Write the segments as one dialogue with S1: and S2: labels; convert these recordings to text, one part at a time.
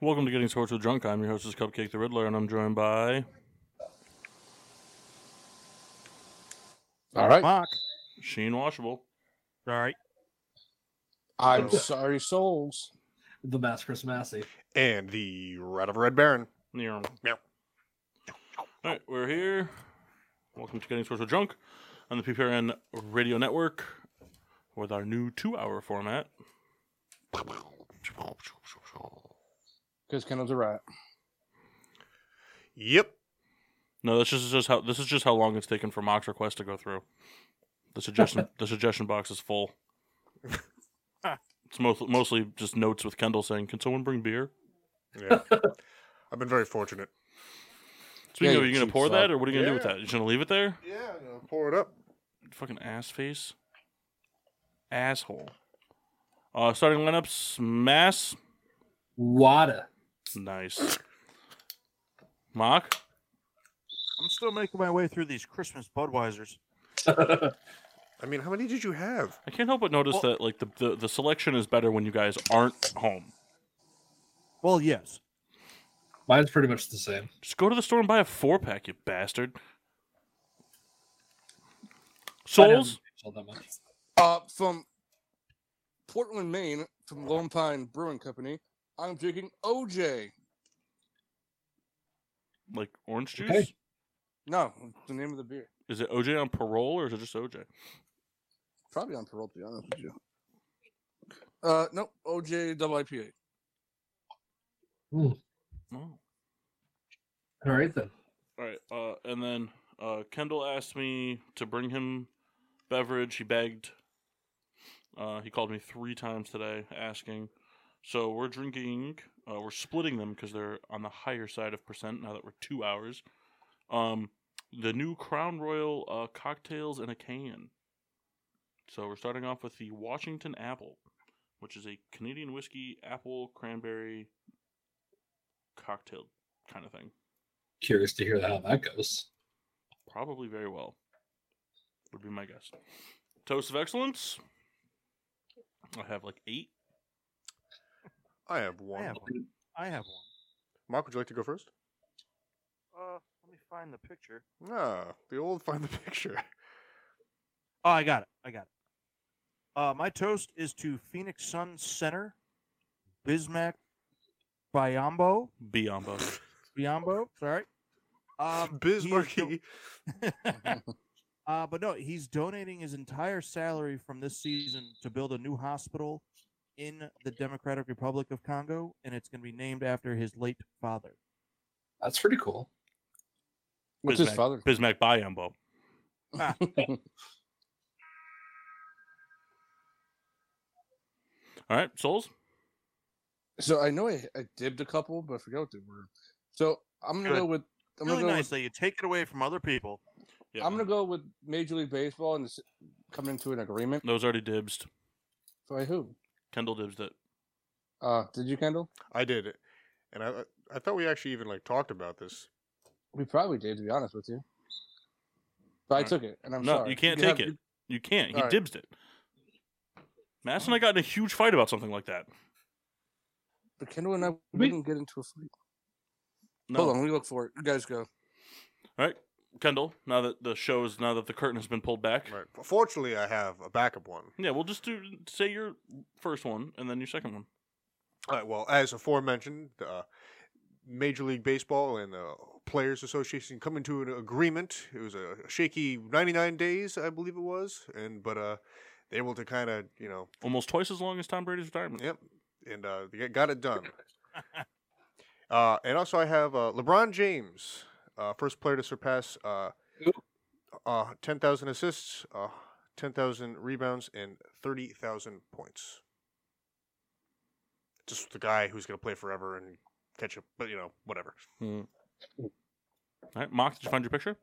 S1: Welcome to Getting Sports with Drunk. I'm your hostess, Cupcake the Riddler, and I'm joined by
S2: All right.
S3: Mark.
S1: Sheen Washable.
S3: All right.
S2: I'm sorry, souls.
S4: The best Chris Massey.
S2: And the Red of a Red Baron.
S1: Yeah.
S2: Meow.
S1: All right, we're here. Welcome to Getting Sports with Drunk on the PPRN Radio Network with our new two-hour format.
S2: Because Kendall's a rat. Yep.
S1: No, this is just how this is just how long it's taken for Mox request to go through. The suggestion the suggestion box is full. it's mostly mostly just notes with Kendall saying, "Can someone bring beer?"
S2: Yeah. I've been very fortunate.
S1: Speaking
S2: Yeah,
S1: of, are
S2: you
S1: you gonna
S2: cheap
S1: pour that,
S2: sod.
S1: or what are you gonna do with
S2: Yeah.
S1: that? You just gonna leave it there?
S2: Yeah, I'm gonna pour it up.
S1: Fucking ass face. Asshole. Uh, starting lineups, Mass.
S4: Wada.
S1: Nice. Mock.
S3: I'm still making my way through these Christmas Budweisers.
S2: I mean, how many did you have?
S1: I can't help but notice
S3: Well-
S1: that like the, the, the selection is better when you guys aren't home.
S3: Well, yes.
S4: Mine's pretty much the same.
S1: Just go to the store and buy a four pack, you bastard. Souls?
S4: I don't know if it's
S2: Uh, from Portland, Maine, from Lone Pine Brewing Company. I'm drinking OJ.
S1: Like orange juice?
S4: Okay.
S2: No, it's the name of the beer.
S1: Is it OJ on parole or is it just OJ?
S2: Probably on parole, to be honest with you. Uh, nope. OJ double IPA.
S1: Oh.
S4: all right then.
S1: All right. Uh, and then uh, Kendall asked me to bring him beverage. He begged. Uh, he called me three times today asking. So we're drinking. Uh, we're splitting them because they're on the higher side of percent now that we're two hours. Um, the new Crown Royal uh, cocktails in a can. So we're starting off with the Washington Apple, which is a Canadian whiskey, apple, cranberry cocktail kind of thing
S4: Curious to hear how that goes.
S1: probably very well. Would be my guess. Toast of excellence. I have like eight.
S2: I have
S3: I
S2: one.
S3: have one. I have one.
S2: Mark, would you like to go first?
S3: Uh, let me find the picture.
S2: Ah, the old find the picture.
S3: Oh, I got it. I got it. Uh, my toast is to Phoenix Sun Center, Bismack Biombo.
S1: Biombo.
S3: Biombo, sorry. Um, he is
S2: Bismarcky.
S3: do- uh, but no, he's donating his entire salary from this season to build a new hospital in the Democratic Republic of Congo, and it's going to be named after his late father.
S4: That's pretty cool.
S2: What's his
S1: Bismack-
S2: father?
S1: Bismack Biombo. All right, souls.
S2: So I know I, I dibbed a couple, but I forgot what they were. So I'm gonna
S3: Good.
S2: go with I'm
S3: really
S2: gonna go
S3: nice that you take it away from other people.
S2: with,
S1: Yeah,
S2: I'm gonna go with Major League Baseball and s- come into an agreement.
S1: Those already dibsed.
S2: By who?
S1: Kendall dibsed it.
S2: Uh, did you, Kendall?
S5: I did it, and I I thought we actually even like talked about this.
S2: We probably did, to be honest with you. But I
S1: Alright.
S2: took it, and I'm
S1: Hmm. No,
S2: sorry.
S1: you can't
S2: can
S1: take
S2: have-
S1: it. You can't. He
S2: All right.
S1: dibsed it. Mass and I got in a huge fight about something like that.
S2: But Kendall and I
S4: We-
S2: didn't get into a fight.
S1: No.
S2: Hold on, let me look for it. You guys go.
S1: All right, Kendall. Now that the show is now that the curtain has been pulled back.
S5: Right. But fortunately, I have a backup one.
S1: Yeah, we'll just do say your first one and then your second one.
S5: All right. Uh, Well, as aforementioned, the uh, Major League Baseball and the Players Association come into an agreement. It was a shaky 99 days, I believe it was, and but uh, they were able to kind of you know
S1: Almost twice as long as Tom Brady's retirement.
S5: Yep, and uh, they got it done. uh, and also, I have uh, LeBron James, uh, first player to surpass uh,
S4: Ooh.
S5: uh, ten thousand assists, uh, ten thousand rebounds, and thirty thousand points. just the guy who's going to play forever and catch up. But you know, whatever.
S1: Mm. All right, Mox, did you find your picture?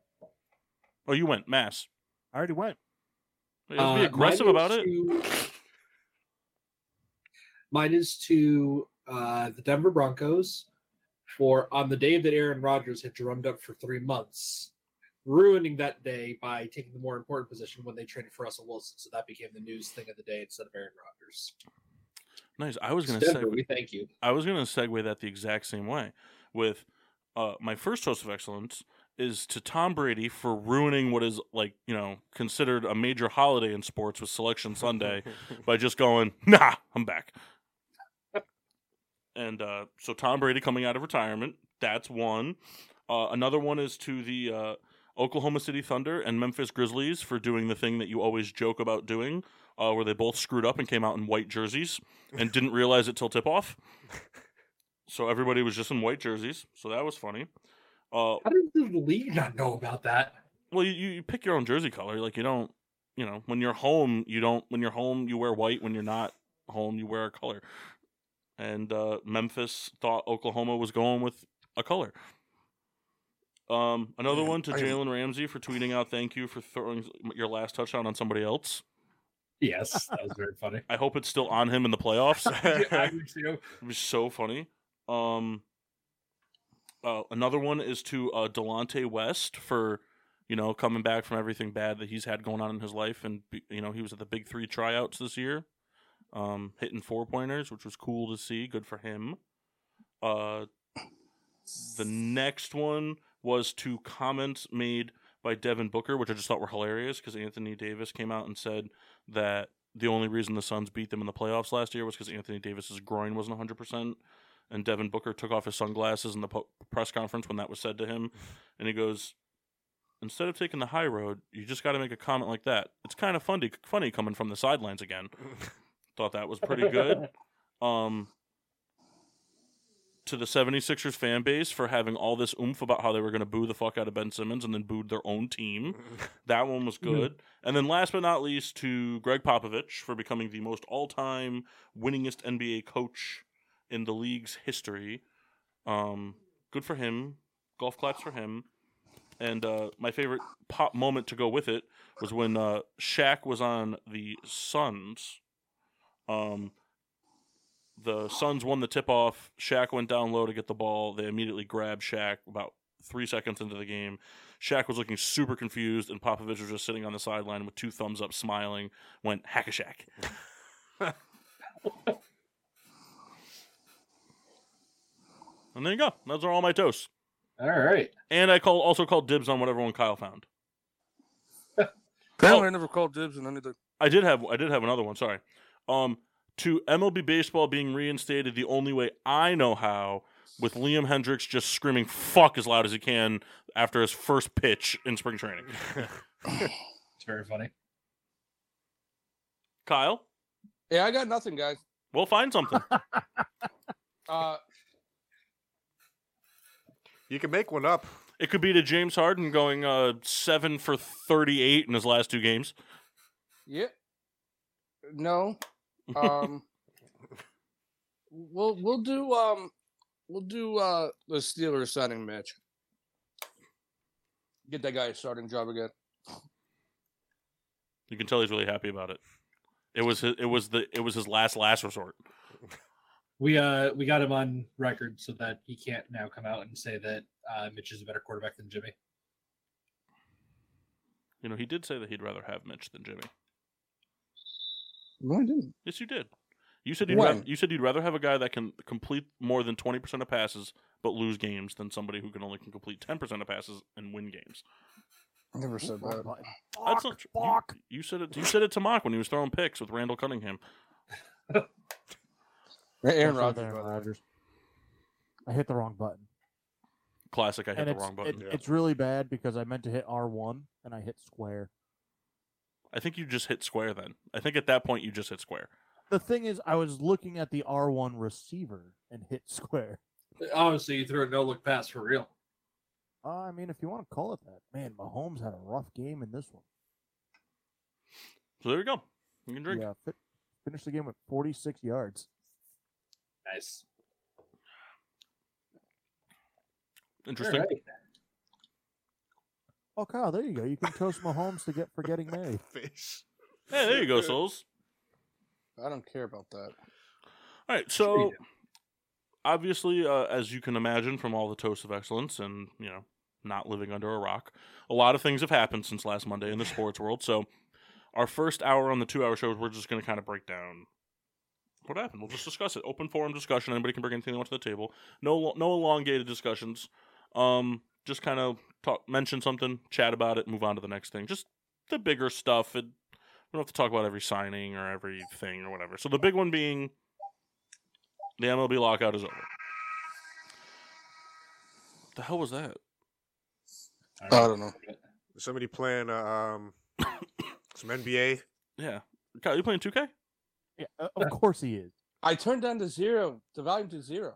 S1: Oh, you went mass.
S3: I already went.
S1: Hey, let's be
S4: Uh,
S1: aggressive
S4: mine
S1: about
S4: is
S1: it.
S4: to- mine is to uh, the Denver Broncos for on the day that Aaron Rodgers had drummed up for three months, ruining that day by taking the more important position when they traded for Russell Wilson. So that became the news thing of the day instead of Aaron Rodgers.
S1: Nice. I was gonna
S4: Denver,
S1: segue.
S4: we thank you.
S1: I was gonna segue that the exact same way. With uh, my first toast of excellence is to Tom Brady for ruining what is like you know considered a major holiday in sports with Selection Sunday by just going, nah, I'm back. and uh, so Tom Brady coming out of retirement, that's one. Uh, another one is to the uh, Oklahoma City Thunder and Memphis Grizzlies for doing the thing that you always joke about doing, uh, where they both screwed up and came out in white jerseys and didn't realize it till tip off. So everybody was just in white jerseys, so that was funny. Uh,
S4: How did the league not know about that?
S1: well, you, you pick your own jersey color. Like you don't, you know, when you're home, you don't. When you're home, you wear white. When you're not home, you wear a color. And uh, Memphis thought Oklahoma was going with a color. Um, another
S5: Man,
S1: one to
S5: I am-
S1: Jalen Ramsey for tweeting out thank you for throwing your last touchdown on somebody else.
S4: Yes, that was very funny.
S1: I hope it's still on him in the playoffs.
S4: I would too.
S1: It was so funny. Um, uh, another one is to uh, Delonte West for you know coming back from everything bad that he's had going on in his life, and be- you know he was at the big three tryouts this year, um, hitting four pointers, which was cool to see. Good for him. Uh, the next one was to comments made by Devin Booker, which I just thought were hilarious because Anthony Davis came out and said that the only reason the Suns beat them in the playoffs last year was because Anthony Davis's groin wasn't 100%. And Devin Booker took off his sunglasses in the po- press conference when that was said to him. And he goes, Instead of taking the high road, you just got to make a comment like that. It's kind of funny, funny coming from the sidelines again. Thought that was pretty good. Um, to the 76ers fan base for having all this oomph about how they were going to boo the fuck out of Ben Simmons and then booed their own team. That one was
S4: Mhm.
S1: good. And then last but not least to Greg Popovich for becoming the most all-time winningest NBA coach in the league's history. Um, good for him. Golf claps for him. And uh, my favorite pop moment to go with it was when uh, Shaq was on the Suns. Um, the Suns won the tip off. Shaq went down low to get the ball. They immediately grabbed Shaq about three seconds into the game. Shaq was looking super confused, and Popovich was just sitting on the sideline with two thumbs up, smiling. Went hack a shack. and there you go. Those are all my toasts.
S4: All right.
S1: And I call also called dibs on whatever one Kyle found.
S2: Apparently, I never called dibs on anything.
S1: I did have I did have another one. Sorry. Um, to MLB baseball being reinstated the only way I know how, with Liam Hendricks just screaming "fuck" as loud as he can after his first pitch in spring training.
S4: It's very funny.
S1: Kyle,
S2: Yeah, I got nothing, guys.
S1: we'll find something.
S2: Uh,
S5: you can make one up.
S1: it could be to James Harden going uh, seven for thirty-eight in his last two games.
S2: yeah. No. Um. we'll we'll do um we'll do uh the Steelers signing match. Get that guy a starting job again.
S1: You can tell he's really happy about it. It was his, it was the it was his last last resort.
S4: We uh we got him on record so that he can't now come out and say that uh, Mitch is a better quarterback than Jimmy.
S1: You know, he did say that he'd rather have Mitch than Jimmy.
S2: No, I didn't.
S1: Yes, you did. You said you'd
S2: When?
S1: rather, you said you'd rather have a guy that can complete more than twenty percent of passes but lose games than somebody who can only can complete ten percent of passes and win games.
S2: I never said that.
S1: That's not true. You, you said it. You said it to Mock when he was throwing picks with Randall Cunningham.
S2: Aaron
S3: That's
S2: Rodgers.
S3: Aaron
S2: by the way.
S3: Rodgers. I hit the wrong button.
S1: Classic. I hit
S3: and
S1: the
S3: it's,
S1: wrong button.
S3: it-
S5: yeah.
S3: it's really bad because I meant to hit R1 and I hit square.
S1: I think you just hit square then. I think at that point you just hit square.
S3: The thing is, I was looking at the R1 receiver and hit square.
S4: Obviously, you threw a no look pass for real.
S3: Uh, I mean, if you want to call it that, man, Mahomes had a rough game in this one.
S1: So there you go. You can drink.
S6: uh,
S3: Yeah, fi- finished the game with 46 yards.
S4: Nice. All
S1: Interesting.
S4: right.
S6: Oh, Kyle, there you go. You can toast Mahomes to get for getting married.
S5: Face.
S1: Hey, there you go, Souls.
S2: I don't care about that.
S1: All right,
S4: Sure you
S1: so obviously, uh, as you can imagine from all the toasts of excellence and you know not living under a rock, a lot of things have happened since last Monday in the sports world. So, our first hour on the two-hour show, we're just going to kind of break down what happened. We'll just discuss it. Open forum discussion. Anybody can bring anything they want to the table. No, lo- no elongated discussions. Um, just kind of talk, mention something, chat about it, move on to the next thing. Just the bigger stuff. It, we don't have to talk about every signing or everything or whatever. So the big one being the MLB lockout is over. The hell was that?
S4: All
S2: I
S4: right.
S2: don't know.
S5: Somebody playing uh, um, some NBA.
S1: Yeah. Kyle, you playing 2K?
S6: Yeah, uh, of course he is.
S2: I turned down to zero, the volume to zero,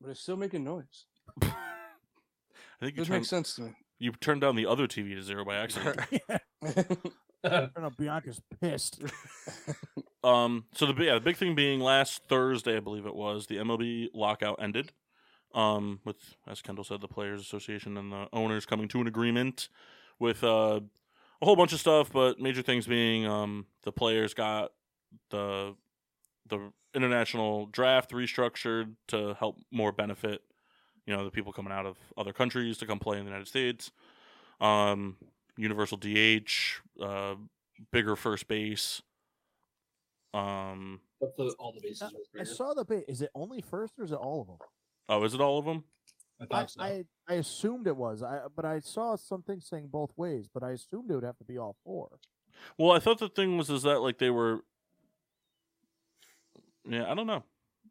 S2: but it's still making noise.
S1: I think you
S2: This
S1: turned,
S2: makes sense to me.
S1: you turned down the other TV to zero by accident.
S4: Uh,
S6: I know Bianca's pissed.
S1: Um, so the bi- yeah, the big thing being last Thursday, I believe it was, the MLB lockout ended. Um, with as Kendall said, the Players Association and the owners coming to an agreement with uh, a whole bunch of stuff, but major things being um, the players got the the international draft restructured to help more benefit, you know, the people coming out of other countries to come play in the United States. Um, universal DH, uh, bigger first base. Um,
S4: That's the, all the bases. were
S6: Uh, I
S4: cleared.
S6: saw the bit. Is it only first or is it all of them?
S1: oh, is it all of them?
S4: I
S6: I,
S4: thought so.
S6: I, I assumed it was, I but I saw something saying both ways, but I assumed it would have to be all four.
S1: Well, I thought the thing was is that like they were. Yeah, I don't know.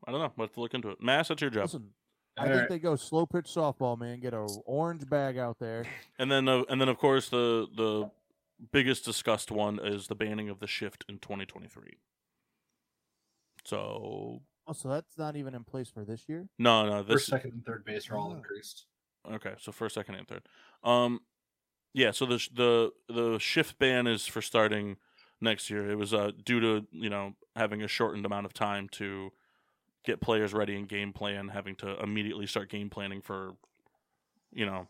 S1: I don't know. We'll have to look into it. Mass, that's your job.
S6: Listen, I
S4: All
S6: think
S4: right.
S6: they go slow pitch softball, man. Get a orange bag out there.
S1: And then, uh, and then, of course, the the biggest discussed one is the banning of the shift in 2023. So
S6: Oh, so that's not even in place for this year.
S1: no, no,
S4: First,
S1: this
S4: second, and third base are all
S6: Oh.
S4: increased.
S1: okay. So first, second, and third. Um, yeah. So the sh- the the shift ban is for starting next year. It was uh due to you know having a shortened amount of time to get players ready and game plan, having to immediately start game planning for, you know.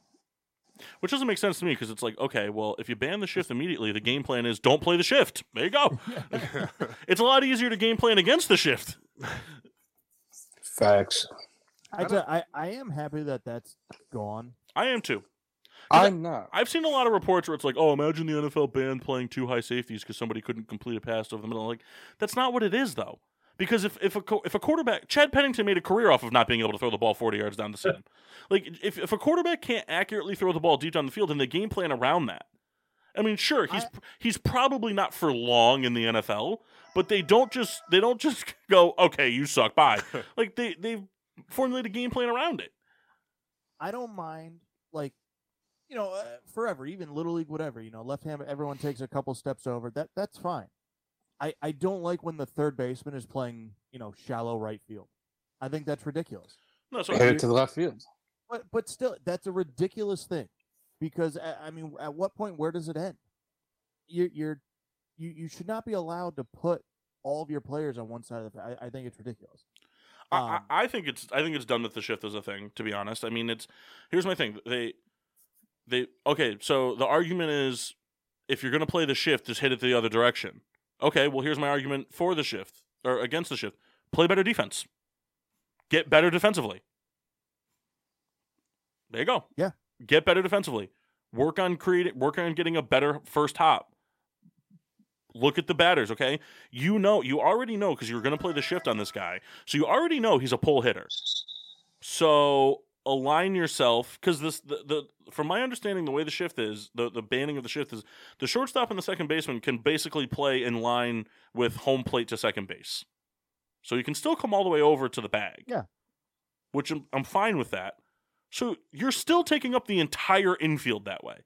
S1: Which doesn't make sense to me because it's like, okay, well, if you ban the shift immediately, the game plan is don't play the shift. There you go. It's a lot easier to game plan against the shift.
S2: Facts.
S6: I, tell- I, I am happy that that's gone.
S1: I am too.
S2: I'm not.
S1: I've seen a lot of reports where it's like, oh, imagine the NFL banned playing two high safeties because somebody couldn't complete a pass over the middle. Like, that's not what it is though. Because if if a co- if a quarterback, Chad Pennington made a career off of not being able to throw the ball forty yards down the seam. like, if if a quarterback can't accurately throw the ball deep down the field, and they game plan around that. I mean, sure, he's
S6: I-
S1: he's probably not for long in the NFL, but they don't just they don't just go, okay, you suck, bye. like they they formulate a game plan around it.
S6: I don't mind like you know uh, forever, even little league, whatever. You know, left hand. Everyone takes a couple steps over. That that's fine. I I don't like when the third baseman is playing you know shallow right field. I think that's ridiculous.
S1: No, so
S2: Headed to the left field.
S6: But but still, that's a ridiculous thing because uh, I, I mean, at what point where does it end? You're you're you, you should not be allowed to put all of your players on one side of the. I, I think it's ridiculous.
S1: I
S6: Um,
S1: I, I think it's I think it's done with the shift as a thing. To be honest, I mean it's here's my thing. They they okay. So the argument is if you're going to play the shift, just hit it the other direction. Okay. Well, here's my argument for the shift or against the shift. Play better defense. Get better defensively. There you go.
S6: Yeah.
S1: Get better defensively. Work on creating. Work on getting a better first hop. Look at the batters. Okay. You know. You already know because you're going to play the shift on this guy. So you already know he's a pull hitter. So align yourself because this the, the from my understanding the way the shift is the the banning of the shift is the shortstop and the second baseman can basically play in line with home plate to second base. So you can still come all the way over to the bag.
S6: Yeah.
S1: Which I'm, I'm fine with that. So you're still taking up the entire infield that way.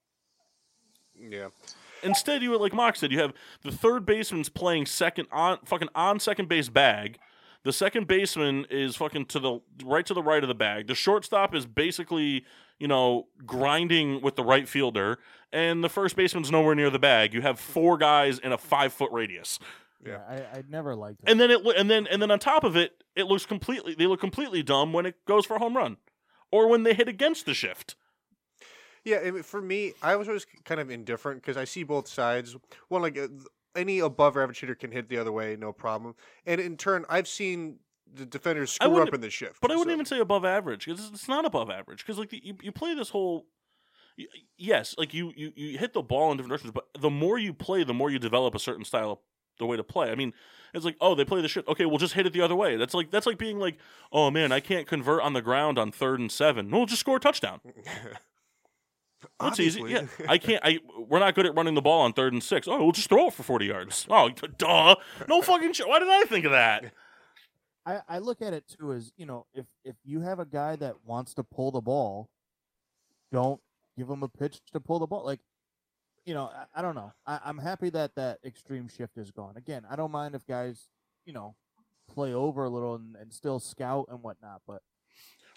S5: yeah.
S1: Instead, you like Mock said, you have the third baseman's playing second on fucking on second base bag. The second baseman is fucking to the right to the right of the bag. The shortstop is basically, you know, grinding with the right fielder, and the first baseman's nowhere near the bag. You have four guys in a five foot radius.
S5: Yeah.
S6: Yeah, I, I never liked him.
S1: and then it loo- and then and then on top of it, it looks completely they look completely dumb when it goes for a home run, or when they hit against the shift.
S5: Yeah, I mean, for me, I was always kind of indifferent because I see both sides. One, like uh, any above average hitter can hit the other way, no problem. And in turn, I've seen the defenders
S1: I
S5: screw up
S1: wouldn't-
S5: in the shift.
S1: But I wouldn't
S5: so-
S1: even say above average because it's not above average because like the, you, you play this whole. y- Yes, like you, you you hit the ball in different directions, but the more you play, the more you develop a certain style of the way to play. I mean, it's like, oh, they play the shit. Okay, we'll just hit it the other way. That's like that's like being like, oh man, I can't convert on the ground on third and seven. We'll just score a touchdown. That's easy.
S5: Obviously.
S1: Yeah, I can't. I we're not good at running the ball on third and six. Oh, we'll just throw it for forty yards. Oh, d- duh. No fucking shit. Why did I think of that?
S6: I, I look at it too as you know if if you have a guy that wants to pull the ball, don't give him a pitch to pull the ball. Like, you know, I, I don't know. I, I'm happy that that extreme shift is gone. Again, I don't mind if guys, you know, play over a little and, and still scout and whatnot. But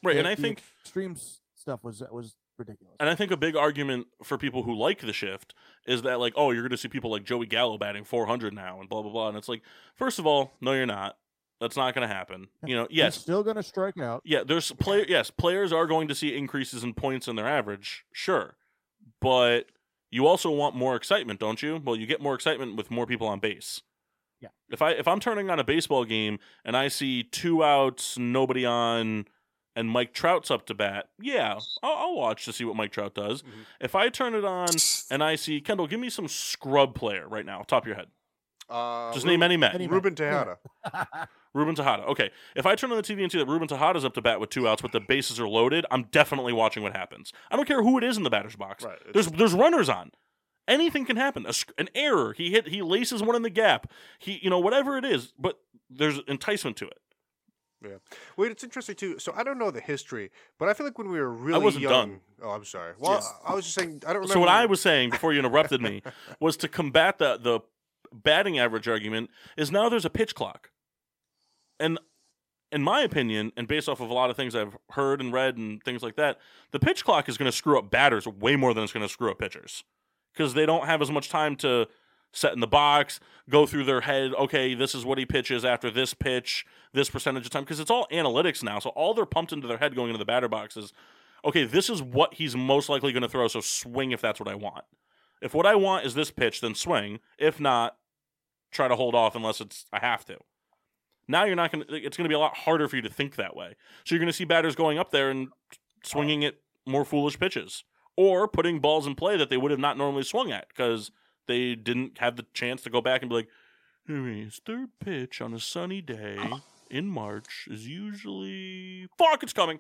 S1: Right,
S6: the-
S1: and I
S6: the
S1: think
S6: extreme s- stuff was was ridiculous.
S1: And uh, I think a big argument for people who like the shift is that like, oh, you're going to see people like Joey Gallo batting 400 now and blah blah blah. And it's like, first of all, no, you're not. That's not going to happen. You know,
S6: He's
S1: yes,
S6: still gonna strike out.
S1: yeah, there's player. Yes, players are going to see increases in points in their average, sure, but you also want more excitement, don't you? Well, you get more excitement with more people on base.
S6: Yeah.
S1: If I if I'm turning on a baseball game and I see two outs, nobody on, and Mike Trout's up to bat, yeah, I'll, I'll watch to see what Mike Trout does.
S5: Mhm.
S1: If I turn it on and I see Kendall, give me some scrub player right now, top of your head.
S5: Uh,
S1: Just name any Met.
S6: any-
S5: Ruben
S6: Yeah.
S5: Tejada.
S1: Ruben Tejada. Okay, if I turn on the TV and see that Ruben Tejada's up to bat with two outs, but the bases are loaded, I'm definitely watching what happens. I don't care who it is in the batter's box.
S5: Right. it's-
S1: There's there's runners on. Anything can happen. A sc- an error. He hit. He laces one in the gap. He you know whatever it is, but there's enticement to it.
S5: Wait, it's interesting too. So I don't know the history, but I feel like when we were really
S1: wasn't
S5: young.
S1: done.
S5: Oh, I'm sorry. Well,
S1: Yes.
S5: I was just saying I don't remember.
S1: So what I was saying before you interrupted me was to combat the the batting average argument is now there's a pitch clock, and in my opinion, and based off of a lot of things I've heard and read and things like that, the pitch clock is going to screw up batters way more than it's going to screw up pitchers because they don't have as much time to set in the box, go through their head. Okay, this is what he pitches after this pitch, this percentage of time because it's all analytics now. So all they're pumped into their head going into the batter box is okay, this is what he's most likely going to throw, so swing if that's what I want. If what I want is this pitch, then swing. If not, try to hold off unless it's I have to. Now you're not going to it's going to be a lot harder for you to think that way. So you're going to see batters going up there and swinging at more foolish pitches or putting balls in play that they would have not normally swung at cuz they didn't have the chance to go back and be like "All right, his third pitch on a sunny day in March is usually fuck it's coming.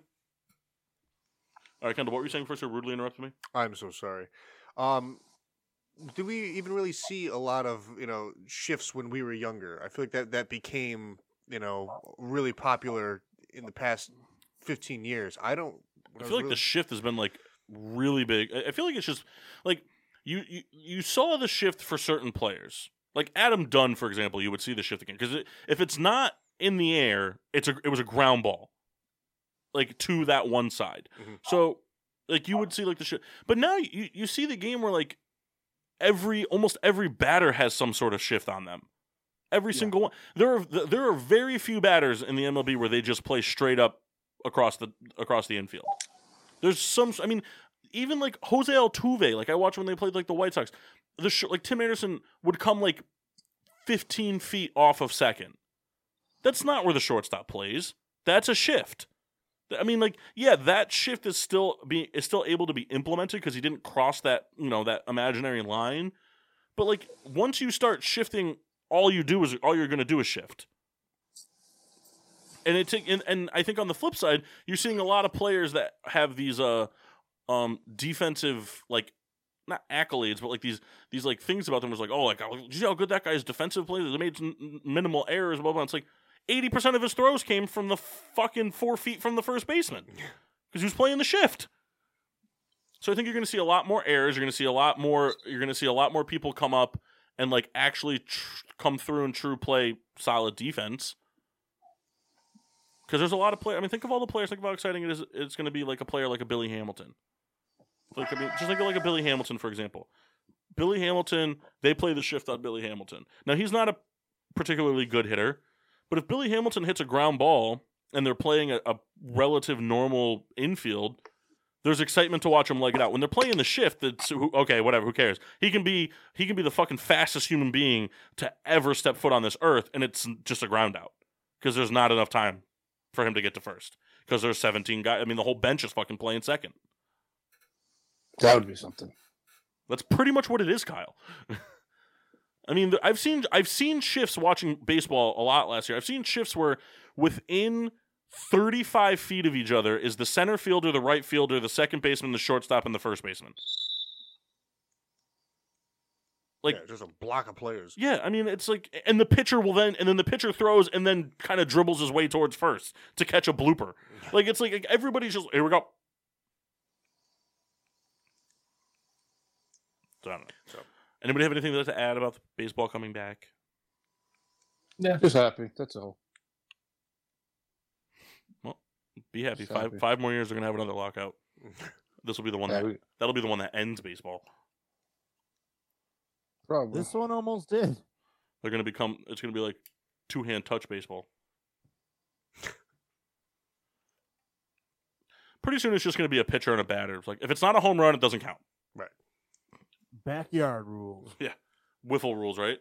S1: All right, Kendall, what were you saying first? You rudely interrupted me.
S5: I'm so sorry. Um, do we even really see a lot of you know shifts when we were younger? I feel like that that became you know really popular in the past 15 years. I don't.
S1: I feel like the shift has been like really big. I I feel like it's just like you you, you saw the shift for certain players, like Adam Dunn, for example. You would see the shift again because it, if it's not in the air, it's a it was a ground ball, like to that one side.
S5: Mhm.
S1: So like you would see like the shift, but now you you see the game where like every almost every batter has some sort of shift on them. Every single one. There are there are very few batters in the MLB where they just play straight up across the across the infield. There's some. I mean, even like Jose Altuve. Like I watched when they played like the White Sox. The sh- like Tim Anderson would come like 15 feet off of second. That's not where the shortstop plays. That's a shift. Th- I mean, like yeah, that shift is still being is still able to be implemented because he didn't cross that you know that imaginary line. But like once you start shifting, all you do is all you're going to do is shift. And it take and, and I think on the flip side, you're seeing a lot of players that have these uh um defensive like not accolades but like these these like things about them was like oh like oh, did you see how good that guy's defensive play they made n- n- minimal errors blah blah, blah it's like 80% of his throws came from the fucking four feet from the first baseman because he was playing the shift so i think you're going to see a lot more errors you're going to see a lot more you're going to see a lot more people come up and like actually tr- come through and true play solid defense because there's a lot of players. I mean, think of all the players. Think of how exciting it is. It's going to be like a player like a Billy Hamilton. Like I mean, just think of like a Billy Hamilton for example. Billy Hamilton, they play the shift on Billy Hamilton. Now he's not a particularly good hitter, but if Billy Hamilton hits a ground ball and they're playing a, a relative normal infield, there's excitement to watch him leg it out. When they're playing the shift, that's who- okay, whatever, who cares? He can be he can be the fucking fastest human being to ever step foot on this earth, and it's just a ground out because there's not enough time for him to get to first because there's 17 guys. I mean, the whole bench is fucking playing second.
S2: That would be something.
S1: That's pretty much what it is, Kyle. I mean, th- I've seen I've seen shifts watching baseball a lot last year. I've seen shifts where within 35 feet of each other is the center fielder, the right fielder, the second baseman, the shortstop, and the first baseman. Like-
S5: yeah, just a block of players.
S1: Yeah, I mean, it's like, and the pitcher will then, and then the pitcher throws and then kind of dribbles his way towards first to catch a blooper. Like, it's like, like, everybody's just, here we go. So, I don't know. So, anybody have anything they'd like to add about baseball coming back?
S2: Just happy. That's all.
S1: Be happy.
S2: Just
S1: Five
S2: happy.
S1: five more years, they're gonna have another lockout. This will be the one
S2: Yeah,
S1: that
S2: we-
S1: that'll be the one that ends baseball.
S2: probably.
S6: This one almost did.
S1: They're gonna become. It's gonna be like two hand touch baseball. Pretty soon, it's just gonna be a pitcher and a batter. It's like if it's not a home run, it doesn't count.
S6: Backyard rules.
S1: Wiffle rules, right?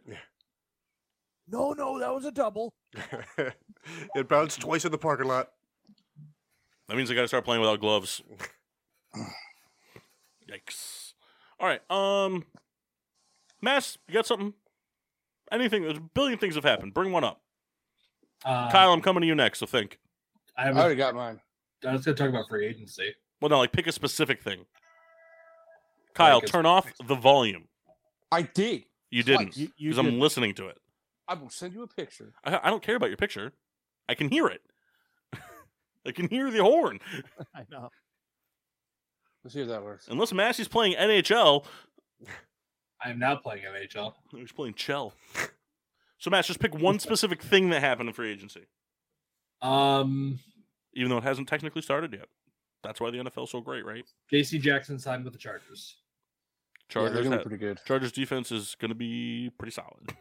S6: No, no, that was a double.
S5: it bounced twice in the parking lot.
S1: That means they gotta start playing without gloves. Yikes! All right, um, Mass, you got something? Anything? There's a billion things have happened. Bring one up,
S4: Uh,
S1: Kyle. I'm coming to you next. So think.
S4: I,
S2: I
S4: have
S2: already got mine.
S4: I was going to talk about free agency.
S1: Well, no, like pick a specific thing. Kyle,
S4: Like a
S1: turn off the volume.
S2: I did.
S1: You
S2: Twice.
S1: didn't,
S6: You, you
S1: because
S6: did.
S1: I'm listening to it.
S2: I will send you a picture.
S1: I, I don't care about your picture. I can hear it. I can hear the horn.
S6: I know.
S2: Let's see if that works.
S1: Unless Massey's playing NHL,
S4: I am now playing NHL.
S1: he's playing Chell. So, Mass, just pick one specific thing that happened in free agency,
S4: Um,
S1: even though it hasn't technically started yet. That's why the NFL's so great, right?
S4: J.C. Jackson signed with the Chargers.
S2: Yeah, they're
S1: Chargers,
S2: gonna
S1: ha-
S2: be pretty good.
S1: Chargers defense is going to be pretty solid.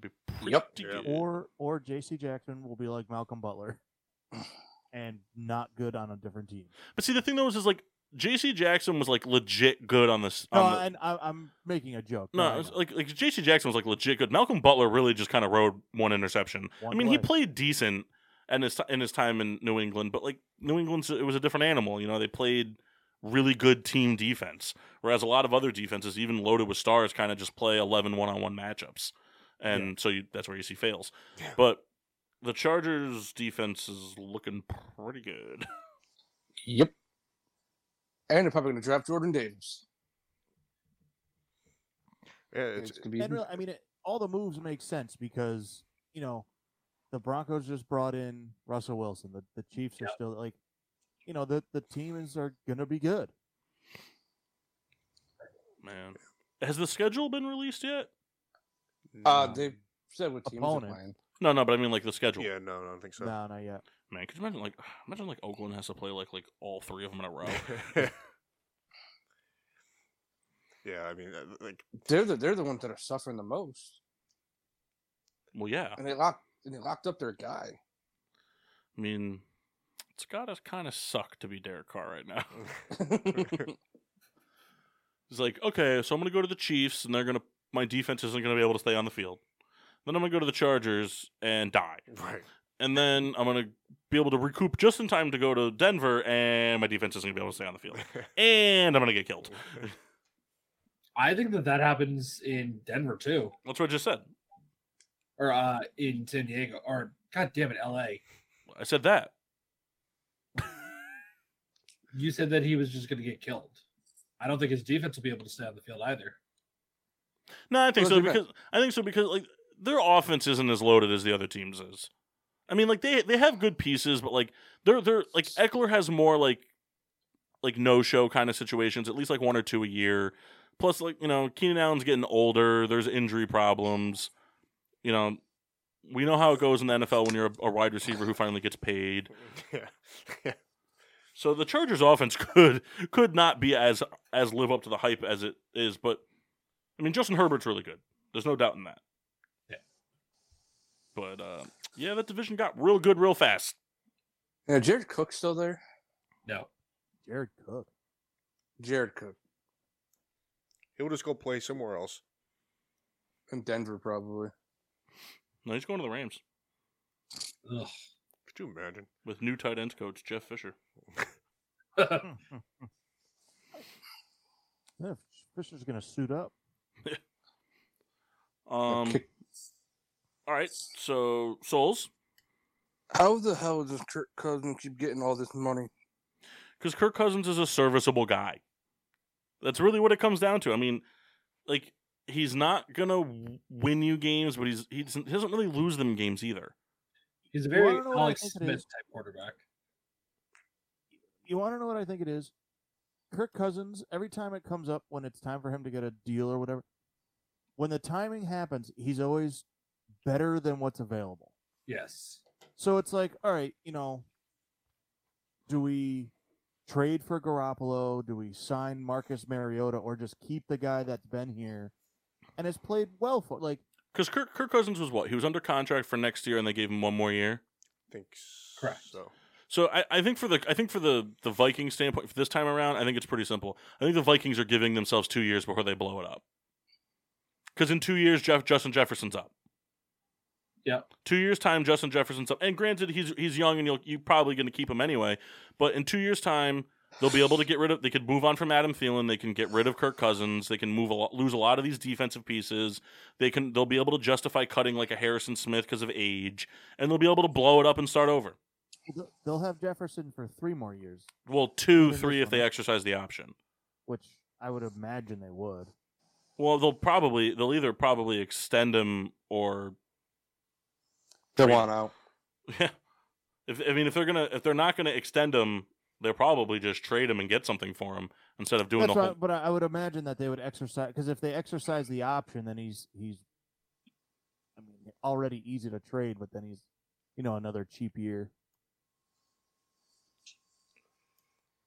S1: be pretty
S2: Yep.
S5: Yeah.
S1: good.
S6: Or or J.C. Jackson will be like Malcolm Butler, and not good on a different team.
S1: But see, the thing though is, is like J.C. Jackson was like legit good on this.
S6: No,
S1: on the-
S6: and I, I'm making a joke.
S1: no,
S6: I
S1: it's
S6: know.
S1: like like J.C. Jackson was like legit good. Malcolm Butler really just kind of rode one interception.
S6: One
S1: I mean, he
S6: play.
S1: played decent in his in his time in New England, but like New England's it was a different animal. You know, they played really good team defense, whereas a lot of other defenses, even loaded with stars, kind of just play 11 one-on-one matchups, and so you, that's where you see fails.
S5: Yeah.
S1: But the Chargers' defense is looking pretty good.
S2: Yep. And they're probably going to draft Jordan Davis.
S5: Yeah,
S2: It's,
S5: it's,
S2: going to be
S6: And really, I mean, it, all the moves make sense because you know the Broncos just brought in Russell Wilson. The the Chiefs are still like, you know, the the team is are gonna be good.
S1: Man, has the schedule been released yet?
S2: Uh,
S5: no.
S2: they said what teams
S6: Opponent.
S2: are playing.
S1: No, no, but I mean like the schedule.
S5: yeah, no, I don't think so.
S6: No, not yet.
S1: Man, could you imagine like imagine like Oakland has to play like like all three of them in a row?
S5: yeah, I mean, uh, like,
S2: They're the they're the ones that are suffering the most,
S1: well, yeah.
S2: and they locked and they locked up their guy.
S1: I mean, it's gotta kind of suck to be Derek Carr right now. He's like, okay, so I'm gonna go to the Chiefs, and they're gonna my defense isn't gonna be able to stay on the field. Then I'm gonna go to the Chargers and die,
S5: right.
S1: and then I'm gonna be able to recoup just in time to go to Denver, and my defense isn't gonna be able to stay on the field, and I'm gonna get killed.
S4: I think that that happens in Denver too,
S1: That's what I just said.
S4: or uh, in San Diego, or God damn it, L.A.
S1: I said that.
S4: You said that he was just going to get killed. I don't think his defense will be able to stay on the field either.
S1: No, I think
S2: Well,
S1: so
S2: they're
S1: because I think so because like their offense isn't as loaded as the other teams is. I mean, like they they have good pieces, but like they're they're like Eckler has more like like no show kind of situations, at least like one or two a year. Plus, like you know, Keenan Allen's getting older. There's injury problems. You know, we know how it goes in the NFL when you're a, a wide receiver who finally gets paid.
S5: yeah.
S1: So the Chargers offense could could not be as as live up to the hype as it is, but I mean Justin Herbert's really good. There's no doubt in that. But uh, yeah, that division got real good real fast.
S2: Yeah, Jared Cook's still there.
S4: No.
S6: Jared Cook.
S2: Jared Cook
S5: He'll just go play somewhere else.
S2: in Denver probably.
S1: No, he's going to the Rams
S4: Ugh.
S5: Could you imagine?
S1: with new tight ends coach Jeff Fisher.
S6: Yeah, Fisher's gonna suit up.
S1: Um,
S2: kick-
S1: all right, so Souls,
S2: How the hell does Kirk Cousins keep getting all this money?
S1: because Kirk Cousins is a serviceable guy. That's really what it comes down to. I mean, like he's not gonna w- win you games, but he's he doesn't, he doesn't really lose them games either.
S4: He's a
S6: Well, I
S4: very
S6: don't know what I
S4: Alex
S6: think it
S4: Smith
S6: is.
S4: type quarterback.
S6: You want to know what I think it is? Kirk Cousins. Every time it comes up when it's time for him to get a deal or whatever, when the timing happens, he's always better than what's available.
S4: Yes.
S6: So it's like, all right, you know, do we trade for Garoppolo? Do we sign Marcus Mariota or just keep the guy that's been here and has played well for like
S1: Because Kirk, Kirk Cousins was what he was under contract for next year, and they gave him one more year.
S5: think
S4: Correct.
S5: so.
S1: So I, I think for the I think for the the Viking standpoint for this time around, I think it's pretty simple. I think the Vikings are giving themselves two years before they blow it up. Because in two years, Jeff Justin Jefferson's up.
S4: Yep.
S1: Two years time, Justin Jefferson's up. And granted, he's he's young, and you'll you're probably going to keep him anyway. But in two years time, they'll be able to get rid of. They could move on from Adam Thielen. They can get rid of Kirk Cousins. They can move a lot, lose a lot of these defensive pieces. They can they'll be able to justify cutting like a Harrison Smith because of age, and they'll be able to blow it up and start over.
S6: they'll- they'll have Jefferson for three more years,
S1: Well,
S6: Even
S1: two,
S6: this
S1: three if they
S6: one.
S1: exercise the option.
S6: which I would imagine they would.
S1: Well, they'll probably they'll either probably extend him or
S2: They
S1: Trade.
S2: want out.
S1: yeah. If I mean if they're gonna if they're not gonna extend him, they'll probably just trade him and get something for him instead of doing
S6: That's
S1: the
S6: right,
S1: whole.
S6: but I I would imagine that they would exercise because if they exercise the option, then he's he's, I mean, already easy to trade, but then he's, you know, another cheap year.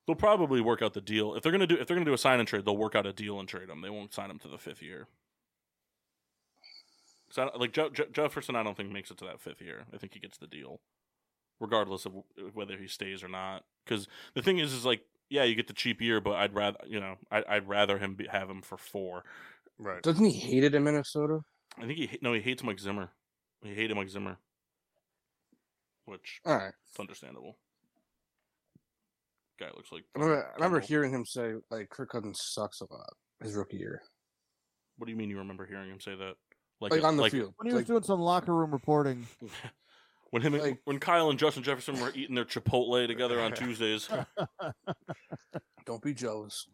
S1: They'll probably work out the deal if they're gonna do if they're gonna do a sign and trade. They'll work out a deal and trade him. They won't sign him to the fifth year. So I don't- like Je- Je- Jefferson, I don't think makes it to that fifth year. I think he gets the deal, regardless of w- whether he stays or not. Because the thing is, is like yeah, you get the cheap year, but I'd rather you know I'd, I'd rather him be, have him for four.
S5: Right.
S2: Doesn't he hate it in Minnesota?
S1: I think he ha- no, he hates Mike Zimmer. He hated Mike Zimmer, which
S2: All right.
S1: is understandable. Guy looks like
S2: I remember, I remember
S1: Campbell.
S2: hearing him say like Kirk Cousins sucks a lot his rookie year,
S1: What do you mean you remember hearing him say that?
S2: like,
S1: a-
S2: on the field.
S6: When he was
S2: Like,
S6: doing some locker room reporting,
S1: when him and-
S2: Like-
S1: when Kyle and Justin Jefferson were eating their Chipotle together on Tuesdays.
S2: don't be jealous.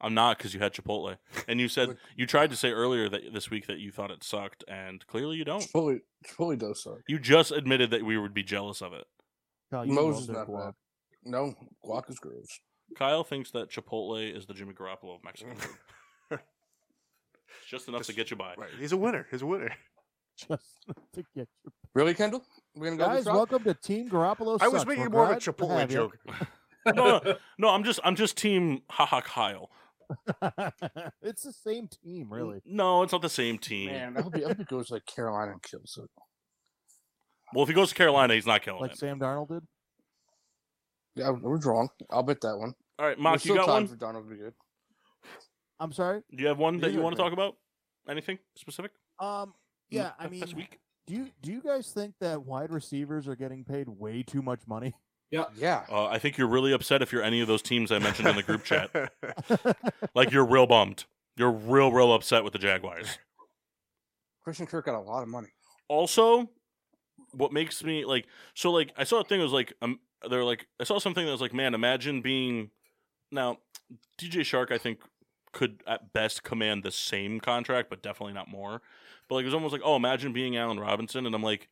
S1: I'm not because you had Chipotle, and you said
S2: Look.
S1: you tried to say earlier that this week that you thought it sucked, and clearly you don't.
S2: Chipotle, Chipotle does suck.
S1: You just admitted that we would be jealous of it.
S6: Kyle, you
S2: Mo's
S6: love
S2: is
S6: their
S2: not
S6: guac.
S2: bad. No, guac is gross.
S1: Kyle thinks that Chipotle is the Jimmy Garoppolo of Mexico. It's just enough to
S5: Just-
S1: get you by.
S5: right. He's a winner. He's a winner.
S6: Just to get you.
S2: Really, Kendall? We're gonna go
S6: Guys,
S2: this route?
S6: welcome to Team Garoppolo.
S5: I was
S6: Sucks. We're
S5: making more of a
S6: glad to
S5: Chipotle
S6: have you.
S5: joke.
S1: no, no, no, I'm just I'm just team haha Kyle.
S6: it's the same team, really.
S1: No, it's not the same team.
S2: Man, I hope, he, I hope he goes like Carolina and kills it.
S1: Well, if he goes to Carolina, he's not killing
S6: Like
S1: it.
S6: Sam Darnold did.
S2: Yeah, I was wrong. I'll bet that one.
S1: All right,
S2: There's
S1: Mock, you
S2: still
S1: got
S2: time
S1: one?
S2: for Donald to be good.
S6: I'm sorry.
S1: Do you have one that
S2: You
S1: you
S2: go
S1: want to
S2: ahead.
S1: talk about? Anything specific? Mm,
S6: Um,
S1: in
S6: yeah, I
S1: th-
S6: mean,
S1: this week.
S6: do you do you guys think that wide receivers are getting paid way too much money?
S2: Yeah.
S1: Uh, I think you're really upset if you're any of those teams I mentioned in the group chat. Like you're real bummed. You're real, real upset with the Jaguars.
S2: Christian Kirk got a lot of money.
S1: Also, what makes me like so like I saw a thing that was like um they're like I saw something that was like man imagine being now DJ Shark I think could at best command the same contract but definitely not more but like it was almost like oh imagine being Allen Robinson and I'm like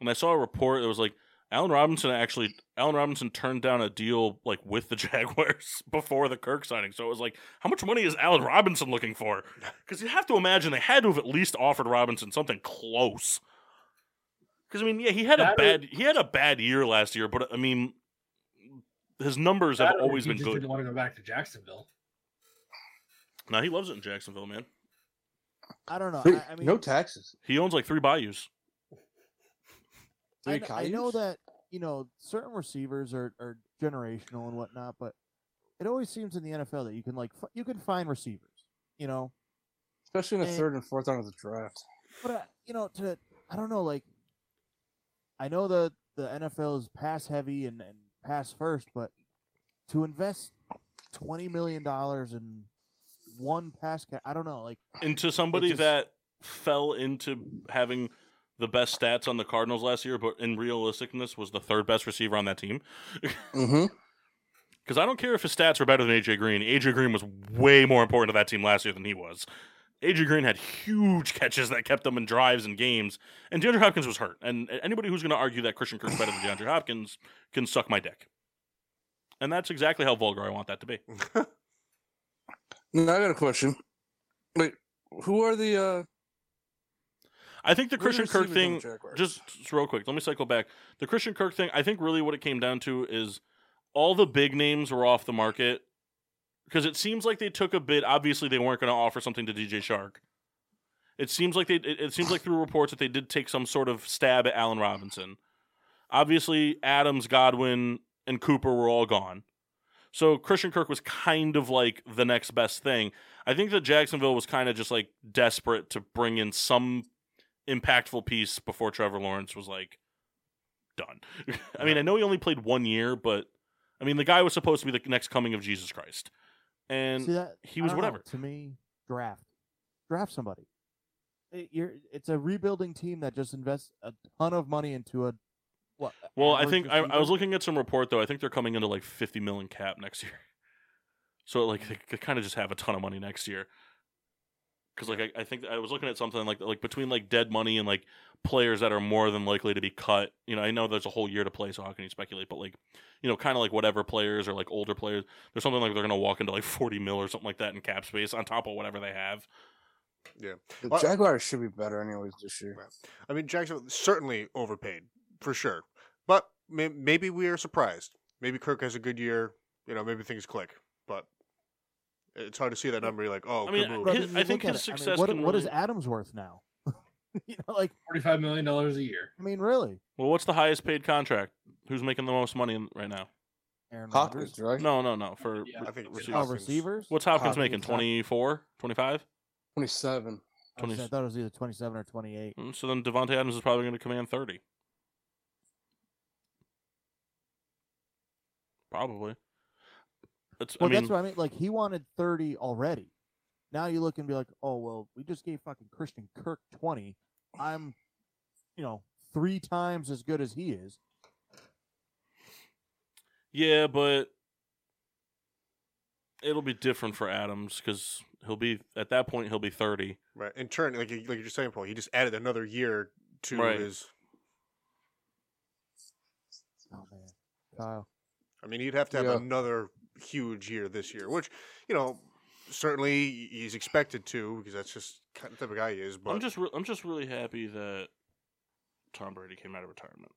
S1: and I saw a report that was like Allen Robinson actually Allen Robinson turned down a deal like with the Jaguars before the Kirk signing so it was like how much money is Allen Robinson looking for because you have to imagine they had to have at least offered Robinson something close because I mean yeah he had a
S4: That or-
S1: bad he had a bad year last year but I mean his numbers have
S4: That or
S1: always
S4: he
S1: been
S4: just
S1: good.
S4: Didn't want to go back to Jacksonville.
S1: Now he loves it in Jacksonville, man.
S6: I don't know.
S2: Free-
S6: Uh, I, I mean,
S2: no taxes.
S1: He owns like three bayous.
S6: I,
S2: Three
S6: kn- I know
S2: Cayuse?
S6: that you know certain receivers are, are generational and whatnot, but it always seems in the NFL that you can like f- you can find receivers, you know.
S2: especially in the
S6: eh.
S2: third and fourth round of the draft.
S6: But uh, you know, to I don't know, like I know the the NFL is pass heavy and, and pass first, but to invest twenty million dollars in one pass, ca- I don't know, like
S1: Into somebody
S6: just-
S1: that fell into having the best stats on the Cardinals last year, but in realisticness was the third best receiver on that team.
S2: Mm-hmm.
S1: Because I don't care if his stats were better than AJ Green. AJ Green was way more important to that team last year than he was. AJ Green had huge catches that kept them in drives and games, and DeAndre Hopkins was hurt. And anybody who's going to argue that Christian Kirk's better than DeAndre Hopkins can suck my dick. And that's exactly how vulgar I want that to be.
S2: Now I got a question. Wait, who are the uh,
S1: I think the
S2: who are
S1: Christian Kirk
S2: receivers on the
S1: thing
S2: Jaguars?
S1: just s- real quick, let me cycle back. The Christian Kirk thing, I think really what it came down to is all the big names were off the market because it seems like they took a bid. Obviously, they weren't going to offer something to DJ Shark. It seems like they. It, it seems like through reports that they did take some sort of stab at Allen Robinson. Obviously, Adams, Godwin, and Cooper were all gone. So Christian Kirk was kind of like the next best thing. I think that Jacksonville was kind of just like desperate to bring in some impactful piece before Trevor Lawrence was like done. I mean, I know he only played one year, but I mean, the guy was supposed to be the next coming of Jesus Christ. And
S6: see that
S1: he
S6: I
S1: was
S6: don't know,
S1: whatever.
S6: to me. Draft, draft somebody. It- you're, it's a rebuilding team that just invests a ton of money into a what?
S1: Well, I
S6: average
S1: think I, I
S6: receiver?
S1: was looking at some report though. I think they're coming into like 50 million cap next year. So like they, they kind of just have a ton of money next year. Because like I, I think I was looking at something like like between like dead money and like players that are more than likely to be cut. You know, I know there's a whole year to play, so how can you speculate? But like, you know, kind of like whatever players or like older players, there's something like they're gonna walk into like 40 mil or something like that in cap space on top of whatever they have.
S2: the
S5: Well-
S2: Jaguars should be better anyways this year.
S5: I mean, Jackson certainly overpaid for sure, but may- maybe we are surprised. Maybe Kirk has a good year. You know, maybe things click, but it's hard to see that number. You're like, oh,
S1: I mean,
S5: good move.
S6: But
S1: his-
S6: mean,
S1: I
S6: you
S1: think
S6: look at
S1: his
S6: it, I mean,
S1: success
S6: what,
S1: can
S6: what is
S1: really-
S6: Adams worth now? you know, like
S4: Forty-five million dollars a year.
S6: I mean, really,
S1: Well, what's the highest paid contract? Who's making the most money in, right now?
S6: Aaron Rodgers.
S2: Hawkins, right?
S1: No, no, no. For
S4: Yeah.
S1: re-
S5: I think it's
S1: receivers.
S6: Oh,
S5: Hopkins.
S6: receivers.
S1: What's Hopkins
S2: Hopkins.
S1: making? 24, 25?
S2: twenty-seven.
S6: I, was- I
S1: 20
S6: thought it was either twenty-seven or twenty-eight.
S1: Mm, So then Devontae Adams is probably going to command 30. Probably. It's,
S6: Well,
S1: I mean,
S6: that's what I mean. Like he wanted thirty already. Now you look and be like, oh well, we just gave fucking Christian Kirk twenty. I'm, you know, three times as good as he is.
S1: yeah, but it'll be different for Adams because he'll be, at that point, he'll be 30.
S5: Right. In turn, like you, like you're saying, Paul, he just added another year to
S1: Right.
S5: his.
S6: Oh man, Kyle.
S5: I mean, he'd have to have
S2: Yeah.
S5: another huge year this year, which you know certainly he's expected to because that's just kind of the type of guy he is. But
S1: I'm just, re- I'm just really happy that Tom Brady came out of retirement.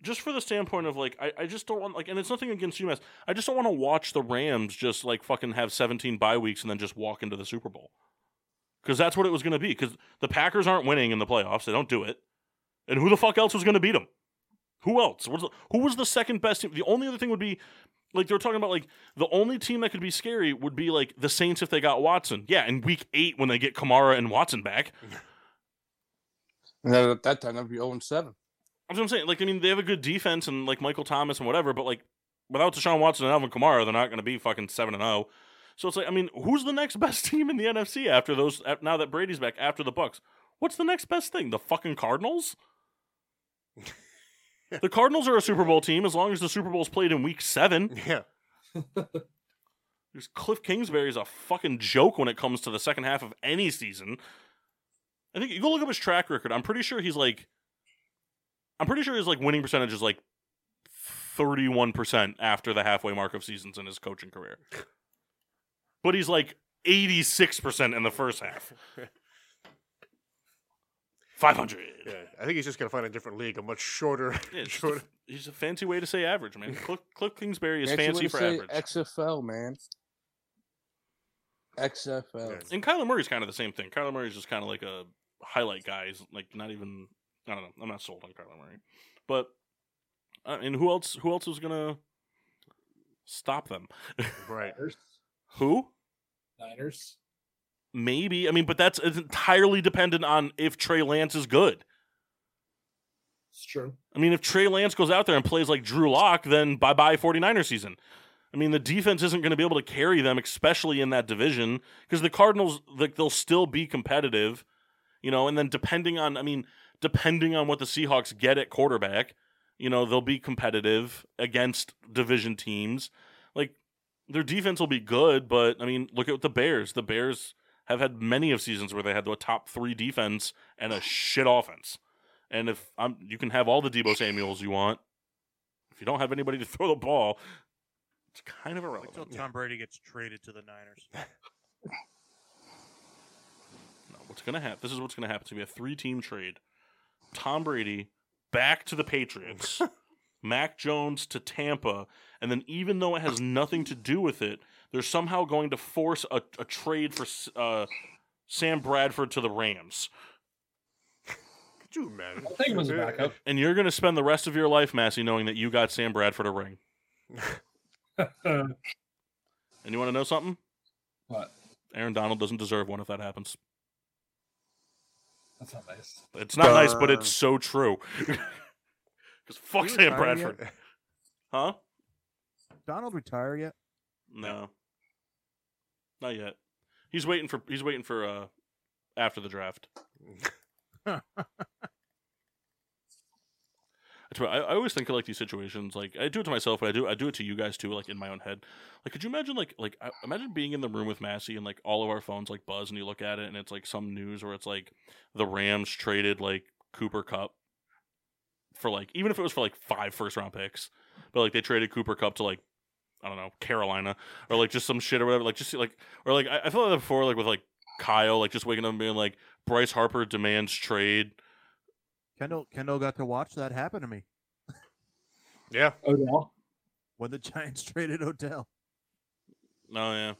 S1: just for the standpoint of like, I, I just don't want like, and it's nothing against UMass. I just don't want to watch the Rams just like fucking have 17 bye weeks and then just walk into the Super Bowl. Because that's what it was going to be. Because the Packers aren't winning in the playoffs. They don't do it. And who the fuck else was going to beat them? Who else? What's the- who was the second best team? The only other thing would be, like, they were talking about, like, the only team that could be scary would be, like, the Saints if they got Watson. Yeah, in week eight when they get Kamara and Watson back.
S2: And then at that time, that'd be zero and seven.
S1: That's what I'm saying. Like, I mean, they have a good defense and, like, Michael Thomas and whatever, but, like, without Deshaun Watson and Alvin Kamara, they're not going to be fucking 7 and 0. So it's like, I mean, who's the next best team in the NFC after those, af- now that Brady's back, after the Bucks? What's the next best thing? The fucking Cardinals? the Cardinals are a Super Bowl team as long as the Super Bowl's played in week seven.
S5: yeah,
S1: Because Cliff Kingsbury's a fucking joke when it comes to the second half of any season. I think you go look up his track record. I'm pretty sure he's like, I'm pretty sure his like winning percentage is like 31 percent after the halfway mark of seasons in his coaching career. But he's like 86 percent in the first half. 500.
S5: yeah. I think he's just gonna find a different league, a much shorter.
S1: Yeah, it's just
S5: shorter
S1: a, he's a fancy way to say average, man. Cliff, Cliff Kingsbury is
S2: Fancy way
S1: fancy
S2: to
S1: for
S2: say
S1: average.
S2: XFL, man. XFL.
S1: And Kyler Murray's kind of the same thing. Kyler Murray's just kind of like a highlight guy. He's like not even. I don't know. I'm not sold on Kyler Murray, but uh, and who else? Who else was gonna stop them?
S5: Right.
S4: Niners.
S1: Who?
S4: Niners.
S1: Maybe. I mean, but that's it's entirely dependent on if Trey Lance is good.
S4: It's true.
S1: I mean, if Trey Lance goes out there and plays like Drew Lock, then bye bye 49er season. I mean, the defense isn't going to be able to carry them, especially in that division, because the Cardinals, like, they'll still be competitive, you know, and then depending on, I mean, depending on what the Seahawks get at quarterback, you know, they'll be competitive against division teams. Like, their defense will be good, but I mean, look at the Bears. The Bears have had many of seasons where they had the top three defense and a shit offense. And if I'm, you can have all the Debo Samuels you want. If you don't have anybody to throw the ball, it's kind of
S3: Wait till
S1: irrelevant.
S3: Tom Brady gets traded to the Niners.
S1: No, what's gonna happen? This is what's gonna happen. It's gonna be a three-team trade. Tom Brady back to the Patriots. Mac Jones to Tampa, and then even though it has nothing to do with it, they're somehow going to force a, a trade for S- uh, Sam Bradford to the Rams.
S5: Could you imagine?
S4: I'll take him as a backup.
S1: And you're going to spend the rest of your life, Massey, knowing that you got Sam Bradford a ring. And you want to know something?
S4: What?
S1: Aaron Donald doesn't deserve one if that happens.
S4: That's not nice.
S1: It's not nice, but
S5: Burn.
S1: it's so true. Because fuck
S6: He
S1: Sam
S6: retired
S1: Bradford. Huh?
S6: Donald retire yet?
S1: No. Not yet. He's waiting for he's waiting for uh after the draft. That's right. I, I always think of like these situations. Like I do it to myself, but I do I do it to you guys too. Like in my own head. Like could you imagine like like I, imagine being in the room with Massey and like all of our phones like buzz and you look at it and it's like some news where it's like the Rams traded like Cooper Cup for like even if it was for like five first round picks, but like they traded Cooper Cup to like I don't know Carolina or like just some shit or whatever. Like just like or like I, I felt like that before like with like Kyle like just waking up and being like Bryce Harper demands trade.
S6: Kendall Kendall got to watch that happen to me
S5: Yeah.
S4: Odell.
S6: when the Giants traded Odell.
S1: Oh yeah.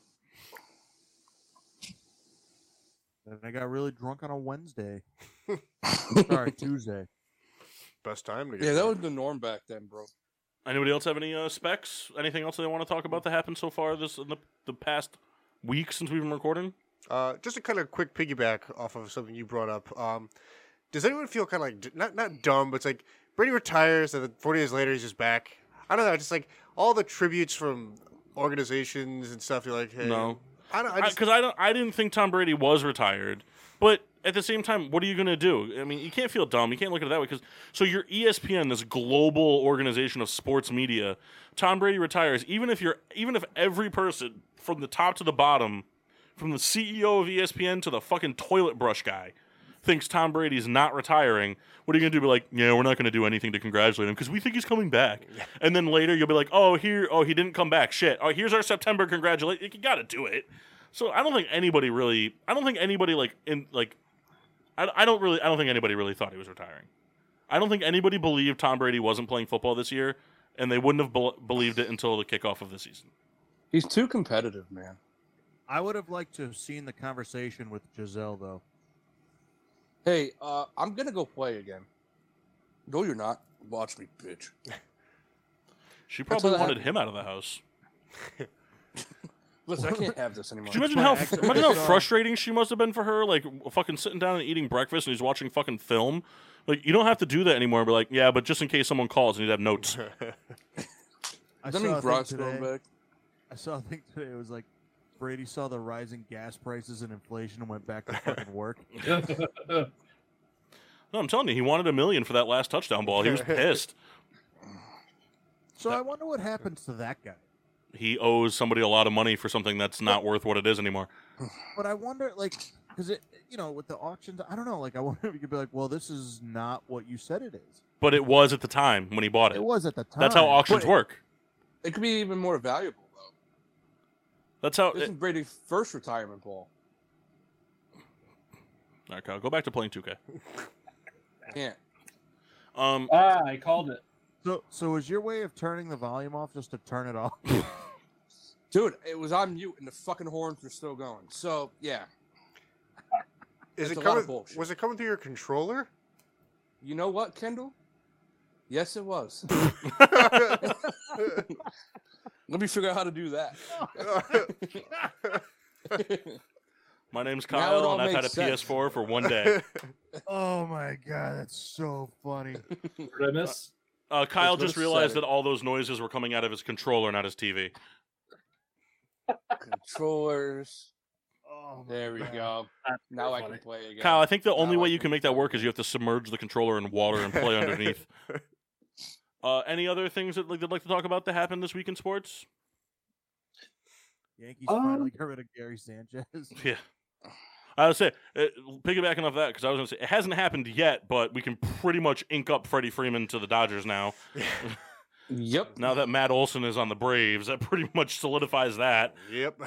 S6: And I got really drunk on a Wednesday. Sorry, Tuesday.
S5: Best time to get
S2: yeah, that
S5: there.
S2: was the norm back then, bro.
S1: Anybody else have any uh, specs? Anything else they want to talk about that happened so far this in the, the past week since we've been recording?
S5: Uh, just a kind of quick piggyback off of something you brought up. Um, does anyone feel kind of like d- not not dumb, but it's like Brady retires and then 40 days later he's just back? I don't know. Just like all the tributes from organizations and stuff. You're like, hey,
S1: No.
S5: I don't. I just,
S1: Because I, don't. I didn't think Tom Brady was retired, but at the same time, what are you going to do? I mean, you can't feel dumb. You can't look at it that way. Because so your E ESPN, this global organization of sports media, Tom Brady retires. Even if you're, even if every person from the top to the bottom, from the CEO of E ESPN to the fucking toilet brush guy, thinks Tom Brady's not retiring, what are you going to do? Be like, yeah, we're not going to do anything to congratulate him because we think he's coming back. And then later you'll be like, oh, here, oh, he didn't come back. Shit. Oh, here's our September congratulate. You got to do it. So I don't think anybody really. I don't think anybody like in like. I, I don't really. I don't think anybody really thought he was retiring. I don't think anybody believed Tom Brady wasn't playing football this year, and they wouldn't have bel believed it until the kickoff of the season.
S2: He's too competitive, man.
S6: I would have liked to have seen the conversation with Giselle though.
S2: Hey, uh, I'm gonna go play again. No, you're not. Watch me, bitch.
S1: She
S2: That's
S1: probably
S2: what
S1: wanted
S2: happened.
S1: him out of the house.
S2: Listen, I can't have this anymore.
S1: Could you imagine how
S6: That's what
S1: imagine how
S6: happened.
S1: frustrating she must have been for her? Like fucking sitting down and eating breakfast, and he's watching fucking film. Like you don't have to do that anymore. But like, yeah, but just in case someone calls, and you'd have notes.
S6: I
S2: Does that
S6: saw a
S2: mean
S6: thing
S2: Brock's
S6: today-
S2: going back?
S6: I saw a thing today. It was like Brady saw the rising gas prices and inflation and went back to fucking work.
S1: No, I'm telling you, he wanted a million for that last touchdown ball. He was pissed.
S6: So I wonder what happens to that guy.
S1: he owes somebody a lot of money for something that's not worth what it is anymore.
S6: But I wonder, like, because it, you know, with the auctions, I don't know. Like, I wonder if you could be like, well, this is not what you said it is.
S1: But it was at the time when he bought it.
S6: It was at the time.
S1: that's how auctions
S2: But-
S1: work.
S2: It could be even more valuable though.
S1: That's how.
S2: This
S1: Oh, It,
S2: is Brady's first retirement ball.
S1: all right, Kyle, go back to playing 2K.
S2: Yeah.
S1: Um,
S4: ah, I called it.
S6: So, so is your way of turning the volume off just to turn it off?
S2: Dude, it was on mute and the fucking horns were still going. So yeah,
S5: Is
S2: It's
S5: it
S2: a lot of
S5: coming?
S2: bullshit.
S5: Was it coming through your controller?
S2: you know what, Kendall? Yes, it was. Let me figure out how to do that.
S1: My name's
S2: Now it
S1: Kyle,
S2: all
S1: and I've had a
S2: makes sense.
S1: PS4 for one day.
S6: Oh my god, that's so funny.
S4: Did I miss?
S1: Uh, Kyle
S2: That's
S1: just
S2: what I
S1: realized
S2: said.
S1: that all those noises were coming out of his controller, not his TV.
S2: Controllers.
S6: Oh my
S2: There we
S6: God.
S2: go. Now I can play again.
S1: Kyle, I think the only
S2: Now I
S1: way you
S2: can
S1: can make that work is you have to submerge the controller in water and play underneath. Uh, any other things that like, they'd like to talk about that happened this week in sports?
S6: Yankees
S4: Um,
S6: finally got rid of Gary Sanchez.
S1: Yeah. I would say, uh, piggybacking off that, because I was going to say, it hasn't happened yet, but we can pretty much ink up Freddie Freeman to the Dodgers now.
S2: Yep.
S1: Now that Matt Olson is on the Braves, that pretty much solidifies that.
S5: yep.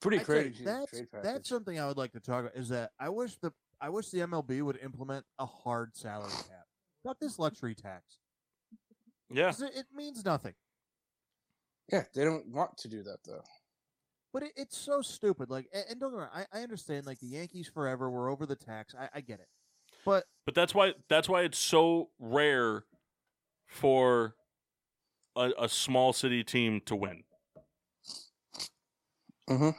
S2: Pretty
S6: I tell you,
S2: crazy.
S6: That's,
S2: trade package.
S6: that's something I would like to talk about. Is that I wish the I wish the MLB would implement a hard salary cap, not this luxury tax.
S1: Yeah.
S6: 'Cause It, it means nothing.
S2: yeah, they don't want to do that though.
S6: But it, it's so stupid. Like, a- and, don't get me wrong, I, I understand. Like the Yankees forever, we're over the tax. I, I get it. But
S1: But that's why that's why it's so rare for a, a small city team to win.
S2: Mhm.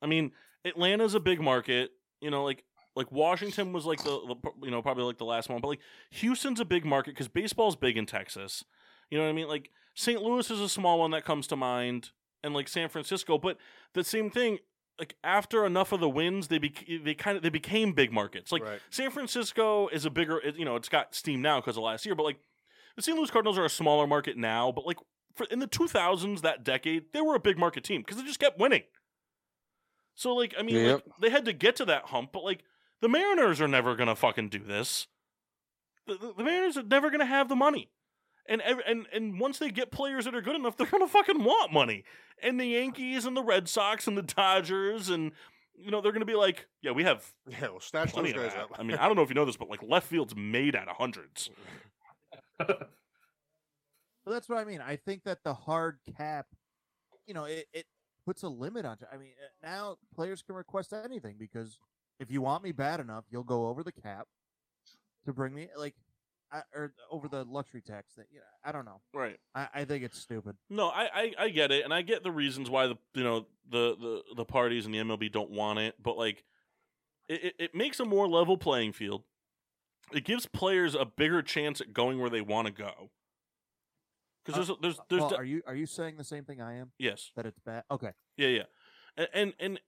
S1: I mean, Atlanta's a big market. You know, like like Washington was like the, the you know probably like the last one, but like Houston's a big market because baseball's big in Texas. You know what I mean? Like St. Louis is a small one that comes to mind, and like San Francisco. But the same thing. Like after enough of the wins, they bec they kind of they became big markets. Like
S5: right.
S1: San Francisco is a bigger, it- you know, it's got steam now because of last year, but like the St. Louis Cardinals are a smaller market now, but like for, in the 2000s, that decade, they were a big market team because they just kept winning. So, like, I mean, like, they had to get to that hump, but like the Mariners are never going to fucking do this. The, the, the Mariners are never going to have the money. And, ev- and and once they get players that are good enough, they're gonna fucking want money. And the Yankees and the Red Sox and the Dodgers and you know they're gonna be like, yeah, we have
S5: Yeah, well, snatch
S1: plenty
S5: those
S1: of
S5: guys
S1: that.
S5: up.
S1: I mean, I don't know if you know this, but like left field's made out of hundreds.
S6: But that's what I mean. I think that the hard cap, you know, it, it puts a limit on. I mean, uh, now players can request anything because if you want me bad enough, you'll go over the cap to bring me like, I, or over the luxury tax. That you know, I don't know.
S1: Right.
S6: I, I think it's stupid.
S1: No, I, I I get it, and I get the reasons why the you know the the the parties and the MLB don't want it, but like it it, it makes a more level playing field. It gives players a bigger chance at going where they want to go.
S5: Uh,
S1: Because there's there's there's
S6: Paul,
S1: de-
S6: are you are you saying the same thing I am?
S1: yes
S6: That it's bad? Okay.
S1: yeah yeah, and and, and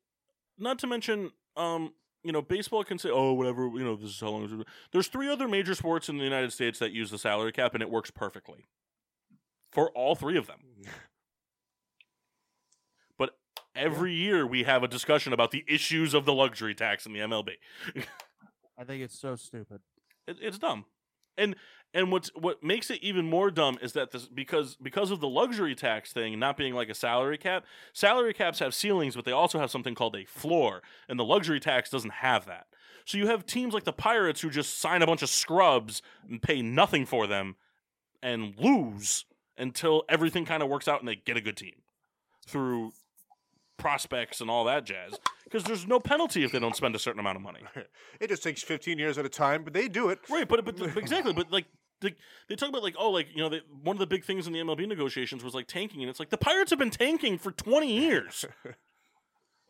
S1: not to mention um. You know, baseball can say, "Oh, whatever." You know, this is how long. it's been." There's three other major sports in the United States that use the salary cap, and it works perfectly for all three of them. But every year we have a discussion about the issues of the luxury tax in the MLB.
S6: I think it's so stupid.
S1: It, it's dumb, and and what's what makes it even more dumb is that this because because of the luxury tax thing not being like a salary cap. Salary caps have ceilings, but they also have something called a floor, and the luxury tax doesn't have that. So you have teams like the Pirates who just sign a bunch of scrubs and pay nothing for them, and lose until everything kind of works out and they get a good team through prospects and all that jazz. Because there's no penalty if they don't spend a certain amount of money.
S5: It just takes 15 years at a time, but they do it.
S1: Right, but but but exactly, but like the, they talk about like oh like you know they, one of the big things in the MLB negotiations was like tanking, and it's like the Pirates have been tanking for twenty years.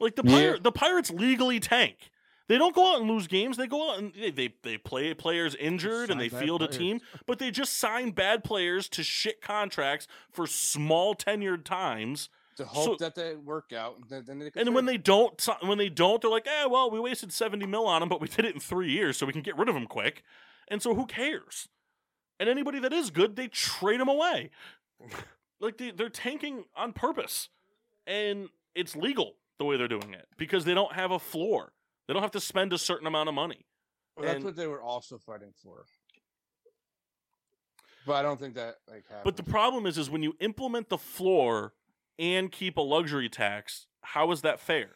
S1: like the
S2: Yeah.
S1: pirate, the Pirates legally tank. They don't go out and lose games. They go out and they they, they play players injured and
S6: sign
S1: they
S6: bad
S1: field a
S6: players.
S1: team, but they just sign bad players to shit contracts for small tenured times.
S2: To hope
S1: So-
S2: that they work out, and then, then they
S1: And when they don't, si- when they don't, they're like, eh, well, we wasted seventy mil on him, but we did it in three years, so we can get rid of him quick. And so who cares? And anybody that is good, they trade him away. like they, they're tanking on purpose, and it's legal the way they're doing it because they don't have a floor. They don't have to spend a certain amount of money.
S2: that's
S1: and-
S2: what they were also fighting for. But I don't think that like happened.
S1: But the problem is, is when you implement the floor and keep a luxury tax, how is that fair?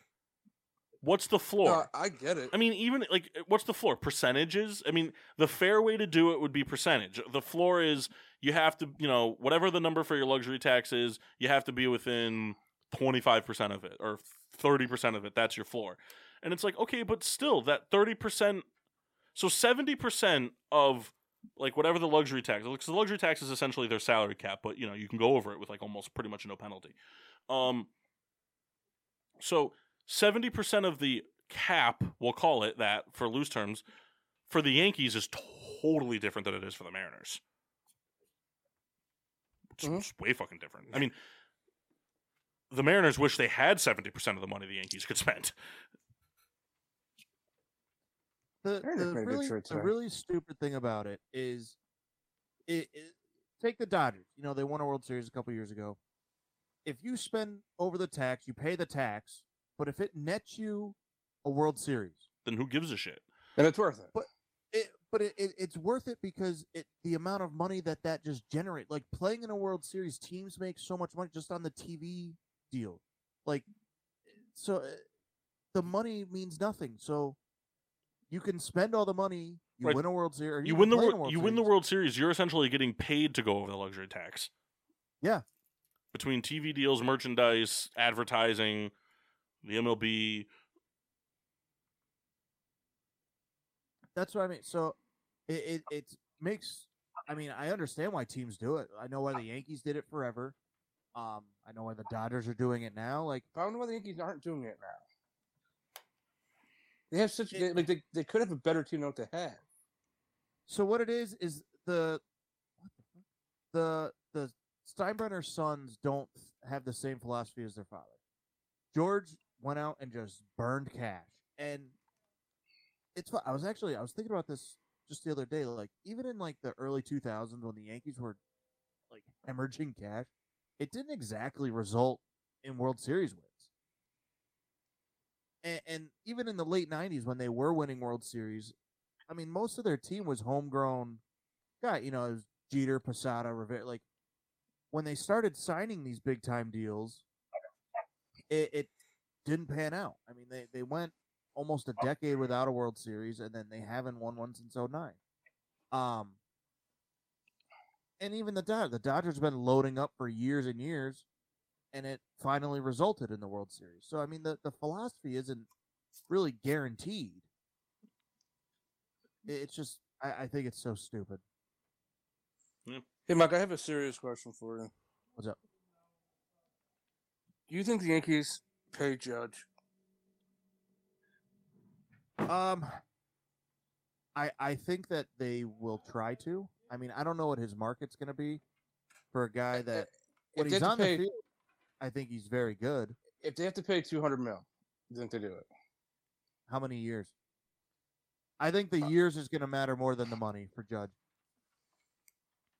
S1: What's the floor?
S2: No, I get it.
S1: I mean, even like, what's the floor? Percentages? I mean, the fair way to do it would be percentage. The floor is you have to, you know, whatever the number for your luxury tax is, you have to be within 25% of it or 30% of it. That's your floor. And it's like, okay, but still that 30%. So 70% of like whatever the luxury tax, because the luxury tax is essentially their salary cap, but you know, you can go over it with like almost pretty much no penalty. Um, so 70% of the cap, we'll call it that for loose terms, for the Yankees is totally different than it is for the Mariners. It's,
S6: Mm-hmm.
S2: Mhm.
S1: it's way fucking different. I mean, the Mariners wish they had 70% of the money the Yankees could spend.
S6: the,
S2: Fair enough,
S6: the,
S2: maybe
S6: really,
S2: true,
S6: the
S2: sorry.
S6: really stupid thing about it is it, it- take the Dodgers. You know, they won a World Series a couple years ago. If you spend over the tax, you pay the tax, but if it nets you a World Series,
S1: Then who gives a shit?
S2: and it's worth it.
S6: it, but it, it, it's worth it because it the amount of money that that just generate like playing in a world series teams make so much money just on the tv deal like so uh, the money means nothing so you can spend all the money you
S1: Right.
S6: win a world series or
S1: You, win the
S6: can play in a
S1: Wor- you win the
S6: Series.
S1: World Series, you're essentially getting paid to go over the luxury tax.
S6: Yeah.
S1: Between TV deals, merchandise, advertising, the MLB,
S6: that's what i mean so it, it it makes i mean i understand why teams do it i know why the yankees did it forever um i know why the dodgers are doing it now like
S2: I don't know why the Yankees aren't doing it now. They have such a
S6: It-
S2: good- like they, they could have a better team than what they had.
S6: So what it is is the what the, fuck? the the Steinbrenner sons don't have the same philosophy as their father. George went out and just burned cash, and it's. fu- I was actually I was thinking about this just the other day. Like even in like the early 2000s when the Yankees were like hemorrhaging cash, it didn't exactly result in World Series wins. And, and even in the late 90s when they were winning World Series, I mean, most of their team was homegrown. Guy, you know, it was Jeter, Posada, Rivera. Like when they started signing these big time deals, it, it didn't pan out. I mean, they they went almost a decade without a World Series, and then they haven't won one since 09. Um, and even the Dodgers, the Dodgers have been loading up for years and years, and it finally resulted in the World Series. So I mean, the the philosophy isn't really guaranteed it- it's just I, I think it's so stupid.
S2: Hey, Mike, I have a serious question for you.
S6: What's up?
S2: Do you think the Yankees pay Judge?
S6: Um I I think that they will try to. I mean, I don't know what his market's going to be for a guy
S2: If
S6: that when
S2: they
S6: he's
S2: have to
S6: on
S2: pay-
S6: the field, I think he's very good.
S2: If they have to pay two hundred mil, do you think they do it?
S6: How many years? I think
S2: Uh,
S6: the years is going to matter more than the money for Judge.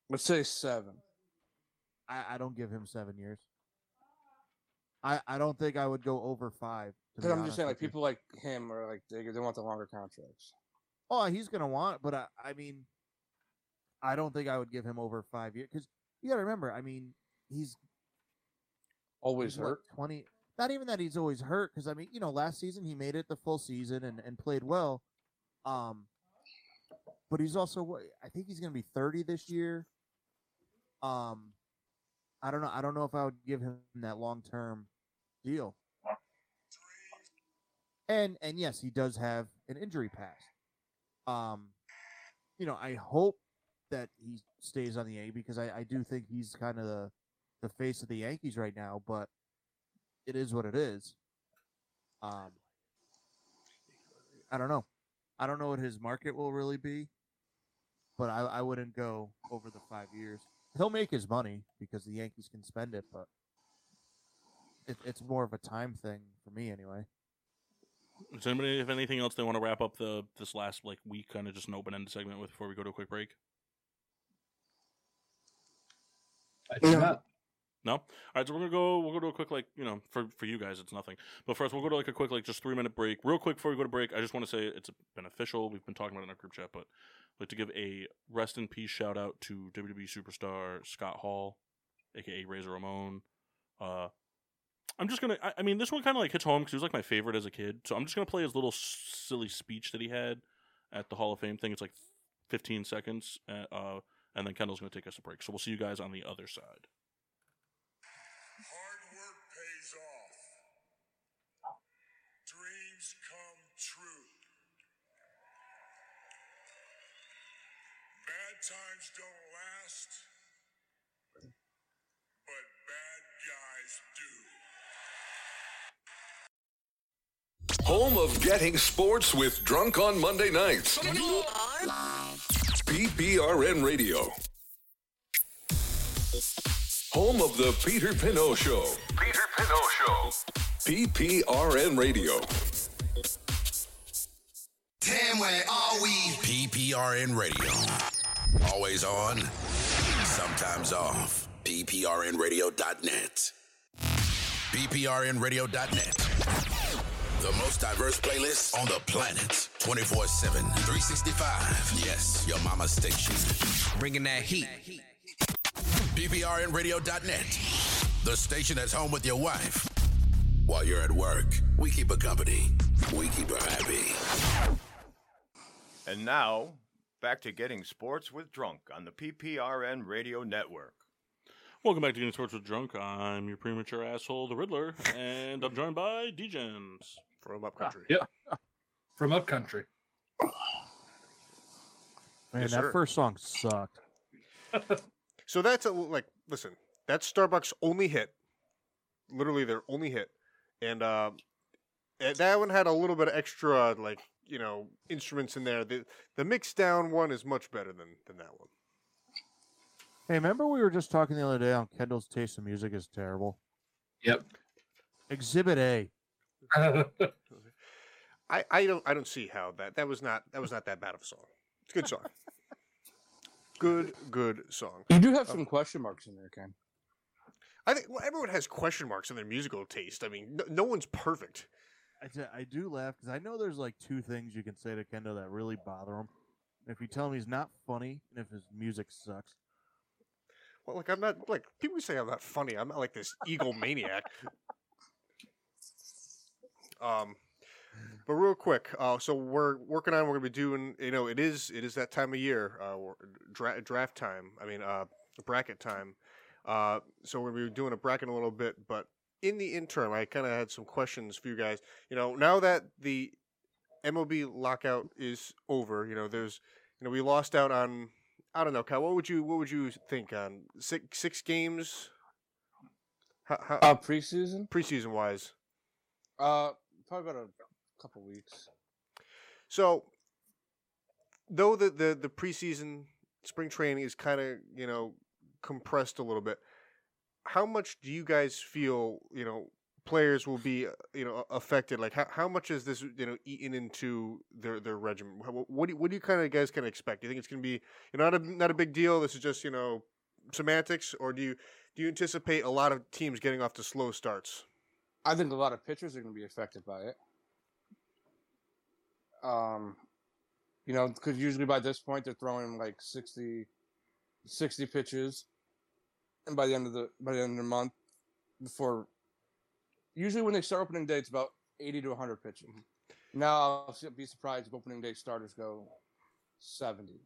S2: Let's say seven.
S6: I, I don't give him 7 years. I I don't think I would go over 5. to
S2: Because
S6: be
S2: I'm just
S6: honest
S2: saying, like
S6: with you.
S2: people like him are like they, they want the longer contracts.
S6: Oh, he's gonna want, it, but I, I mean, I don't think I would give him over five years because you got to remember. I mean, he's
S2: Always
S6: he's what,
S2: hurt.
S6: twenty. Not even that he's always hurt because I mean, you know, last season he made it the full season and, and played well. Um, but he's also what I think he's gonna be thirty this year. Um, I don't know. I don't know if I would give him that long term deal. And and yes, he does have an injury past. Um, you know, I hope that he stays on the A because I, I do think he's kind of the the face of the Yankees right now, but it is what it is. Um, I don't know. I don't know what his market will really be, but I, I wouldn't go over the five years. He'll make his money because the Yankees can spend it, but it, it's more of a time thing for me anyway.
S1: Does anybody have anything else they want to wrap up the this last like week kind of just an open ended segment with before we go to a quick break?
S4: I do
S2: Yeah.
S4: not.
S1: No. All right, so we're gonna go. We'll go to a quick like you know for for you guys it's nothing, but first we'll go to like a quick like just three minute break. Real quick before we go to break, I just want to say it's been official. We've been talking about it in our group chat, but I'd like to give a rest in peace shout out to WWE superstar Scott Hall, aka Razor Ramon. Uh, I'm just gonna. I, I mean, this one kind of like hits home because he was like my favorite as a kid. So I'm just gonna play his little silly speech that he had at the Hall of Fame thing. It's like 15 seconds, uh, uh, and then Kendall's gonna take us a break. So we'll see you guys on the other side.
S7: Hard work pays off. times don't last, but bad guys do.
S8: Home of getting sports with Drunk on Monday nights. PPRN Radio. Home of the Peter Pinot Show. Peter Pinot Show. PPRN Radio.
S9: Damn, where are we? PPRN Radio. Always on, sometimes off. PPRNradio.net. PPRNradio.net. The most diverse playlist on the planet. 24 7, 365. Yes, your mama's station. Bringing that heat. PPRNradio.net. The station that's home with your wife. While you're at work, we keep her company. We keep her happy.
S10: And now, back to getting sports with drunk on the PPRN radio network.
S1: Welcome back to Getting Sports with Drunk. I'm your premature asshole, the Riddler, and I'm joined by DJs
S5: from Upcountry.
S4: Yeah. From upcountry.
S3: Man,
S5: Yes,
S3: that
S5: sir.
S3: first song sucked.
S5: So that's a, like, listen, that's Starbucks' only hit, literally their only hit, and uh, eh, that one had a little bit of extra like you know instruments in there. The the mixed down one is much better than than that one.
S6: Hey, remember we were just talking the other day on Kendall's taste in music is terrible.
S4: Yep.
S6: Exhibit A.
S5: I, I don't I don't see how that that was not that was not that bad of a song. It's a good song. good good song.
S2: You do have some question marks in there, Ken.
S5: I think well, everyone has question marks in their musical taste. I mean, no, no one's perfect.
S6: I d- I do laugh because I know there's like two things you can say to Kendall that really bother him. If you tell him he's not funny and if his music sucks.
S5: Well, like I'm not like people say I'm not funny. I'm not like this eagle maniac. Um, but real quick, uh, so we're working on. We're gonna be doing. You know, it is it is that time of year, uh, we're- dra- draft time. I mean, uh, bracket time. Uh, so we're gonna be doing a bracket in a little bit, but in the interim, I kind of had some questions for you guys. You know, now that the MLB lockout is over, you know, there's, you know, we lost out on. I don't know, Kyle. What would you What would you think on six six games? How, how,
S2: Uh, preseason?
S5: preseason wise.
S2: Uh, probably about a couple weeks.
S5: So, though the the, the preseason spring training is kind of you know compressed a little bit, how much do you guys feel you know players will be uh, you know a- affected? Like how, how much is this you know eaten into their their regimen? Wh- wh- What do you, what do you kind of guys kind of expect? Do you think it's going to be you know not a not a big deal? This is just you know semantics, or do you do you anticipate a lot of teams getting off to slow starts?
S2: I think a lot of pitchers are going to be affected by it. Um, you know, because usually by this point they're throwing like 60, 60 pitches, and by the end of the by the end of the month, before usually when they start opening day, it's about eighty to hundred pitches. Now I'll be surprised if opening day starters go seventy.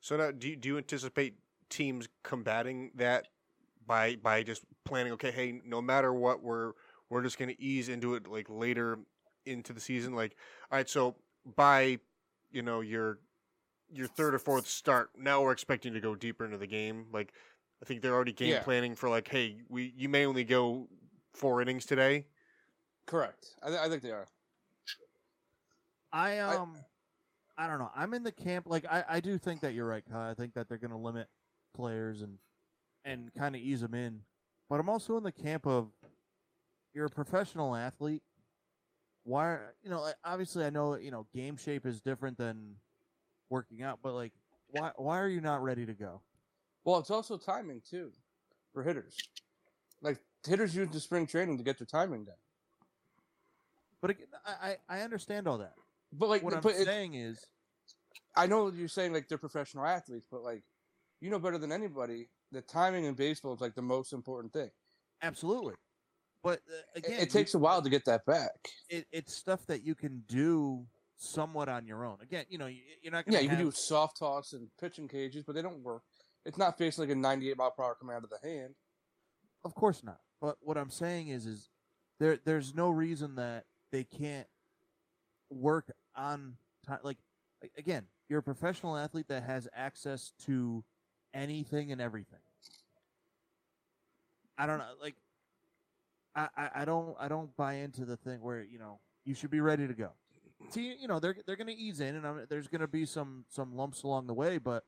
S5: So now, do you, do you anticipate teams combating that by by just planning? Okay, hey, no matter what, we're we're just going to ease into it like later into the season. Like, all right, so by you know your your third or fourth start, now we're expecting to go deeper into the game. Like, I think they're already game
S2: Yeah.
S5: planning for like, hey, we you may only go four innings today.
S2: Correct. I, th- I think they are.
S6: I um I, don't know. I'm in the camp like I, I do think that you're right, Kai. I think that they're gonna limit players and and kind of ease them in. But I'm also in the camp of you're a professional athlete. Why are- you know, like, obviously I know, you know, game shape is different than working out, but like why why are you not ready to go?
S2: Well, it's also timing too for hitters. Like hitters use the spring training to get their timing down.
S6: But again, I I, I understand all that.
S2: But like,
S6: what I'm
S2: but it-
S6: saying is
S2: I know you're saying like they're professional athletes, but like you know better than anybody that timing in baseball is like the most important thing.
S6: absolutely. But uh,
S2: It-
S6: again,
S2: it,
S6: you-
S2: takes a while to get that back.
S6: it, it's stuff that you can do somewhat on your own. Again, you know, you, you're not going
S2: Yeah,
S6: to
S2: you can do soft toss and pitching cages, but they don't work. It's not facing like a 98 mile per hour coming out of the hand.
S6: Of course not. But what I'm saying is, is there there's no reason that they can't work on time. Like like, again, you're a professional athlete that has access to anything and everything. I don't know, like, I, I, I don't, I don't buy into the thing where you know you should be ready to go. See, you know, they're they're going to ease in, and I'm, there's going to be some some lumps along the way, but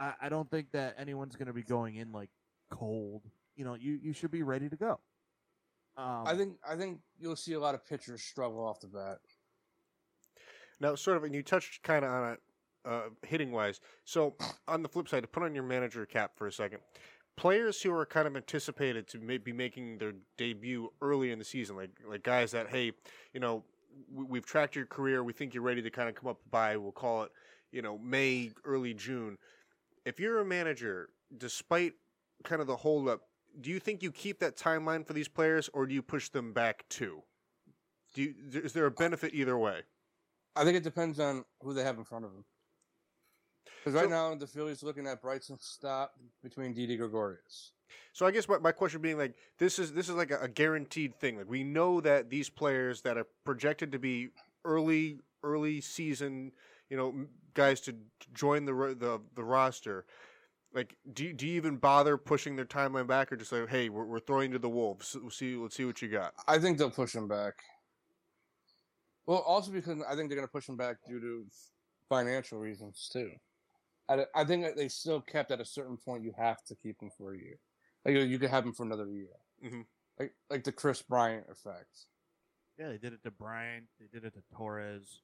S6: I, I don't think that anyone's going to be going in like cold. You know, you you should be ready to go. Um,
S2: I think I think you'll see a lot of pitchers struggle off the bat.
S5: Now, sort of, and you touched kind of on it, uh, hitting wise. So, on the flip side, to put on your manager cap for a second, players who are kind of anticipated to may- be making their debut early in the season, like like guys that, hey, you know, we, we've tracked your career, we think you're ready to kind of come up by, we'll call it, you know, May, early June. If you're a manager, despite kind of the holdup, do you think you keep that timeline for these players, or do you push them back too? Do you, is there a benefit either way?
S2: I think it depends on who they have in front of them. Because right now the Phillies looking at Brightson stop between Didi Gregorius.
S5: So I guess my, my question being like this is this is like a, a guaranteed thing. Like we know that these players that are projected to be early early season, you know, m- guys to join the ro- the the roster. Like, do you, do you even bother pushing their timeline back, or just like, hey, we're, we're throwing to the wolves. We'll see. Let's see what you got.
S2: I think they'll push him back. Well, also because I think they're going to push him back due to financial reasons too. I, I think that they still kept at a certain point. You have to keep him for a year. Like you, you could have him for another year.
S5: Mhm.
S2: Like like the Chris Bryant effect.
S3: Yeah, they did it to Bryant. They did it to Torres.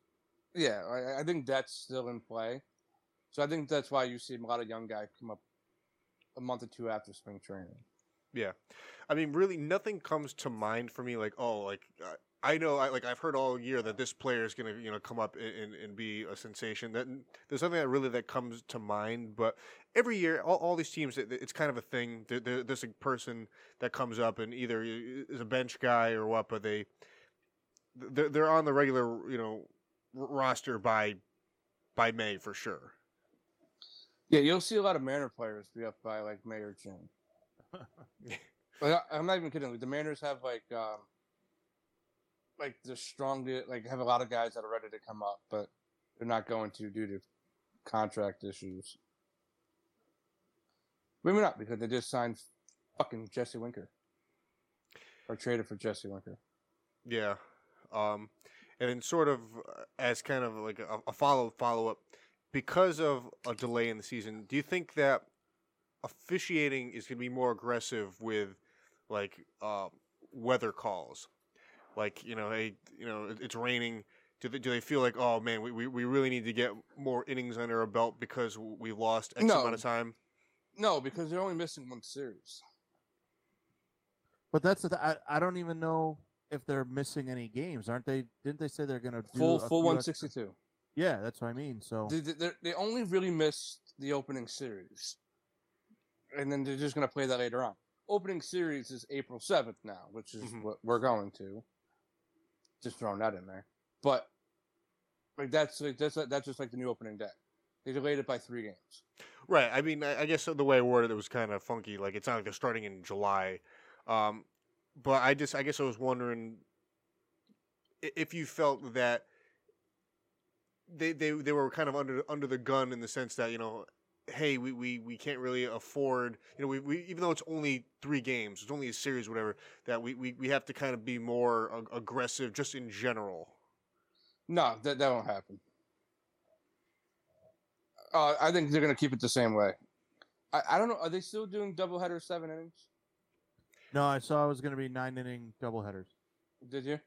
S2: Yeah, I, I think that's still in play. So I think that's why you see a lot of young guys come up a month or two after spring training.
S5: Yeah, I mean, really, nothing comes to mind for me. Like, oh, like uh, I know, I like I've heard all year that this player is gonna, you know, come up and, and, and be a sensation. That there's nothing that really that comes to mind. But every year, all, all these teams, it, it's kind of a thing. There, there, there's a person that comes up and either is a bench guy or what, but they they're, they're on the regular, you know, r- roster by by May for sure.
S2: Yeah, you'll see a lot of Mariner players be up by like May or June. Like, I, I'm not even kidding. Like, the Mariners have like um, like the strongest, like have a lot of guys that are ready to come up, but they're not going to due to contract issues. Maybe not because they just signed fucking Jesse Winker or traded for Jesse Winker.
S5: Yeah. Um, and then sort of uh, as kind of like a, a follow follow up, because of a delay in the season, do you think that officiating is going to be more aggressive with like uh, weather calls? Like you know, hey, you know, it- it's raining. Do they, do they feel like, oh man, we, we, we really need to get more innings under our belt because we lost X
S2: No.
S5: amount of time?
S2: No, because they're only missing one series.
S6: But that's the th- I, I don't even know if they're missing any games, aren't they? Didn't they say they're going to do
S2: Full
S6: a few
S2: full
S6: extra-
S2: 162.
S6: Yeah, that's what I mean. So
S2: They, they, they're- they only really missed the opening series, and then they're just going to play that later on. Opening series is April seventh now, which is
S5: Mhm.
S2: what we're going to. Just throwing that in there, but like that's like that's that's just like the new opening day. They delayed it by three games.
S5: Right. I mean, I, I guess uh, the way I worded it was kind of funky. Like it's not like they're starting in July, um, but I just I guess I was wondering i- if you felt that they they they were kind of under under the gun in the sense that you know. Hey, we, we, we can't really afford, you know, we, we even though it's only three games, it's only a series, whatever, that we, we, we have to kind of be more ag- aggressive just in general.
S2: No, that that won't happen. Uh, I think they're going to keep it the same way. I, I don't know. Are they still doing doubleheader seven innings?
S6: no, I saw it was going to be nine inning doubleheaders.
S2: Did you?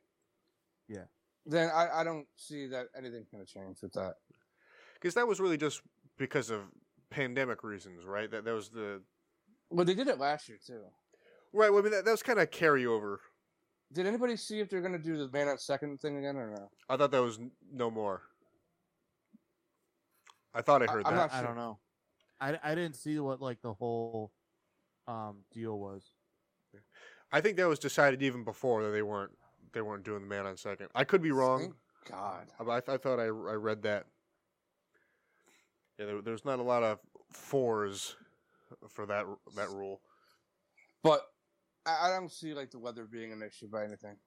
S6: Yeah.
S2: Then I, I don't see that anything's going to change with that.
S5: Because that was really just because of pandemic reasons, right? That, that was the,
S2: Well, they did it last year too.
S5: right, well, I mean, that, that was kind of carryover.
S2: Did anybody see if they're going to do the man on second thing again or no?
S5: I thought that was n- no more. I thought I heard
S2: I'm
S5: that.
S2: not
S6: I
S2: sure.
S6: don't know. I, I didn't see what like the whole um deal was.
S5: I think that was decided even before that they weren't they weren't doing the man on second. I could be wrong.
S2: Thank God.
S5: I, I thought I, I read that. Yeah, there, there's not a lot of fours for that r- that rule.
S2: But I, I don't see like the weather being an issue by anything.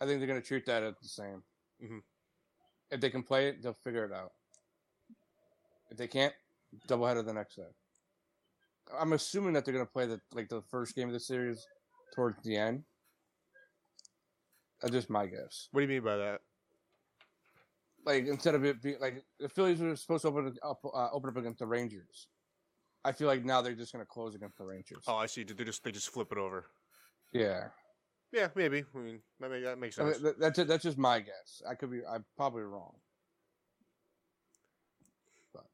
S2: I think they're going to treat that as the same.
S5: Mhm.
S2: If they can play it, they'll figure it out. If they can't, doubleheader the next day. I'm assuming that they're gonna play the like the first game of the series towards the end. That's just my guess.
S5: What do you mean by that?
S2: Like instead of it being like the Phillies were supposed to open it up, uh, open up against the Rangers. I feel like now they're just gonna close against the Rangers.
S5: Oh, I see. Did They just they just flip it over.
S2: Yeah,
S5: Yeah, maybe. I mean, that, make, that makes
S2: I mean,
S5: sense.
S2: th- that's it. That's just my guess. I could be. I'm probably wrong. But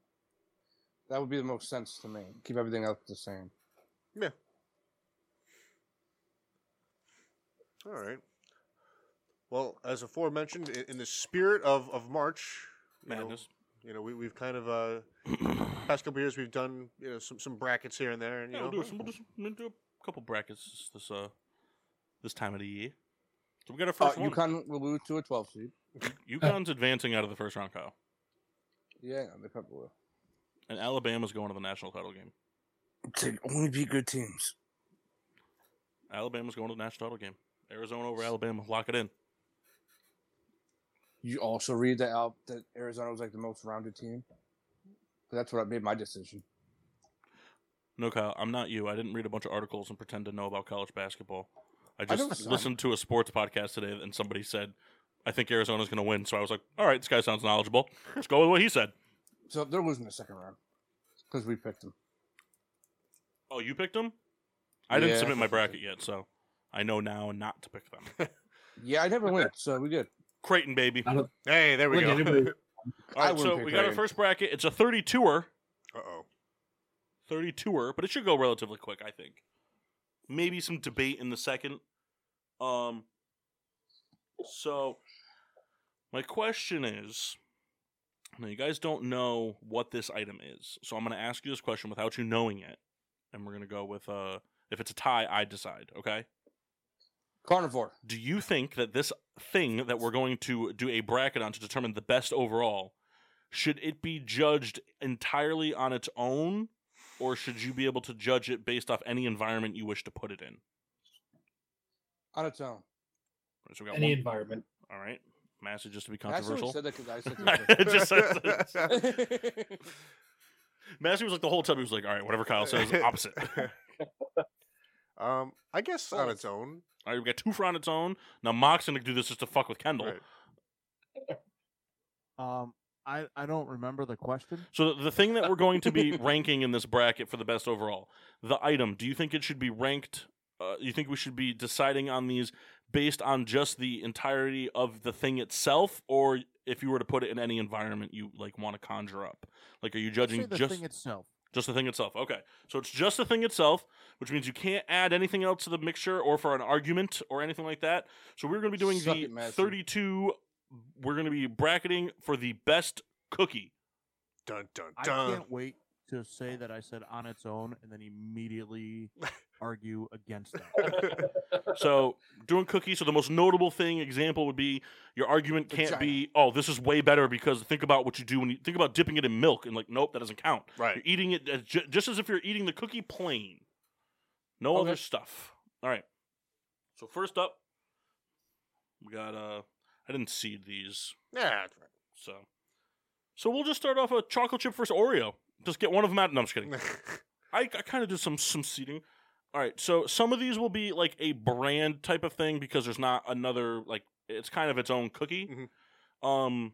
S2: that would be the most sense to me. Keep everything else the same.
S5: All right. Well, as aforementioned, in, in the spirit of, of March, you know-
S1: Madness.
S5: You know, we, we've kind of uh, past couple years we've done you know some, some brackets here and there, and you
S1: Yeah, we'll
S5: know
S1: do, some, we'll, do some, we'll do a couple brackets this uh this time of the year. So we got our
S2: Uh,
S1: first one.
S2: UConn will lose to a 12 seed.
S1: UConn's advancing out of the first round, Kyle,
S2: Yeah, they probably will.
S1: and Alabama's going to the national title game.
S2: To only be good teams.
S1: Alabama's going to the national title game. Arizona over Alabama, lock it in.
S2: You also read that out that Arizona was like the most rounded team. But that's what I made my decision.
S1: No, Kyle, I'm not you. I didn't read a bunch of articles and pretend to know about college basketball. I
S2: I know
S1: just
S2: some.
S1: listened to a sports podcast today, and somebody said, "I think Arizona's going to win." So I was like, "All right, this guy sounds knowledgeable. Let's go with what he said."
S2: So they're losing the second round because we picked them.
S1: Oh, you picked them? I didn't
S2: Yeah.
S1: submit my bracket yet, so I know now not to pick them.
S2: Yeah, I never win, so we good.
S1: Creighton, baby.
S4: I don't-
S5: Hey, there we
S4: Look
S5: go.
S4: at him.
S1: All
S2: I
S1: right,
S2: wouldn't
S1: so
S2: pick
S1: we got our
S2: Creighton.
S1: first bracket. It's a 32er,
S5: Uh oh.
S1: 32er, but it should go relatively quick, I think. Maybe some debate in the second. Um so my question is now you guys don't know what this item is. So I'm going to ask you this question without you knowing it and we're going to go with uh if it's a tie, I decide, okay?
S2: Carnivore.
S1: Do you think that this thing that we're going to do a bracket on to determine the best overall should it be judged entirely on its own or should you be able to judge it based off any environment you wish to put it in?
S2: On its own.
S1: So we got
S4: Any
S1: one-
S4: environment.
S1: All right. Massey just to be
S2: I actually
S1: controversial.
S2: said that 'cause I said
S1: It just says-
S2: that.
S1: Massey was like the whole time he was like, all right, whatever Kyle says, opposite.
S5: um, I guess on
S2: Oh.
S5: its own.
S1: All right, we got two for on its own. Now Mock's gonna do this just to fuck with Kendall.
S5: Right.
S6: Um, I I don't remember the question.
S1: So the, the thing that we're going to be ranking in this bracket for the best overall, the item. Do you think it should be ranked? Uh, you think we should be deciding on these based on just the entirety of the thing itself, or if you were to put it in any environment you like want to conjure up? Like, are you
S6: I'd say
S1: judging
S6: the
S1: just
S6: thing itself.
S1: Just the thing itself. Okay. So it's just the thing itself, which means you can't add anything else to the mixture or for an argument or anything like that. So we're going to be doing
S2: Suck
S1: the
S2: it, Madison.
S1: 32. We're going to be bracketing for the best cookie.
S5: Dun dun
S6: I
S5: dun.
S6: can't wait to say that I said on its own and then immediately argue against that.
S1: So doing cookie. So the most notable thing example would be your argument
S2: The
S1: can't be, oh, this is way better because think about what you do when you think about dipping it in milk and like, nope, that doesn't count.
S5: Right.
S1: You're eating it as ju- just as if you're eating the cookie plain. No
S2: Okay.
S1: other stuff. All right. So first up, we got uh I didn't seed these,
S5: Yeah. that's
S1: so so we'll just start off with chocolate chip first Oreo. Just get one of them out. No, I'm just kidding.
S5: right.
S1: I, I kind of did some some seeding. All right, so some of these will be like a brand type of thing because there's not another like it's kind of its own cookie. Um,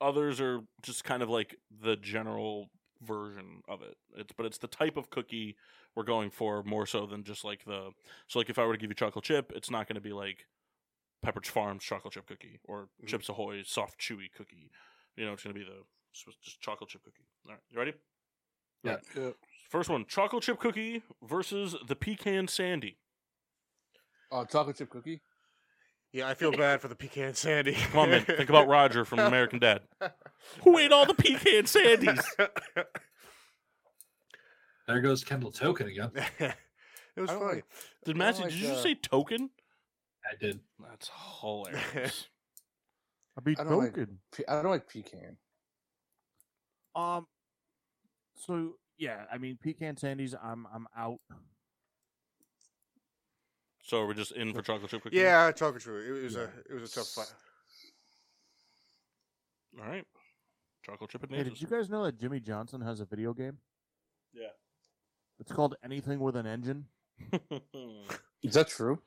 S1: others are just kind of like the general version of it. It's but it's the type of cookie we're going for more so than just like the so like if I were to give you chocolate chip, it's not going to be like Pepperidge Farms chocolate chip cookie or
S5: Mhm.
S1: Chips Ahoy soft chewy cookie. You know, it's going to be the just- just chocolate chip cookie. All right, you ready?
S4: Yeah.
S2: Yeah.
S1: First one, chocolate chip cookie versus the pecan sandy.
S2: Oh, chocolate chip cookie.
S5: yeah, I feel bad for the pecan sandy.
S1: Come on, man. Think about Roger from American Dad. Who ate all the pecan sandies?
S4: There goes Kendall Token again.
S5: it was
S2: I don't
S5: funny.
S2: like-
S1: Did
S2: I don't
S1: Massey,
S2: like
S1: did you just
S2: the-
S1: say token?
S4: I did.
S1: That's hilarious.
S6: I'd be
S2: I don't like-
S6: joking.
S2: Pe- I don't like pecan.
S6: Um. So yeah, I mean pecan sandies. I'm I'm out.
S1: so we're just in for chocolate chip cookie?
S5: yeah, chocolate chip. It was
S6: Yeah.
S5: a it was a tough fight.
S1: All right. Chocolate chip and
S6: Hey, did
S1: Nazis.
S6: you guys know that Jimmy Johnson has a video game?
S1: Yeah.
S6: It's called Anything with an Engine.
S2: Is that true?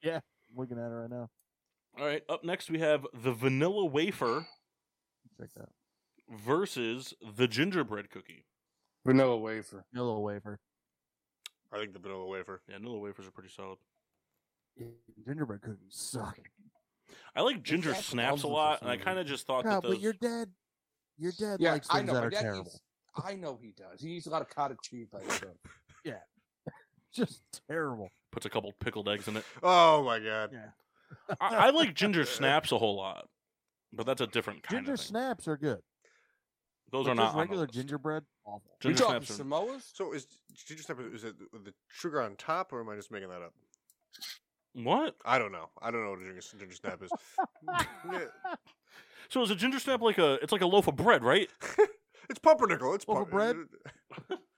S6: Yeah, I'm looking at it right now.
S1: All right. Up next, we have the vanilla wafer
S6: Check that.
S1: versus the gingerbread cookie.
S2: Vanilla wafer.
S6: Vanilla wafer.
S5: I think the vanilla wafer.
S1: Yeah, vanilla wafers are pretty solid.
S6: Gingerbread cookies suck.
S1: I like ginger
S6: Exactly.
S1: snaps a
S6: Elves
S1: lot,
S6: for
S1: and I
S6: some
S1: kind of just thought that
S6: God,
S1: those.
S6: but your dad, your dad
S2: Yeah,
S6: likes
S2: I
S6: things
S2: know,
S6: that
S2: my
S6: are
S2: dad eats-
S6: terrible.
S2: I know he does. He eats a lot of cottage cheese by himself.
S6: Just terrible.
S1: puts a couple pickled eggs in it.
S5: Oh my god.
S6: Yeah.
S1: I, I like ginger snaps a whole lot, but that's a different kind
S6: Ginger
S1: of thing.
S6: snaps are good.
S1: Those
S6: but
S1: are not
S6: just
S1: on the
S6: regular
S1: list.
S6: gingerbread. Awful.
S2: You
S1: Ginger
S2: talking
S1: snaps are.
S2: Samoa's?
S5: So is ginger snap is it with the sugar on top or am I just making that up?
S1: What?
S5: I don't know. I don't know what a ginger, ginger snap is. Yeah,
S1: So is a ginger snap like a? It's like a loaf of bread, right?
S5: it's pumpernickel. It's
S6: Loaf of bread?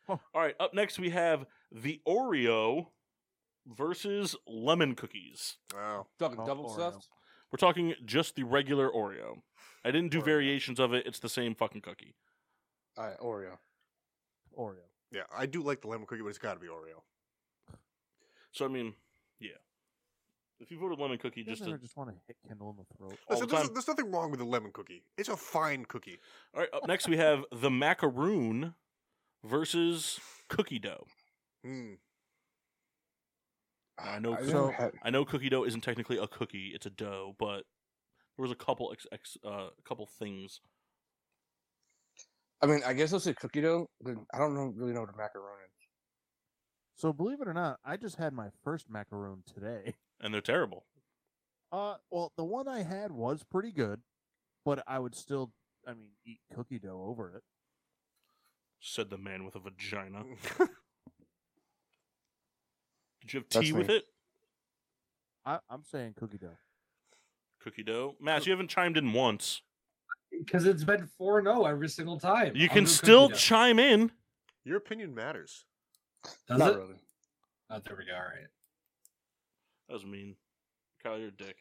S1: All right. Up next, we have the Oreo versus lemon cookies.
S5: Wow.
S2: Talking
S6: Oh,
S2: double
S6: Oreo.
S2: stuffed?
S1: We're talking just the regular Oreo. I didn't do
S5: Oreo.
S1: variations of it. It's the same fucking cookie.
S2: All right, Oreo.
S6: Oreo.
S5: Yeah, I do like the lemon cookie, but it's got to be Oreo.
S1: So I mean, yeah. If you voted lemon cookie,
S6: You just,
S1: just to,
S6: just want to hit Kendall in the throat.
S1: all the
S5: Listen, there's,
S1: time.
S5: there's nothing wrong with a lemon cookie. It's a fine cookie.
S1: All right, up next we have the macaroon versus cookie dough.
S5: Mm.
S1: I know
S2: I've
S1: cookie-
S2: never had-
S1: I know cookie dough isn't technically a cookie; it's a dough, but there was a couple ex, ex uh, a couple things.
S2: I mean, I guess I'll say cookie dough. but I don't know, really know what a macaron is.
S6: So believe it or not, I just had my first macaroon today.
S1: And they're terrible.
S6: Uh, well, the one I had was pretty good, but I would still, I mean, eat cookie dough over it.
S1: Said the man with a vagina. Did you have
S2: That's
S1: tea with
S2: me.
S1: it?
S6: I, I'm saying cookie dough.
S1: Cookie dough, Matt. You haven't chimed in once.
S4: Because it's been 4 0 every single time.
S1: You
S4: I'll
S1: can
S4: do cookie
S1: still
S4: dough.
S1: chime in.
S5: Your opinion matters.
S4: Does
S2: Not
S4: it?
S2: really.
S4: Oh, there we go. All right.
S1: That was mean. Kyle, you're a dick.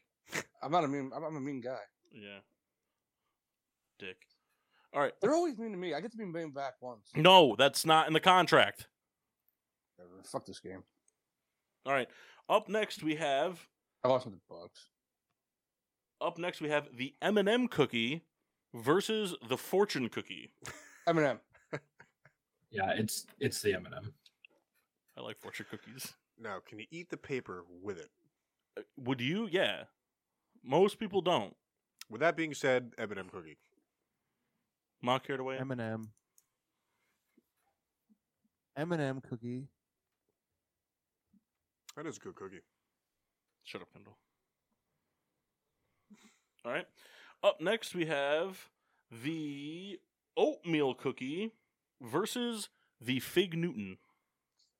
S2: I'm not a mean. I'm, I'm a mean guy.
S1: Yeah. Dick. All right.
S2: They're always mean to me. I get to be mean back once.
S1: No, that's not in the contract.
S2: Whatever. Fuck this game.
S1: All right. Up next we have
S2: I lost with the Bucks.
S1: up next we have the M&M cookie versus the fortune cookie.
S2: Eminem.
S4: Yeah, it's it's the M&M.
S1: I like fortune cookies.
S5: Now, can you eat the paper with it?
S1: Uh, Would you? Yeah. Most people don't.
S5: With that being said, M&M cookie.
S1: Mock carried away.
S6: M&M. M&M cookie.
S5: That is a good cookie.
S1: Shut up, Kendall. All right. Up next we have the oatmeal cookie versus the fig Newton.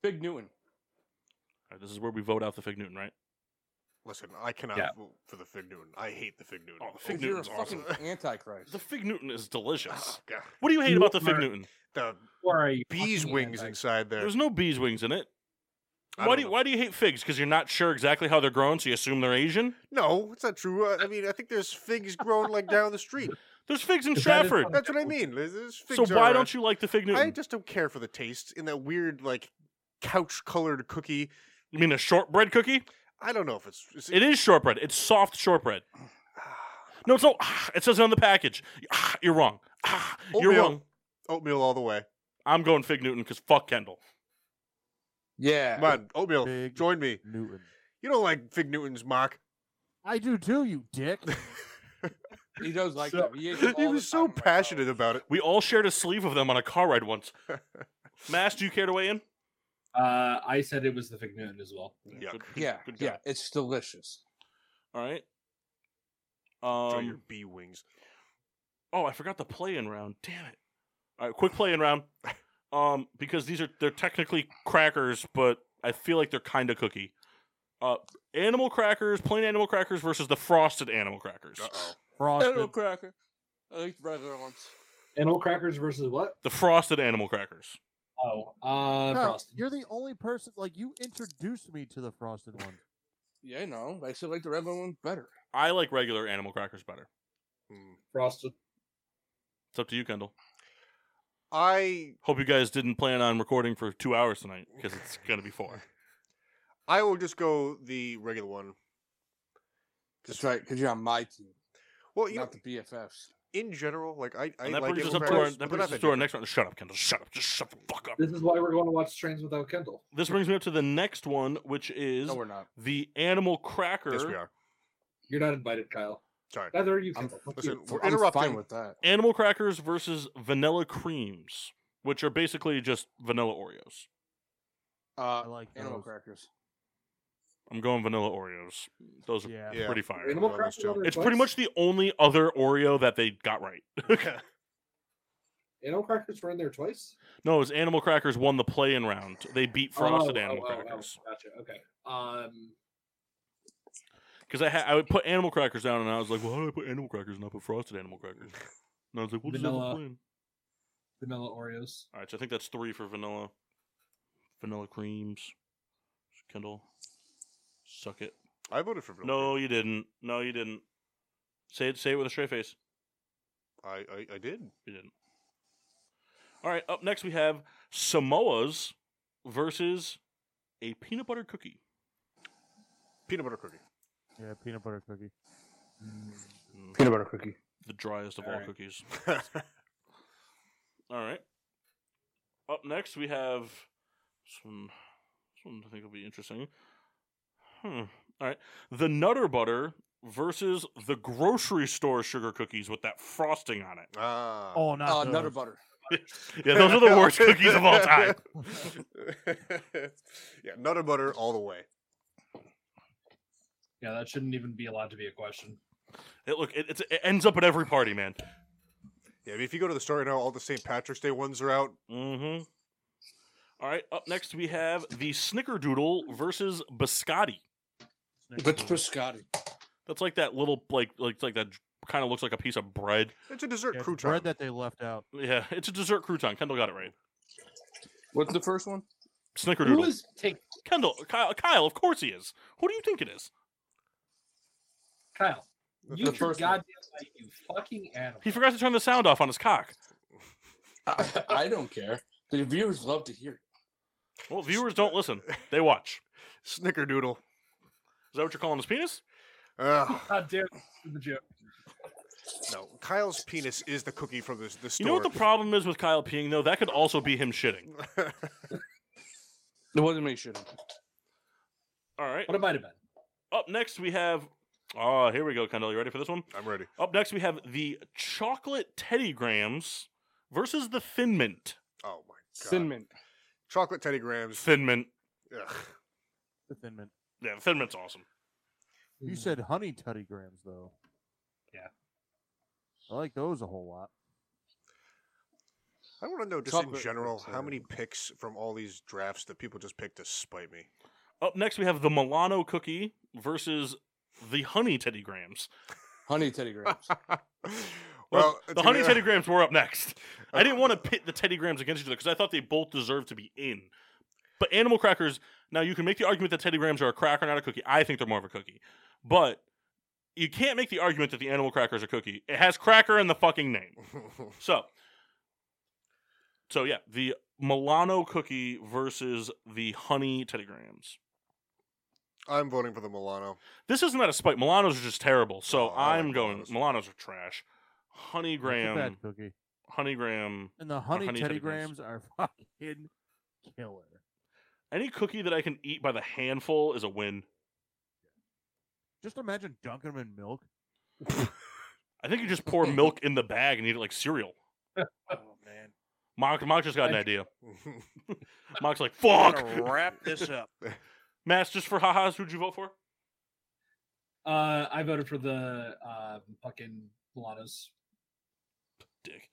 S2: Big Newton.
S1: All right, this is where we vote out the fig Newton, right?
S5: Listen, I cannot
S4: Yeah.
S5: vote for the fig Newton. I hate the fig Newton.
S1: Oh, the fig
S2: Because
S5: Newton.
S2: you're a
S1: Newton's awesome.
S2: fucking antichrist.
S1: The fig Newton is delicious.
S5: God.
S1: What do you hate about the fig
S4: Newton.
S1: Newton?
S5: The
S4: Or a
S5: bees
S4: fucking
S5: wings
S4: anti-
S5: inside there.
S1: There's no bees wings in it.
S5: I
S1: Why
S5: don't
S1: do you,
S5: know.
S1: why do you hate figs? Because you're not sure exactly how they're grown, so you assume they're Asian.
S5: No, it's not true. I I mean, I think there's figs grown like down the street.
S1: There's figs in
S4: Is that it?
S1: Stratford,
S5: That's what I mean. There's- there's
S1: so
S5: figs
S1: why
S5: are-
S1: don't you like the fig Newton?
S5: I just don't care for the taste in that weird like couch-colored cookie.
S1: You mean a shortbread cookie?
S5: I don't know if it's. it's
S1: It is shortbread. It's soft shortbread. No, it's not. It says it on the package. You're wrong. You're
S5: Oatmeal.
S1: wrong.
S5: oatmeal all the way.
S1: I'm going fig Newton because fuck Kendall.
S2: Yeah.
S5: Come on, oatmeal.
S6: Fig
S5: Join me.
S6: Newton.
S5: You don't like fig Newton's mock.
S6: I do too, you dick.
S2: He does like
S4: So-
S2: that. He, ate them
S5: he
S2: all the
S5: was so
S2: time.
S5: passionate about it.
S1: We all shared a sleeve of them on a car ride once. Mass, do you care to weigh in?
S4: Uh, I said it was the Fig Newton as well.
S1: Good-
S5: Yuck.
S1: good-
S2: Yeah.
S1: good
S2: yeah.
S1: God.
S2: It's delicious.
S1: All right.
S5: Enjoy
S1: Um,
S5: your bee wings.
S1: Oh, I forgot the play-in round. Damn it! All right, quick play-in round. Um, because these are they're technically crackers, but I feel like they're kind of cookie. Uh, animal crackers, plain animal crackers versus the frosted animal crackers.
S5: Uh oh.
S2: Animal
S6: Frosted.
S2: cracker. I like the regular ones.
S4: Animal crackers versus what?
S1: The frosted animal crackers.
S4: Oh, uh,
S6: Kyle,
S4: Frosted.
S6: you're the only person, like, you introduced me to the frosted one.
S2: Yeah, I know. I still like the regular ones better.
S5: Hmm.
S1: I like regular animal crackers better.
S4: Frosted.
S1: It's up to you, Kendall.
S5: I
S1: Hope you guys didn't plan on recording for two hours tonight because it's gonna be four.
S5: I will just go the regular one.
S2: That's right, because you're on my team,
S5: Well, you know,
S2: not the BFFs.
S5: in general, like I, I
S1: And that
S5: like
S1: brings
S5: it
S1: us
S5: when
S1: up to our
S5: practice,
S1: that
S5: but
S1: brings
S5: not
S1: us
S5: that
S1: to our
S5: different.
S1: next round. Shut up, Kendall. Shut up. Just shut the fuck up.
S4: This is why we're going to watch Trains Without Kendall.
S1: This brings me up to the next one, which is
S2: No, we're not.
S1: the animal cracker.
S5: Yes, we are.
S4: You're not invited, Kyle.
S5: Sorry.
S4: Neither are you,
S2: I'm-
S4: Kendall. Fuck
S5: Listen,
S4: you.
S5: we're
S2: I'm
S5: interrupting.
S2: fine with that.
S1: Animal crackers versus vanilla creams, which are basically just vanilla Oreos.
S2: Uh,
S6: I like
S2: animal
S6: those.
S2: crackers.
S1: I'm going vanilla Oreos. Those are
S6: Yeah.
S5: Yeah.
S1: pretty fire.
S4: Animal
S5: those
S4: Crackers
S5: two.
S4: on their
S1: It's pretty much
S4: butts?
S1: the only other Oreo that they got right.
S4: Animal Crackers were in there twice.
S1: no, it was Animal Crackers won the play-in round. They
S4: Oh,
S1: beat Frosted Animal Crackers
S4: Gotcha. Okay. Um,
S1: because I ha- I would put Animal Crackers down and I was like, well, how do I put Animal Crackers and I put Frosted Animal Crackers? And I was like, we'll just have a
S4: Vanilla.
S1: play-in.
S4: vanilla Oreos.
S1: All right, so I think that's three for vanilla. Vanilla creams. Kendall, suck it.
S5: I voted for Bill.
S1: No, you didn't. No, you didn't. Say it. Say it with a straight face.
S5: I, I, I did.
S1: You didn't. All right. Up next, we have Samoa's versus a peanut butter cookie.
S5: Peanut butter cookie.
S6: Yeah, peanut butter cookie.
S2: Peanut butter cookie.
S1: The driest of all,
S4: All right.
S1: cookies. All right. Up next, we have this one. This one I think will be interesting. Hmm. All right. The Nutter Butter versus the grocery store sugar cookies with that frosting on it.
S5: Ah.
S6: Oh, not
S2: Uh,
S6: those.
S2: nutter butter.
S1: Yeah, those are the worst cookies of all time.
S5: yeah, nutter butter all the way.
S4: Yeah, that shouldn't even be allowed to be a question.
S1: It look it, it's, it ends up at every party, man.
S5: Yeah, I mean, if you go to the store right now, all the St. Patrick's Day ones are out.
S1: Mm-hmm. All right, up next we have the Snickerdoodle versus Biscotti.
S2: But biscotti.
S1: That's like that little like like like that kind of looks like a piece of bread.
S5: It's a dessert
S6: Yeah, it's
S5: crouton.
S6: bread that they left out.
S1: Yeah, it's a dessert crouton. Kendall got it right.
S2: What's the first one?
S1: Snickerdoodle.
S4: Who is take
S1: Kendall Kyle, Kyle, of course he is. Who do you think it is?
S4: Kyle?
S5: The-
S4: You
S5: the
S4: your
S5: first one.
S4: goddamn light, you fucking animal.
S1: He forgot to turn the sound off on his cock.
S2: I, I don't care. The viewers love to hear.
S1: Well, viewers don't listen; they watch.
S5: Snickerdoodle.
S1: Is that what you're calling his penis?
S5: Ugh,
S4: God damn it, this is the joke.
S5: no, Kyle's penis is the cookie from this the
S1: You
S5: store.
S1: know what the problem is with Kyle peeing though? That could also be him shitting.
S2: It wasn't me shitting.
S1: All right.
S4: What it might have been.
S1: Up next we have. Oh, here we go, Kendall. You ready for this one?
S5: I'm ready.
S1: Up next, we have the chocolate Teddy Grahams versus the Thin Mint.
S5: Oh my god.
S2: Cinnamon.
S5: Chocolate Teddy Grahams.
S1: Thin Mint.
S5: Ugh.
S6: The Thin Mint.
S1: Yeah, Thin Mint's awesome.
S6: You said honey tutty grams though.
S4: Yeah.
S6: I like those a whole lot.
S5: I want to know just in
S2: Chocolate
S5: general
S2: Teddy
S5: how many
S2: Grahams.
S5: picks from all these drafts that people just picked to spite me.
S1: Up next, we have the Milano cookie versus the honey Teddy Grahams.
S2: Honey teddy grams.
S5: well, it's
S1: the honey
S5: gonna-
S1: Teddy Grahams were up next. I didn't want to pit the Teddy Grahams against each other because I thought they both deserved to be in. But animal crackers. Now you can make the argument that Teddy Grahams are a cracker, not a cookie. I think they're more of a cookie, but you can't make the argument that the animal crackers are cookie. It has cracker in the fucking name. So, so yeah, the Milano cookie versus the honey Teddy Grahams.
S5: I'm voting for the Milano.
S1: This isn't that a spike. Milanos are just terrible. So
S5: Oh, I
S1: I'm
S5: like
S1: going.
S5: Milanos.
S1: Milanos are trash. Honey
S6: That's a
S1: Graham.
S6: bad cookie.
S1: Honey Graham.
S6: And the honey,
S1: honey
S6: teddy
S1: Teddy Grahams.
S6: grams are fucking killer.
S1: Any cookie that I can eat by the handful is a win.
S6: Just imagine dunking them in milk.
S1: I think you just pour milk in the bag and eat it like cereal.
S3: Oh man,
S1: Mock, Mock just got an idea. Mock's like,
S3: I'm
S1: fuck.
S3: gonna wrap this up.
S1: Mass, just for ha-has, who'd you vote for?
S4: Uh, I voted for the um, fucking Milanos.
S1: Dick.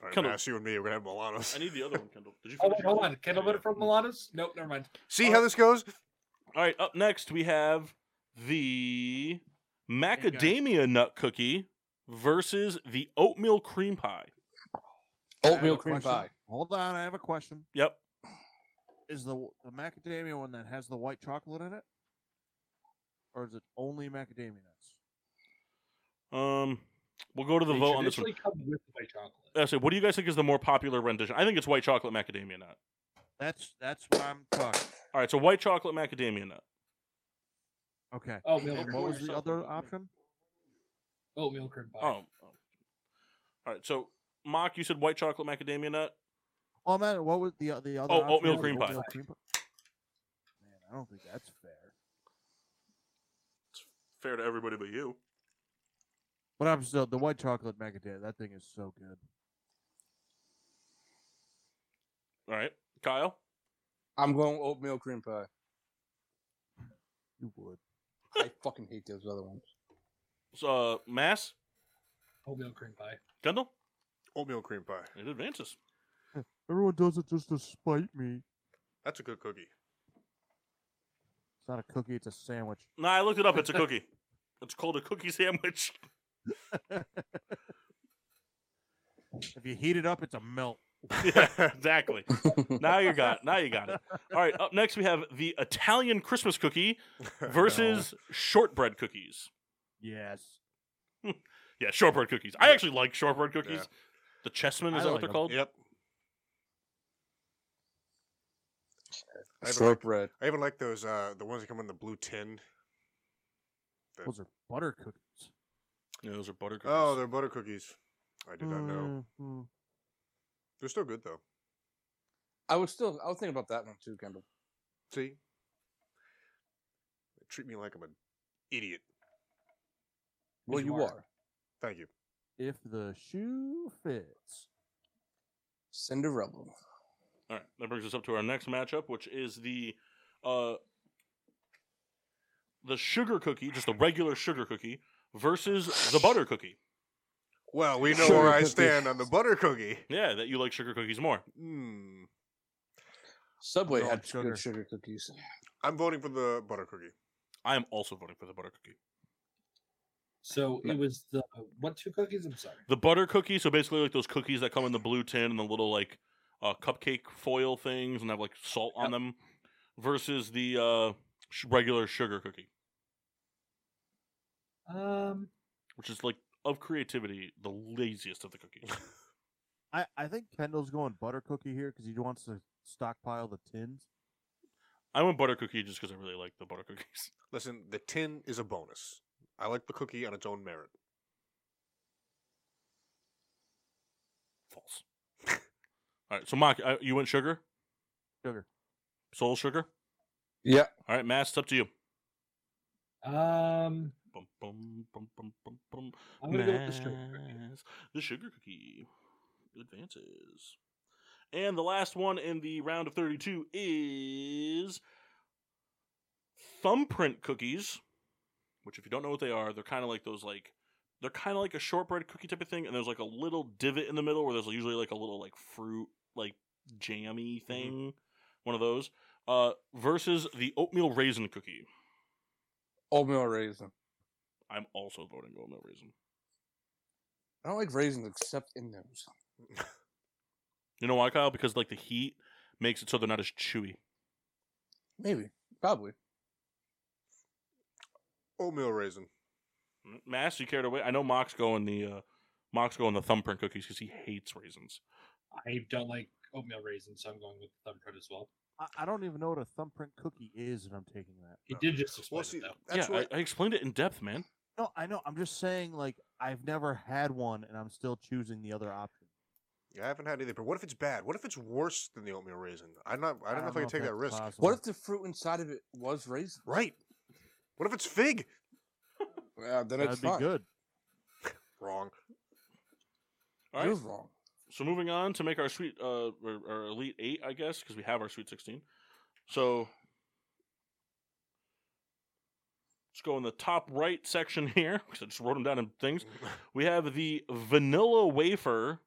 S5: All right,
S1: Come on.
S5: Mass, you and me are gonna have Milanos.
S1: I need the other one, Kendall. Did you
S4: Oh,
S1: finish
S4: wait,
S1: your
S4: hold
S1: thing?
S4: on. Kendall voted for Milanos? Nope, never mind.
S5: See how this goes?
S1: All right, up next we have the macadamia nut cookie versus the oatmeal cream pie.
S6: I have
S2: Oatmeal
S6: a
S2: cream
S6: question.
S2: pie.
S6: Hold on, I have a question.
S1: Yep.
S6: Is the the macadamia one that has the white chocolate in it, or is it only macadamia nuts?
S1: Um, We'll go to the
S4: They
S1: vote on this one. Uh,
S4: traditionally come with white chocolate.
S1: I say, what do you guys think is the more popular rendition? I think it's white chocolate macadamia nut.
S3: That's that's what I'm talking.
S1: All right, so white chocolate macadamia nut.
S3: Okay.
S4: Oh, milk.
S3: And what was the other option?
S4: Oatmeal cream pie.
S1: Oh. oh. All right, so mock, you said white chocolate macadamia nut.
S6: Oh man, what was the the other?
S1: Oh,
S6: option
S1: oatmeal
S6: was
S1: cream pie.
S6: Man, I don't think that's fair.
S1: Fair to everybody but you.
S6: But I'm still the white chocolate macadamia. That thing is so good.
S1: All right, Kyle.
S2: I'm going oatmeal cream pie.
S6: You would.
S2: I fucking hate those other ones.
S1: So, uh, Mass.
S4: Oatmeal cream pie.
S1: Kendall.
S5: Oatmeal cream pie.
S1: It advances.
S6: Everyone does it just to spite me.
S5: That's a good cookie.
S6: It's not a cookie. It's a sandwich.
S1: No, I looked it up. It's a cookie. it's called a cookie sandwich.
S6: If you heat it up, it's a melt.
S1: yeah, exactly. Now you got. Now you got it. All right. Up next, we have the Italian Christmas cookie versus shortbread cookies.
S6: Yes.
S1: Yeah, shortbread cookies. I actually like shortbread cookies.
S5: Yeah.
S1: The chessmen
S6: I
S1: is that
S6: like
S1: what they're
S6: 'em.
S1: called?
S5: Yep. I haven't, liked,
S2: Shortbread.
S5: I haven't liked those uh the ones that come in the blue tin.
S6: Those are butter cookies.
S1: Yeah, those are butter cookies. Hmm.
S5: Oh, they're butter cookies. I did not know.
S6: Mhm.
S5: They're still good though.
S2: I was still. I was thinking about that one too, Kendall.
S5: See? They treat me like I'm an idiot.
S2: Well,
S6: you
S2: you
S6: are.
S2: are.
S5: Thank you.
S6: If the shoe fits.
S2: Cinderella.
S1: All right, that brings us up to our next matchup, which is the uh the sugar cookie, just the regular sugar cookie versus the butter cookie.
S5: Well, we know
S2: Sugar
S5: where I
S2: cookie.
S5: stand on the butter cookie.
S1: Yeah, that you like sugar cookies more.
S5: Hmm.
S2: Subway
S6: going
S2: had
S6: sugar.
S2: good sugar cookies.
S5: I'm voting for the butter cookie.
S1: I am also voting for the butter cookie.
S4: So it was the what two cookies? I'm sorry.
S1: The butter cookie, so basically like those cookies that come in the blue tin and the little like uh, cupcake foil things and have like salt on them, versus the uh, sh- regular sugar cookie,
S4: Um,
S1: which is like of creativity the laziest of the cookies.
S6: I, I think Kendall's going butter cookie here because he wants to stockpile the tins.
S1: I went butter cookie just because I really like the butter cookies.
S5: Listen, the tin is a bonus. I like the cookie on its own merit.
S1: False. All right, so Mark, uh, you went sugar,
S6: Sugar.
S1: soul sugar.
S2: Yeah.
S1: All right, Matt, it's up to you.
S4: um,
S1: Bum, bum, bum, bum, bum, bum.
S4: I'm gonna go with the sugar cookie.
S1: Mass- The sugar cookie advances. And the last one in the round of 32 is thumbprint cookies, which if you don't know what they are, they're kind of like those like they're kind of like a shortbread cookie type of thing and there's like a little divot in the middle where there's usually like a little like fruit like
S4: Mm-hmm.
S1: jammy thing, one of those. Uh versus the oatmeal raisin cookie.
S2: Oatmeal raisin.
S1: I'm also voting oatmeal raisin.
S2: I don't like raisins except in those.
S1: You know why, Kyle? Because like the heat makes it so they're not as chewy.
S2: Maybe. Probably.
S5: Oatmeal raisin.
S1: M- Mass, you cared away. I know Mock's going the uh, Mock's going the thumbprint cookies because he hates raisins.
S4: I don't like oatmeal raisins, so I'm going with thumbprint as well.
S6: I, I don't even know what a thumbprint cookie is, and I'm taking that.
S4: He
S5: Oh.
S4: did just explain
S5: Well,
S4: it
S5: see,
S4: though.
S5: that's
S1: yeah,
S5: what
S1: I, I explained it in depth, man.
S6: No, I know. I'm just saying, like, I've never had one, and I'm still choosing the other option.
S5: Yeah, I haven't had either. But what if it's bad? What if it's worse than the oatmeal raisin? I'm not. I don't, know if I can take that risk.
S6: that's
S2: What if
S6: possible.
S2: the fruit inside of it was raisin?
S5: Right. What if it's fig?
S2: Yeah, then it's
S6: That'd be
S2: fine.
S6: good.
S5: Wrong.
S1: All
S2: You're
S1: right.
S2: wrong.
S1: So moving on to make our sweet uh, or, or elite eight, I guess, because we have our sweet sixteen. So let's go in the top right section here because I just wrote them down in things. We have the vanilla wafer